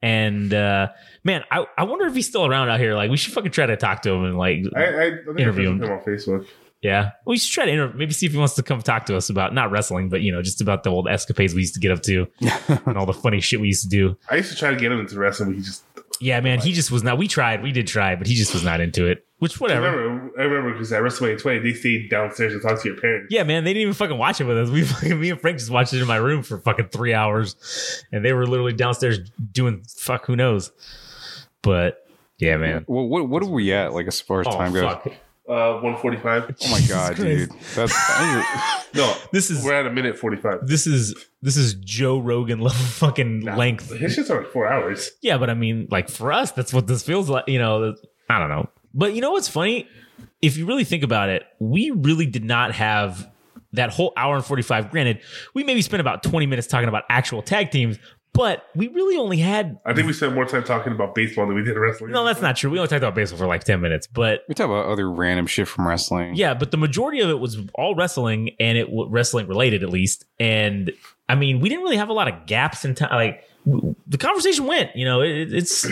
[SPEAKER 4] And uh, man, I, I wonder if he's still around out here. Like, we should fucking try to talk to him and like,
[SPEAKER 6] I, I, I think Interview
[SPEAKER 4] Interview him.
[SPEAKER 6] him on Facebook.
[SPEAKER 4] yeah, we should try to inter- maybe see if he wants to come talk to us about not wrestling, but you know, just about the old escapades we used to get up to and all the funny shit we used to do.
[SPEAKER 6] I used to try to get him into wrestling, but he just.
[SPEAKER 4] Yeah, man, he just was not. We tried, we did try, but he just was not into it. Which
[SPEAKER 6] I
[SPEAKER 4] whatever.
[SPEAKER 6] remember, I remember because at WrestleMania 20, they stayed downstairs and talked to your parents.
[SPEAKER 4] Yeah, man, they didn't even fucking watch it with us. We fucking me and Frank just watched it in my room for fucking three hours, and they were literally downstairs doing fuck who knows. But yeah, man.
[SPEAKER 5] Well, what what are we at? Like as far as
[SPEAKER 4] Oh
[SPEAKER 5] time goes.
[SPEAKER 4] fuck!
[SPEAKER 6] Uh, 145.
[SPEAKER 5] Oh my god,
[SPEAKER 4] Christ.
[SPEAKER 5] dude. That's I-
[SPEAKER 6] No,
[SPEAKER 4] This is
[SPEAKER 6] we're at a minute 45.
[SPEAKER 4] this is this is Joe Rogan level fucking
[SPEAKER 6] Nah,
[SPEAKER 4] length.
[SPEAKER 6] His shit's on like four hours.
[SPEAKER 4] Yeah, but I mean, like for us, that's what this feels like. You know, I don't know. But you know what's funny? If you really think about it, we really did not have that whole hour and 45. Granted, we maybe spent about 20 minutes talking about actual tag teams, but we really only had.
[SPEAKER 6] I think we spent more time talking about baseball than we did wrestling.
[SPEAKER 4] No, that's not true. We only talked about baseball for like 10 minutes, but
[SPEAKER 5] we talk about other random shit from wrestling.
[SPEAKER 4] Yeah, but the majority of it was all wrestling and it w- wrestling related at least. And I mean, we didn't really have a lot of gaps in time. Like w- the conversation went, you know, it, it's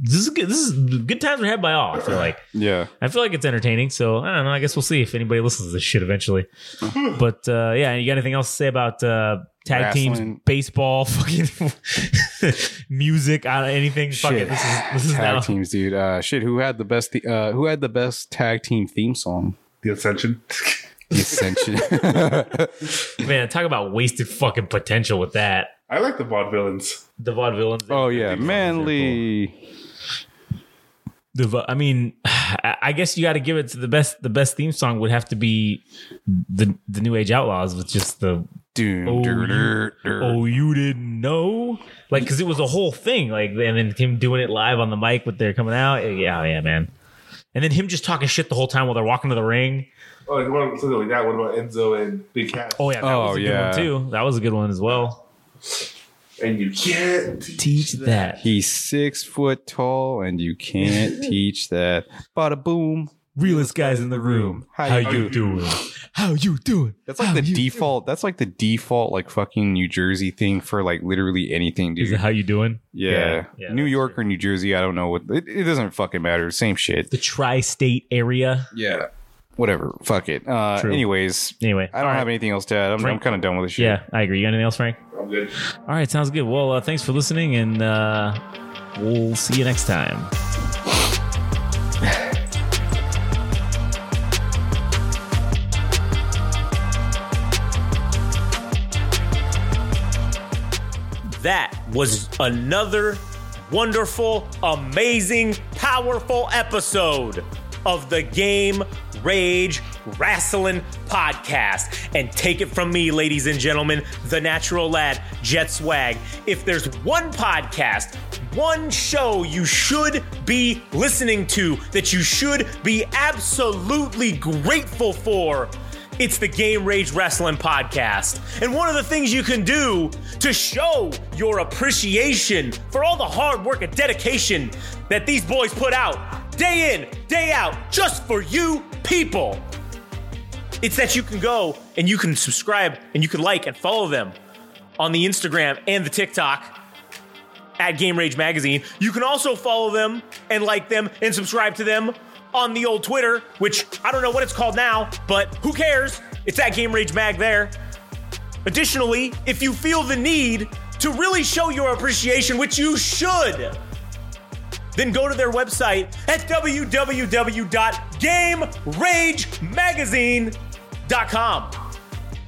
[SPEAKER 4] this is good. This is good times were had by all. I feel like
[SPEAKER 5] Yeah.
[SPEAKER 4] I feel like it's entertaining. So I don't know. I guess we'll see if anybody listens to this shit eventually. but uh, yeah, you got anything else to say about uh, tag teams,
[SPEAKER 5] Wrestling.
[SPEAKER 4] baseball, fucking music, uh, anything? Fuck it.
[SPEAKER 5] Shit.
[SPEAKER 4] This is this is
[SPEAKER 5] Tag
[SPEAKER 4] now.
[SPEAKER 5] teams, dude. Uh, shit, who had the best? The, uh, who had the best tag team theme song?
[SPEAKER 6] The Ascension.
[SPEAKER 5] The Ascension.
[SPEAKER 4] Man, talk about wasted fucking potential with that.
[SPEAKER 6] I like the vaudevillains.
[SPEAKER 4] The vaudevillains.
[SPEAKER 5] oh yeah, manly.
[SPEAKER 4] The vo- I mean, I I guess you got to give it to the best. The best theme song would have to be the the New Age Outlaws with just the
[SPEAKER 5] Doom.
[SPEAKER 4] Oh,
[SPEAKER 5] dur,
[SPEAKER 4] you-
[SPEAKER 5] dur, dur.
[SPEAKER 4] oh you didn't know like because it was a whole thing like and then him doing it live on the mic with their coming out yeah yeah man and then him just talking shit the whole time while they're walking to the ring
[SPEAKER 6] Oh, like one, something like that. What about Enzo and Big Cat?
[SPEAKER 4] oh yeah that
[SPEAKER 5] Oh,
[SPEAKER 4] was a
[SPEAKER 5] yeah.
[SPEAKER 4] good one too that was a good one as well
[SPEAKER 6] And you can't teach
[SPEAKER 4] teach that
[SPEAKER 5] He's six foot tall, and you can't teach that. Bada boom.
[SPEAKER 4] realest guys in the room how, you, doing how you doing
[SPEAKER 5] That's like
[SPEAKER 4] How
[SPEAKER 5] the
[SPEAKER 4] Oh, you-
[SPEAKER 5] default. That's like the default, like fucking New Jersey thing for like literally anything, dude.
[SPEAKER 4] is it how you doing
[SPEAKER 5] yeah.
[SPEAKER 4] Yeah, yeah,
[SPEAKER 5] New
[SPEAKER 4] that's
[SPEAKER 5] York or New Jersey, I don't know what. It, it doesn't fucking matter. Same shit.
[SPEAKER 4] the tri-state area
[SPEAKER 5] Yeah. Whatever. Fuck it. Uh,
[SPEAKER 4] True.
[SPEAKER 5] anyways,
[SPEAKER 4] anyway
[SPEAKER 5] I don't have anything else to add. I'm, I'm
[SPEAKER 4] Frank-
[SPEAKER 5] kind of done with this shit.
[SPEAKER 4] yeah i agree you got anything else frank
[SPEAKER 6] I'm good.
[SPEAKER 4] all right sounds good well uh, thanks for listening and uh, we'll see you next time
[SPEAKER 2] That was another wonderful, amazing, powerful episode of the Game Rage Wrestling Podcast. And take it from me, ladies and gentlemen, the natural lad, Jet Swag. If there's one podcast, one show you should be listening to that you should be absolutely grateful for,
[SPEAKER 4] It's the Game Rage Wrestling Podcast. And one of the things you can do to show your appreciation for all the hard work and dedication that these boys put out day in, day out, just for you people, it's that you can go and you can subscribe and you can like and follow them on the Instagram and the TikTok at Game Rage Magazine. You can also follow them and like them and subscribe to them on the old Twitter, which I don't know what it's called now, but who cares? It's at Game Rage Mag there. Additionally, if you feel the need to really show your appreciation, which you should, then go to their website at www.gameragemagazine.com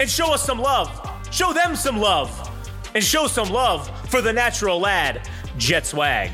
[SPEAKER 4] and show us some love. Show them some love. And show some love for the natural lad, Jet Swag.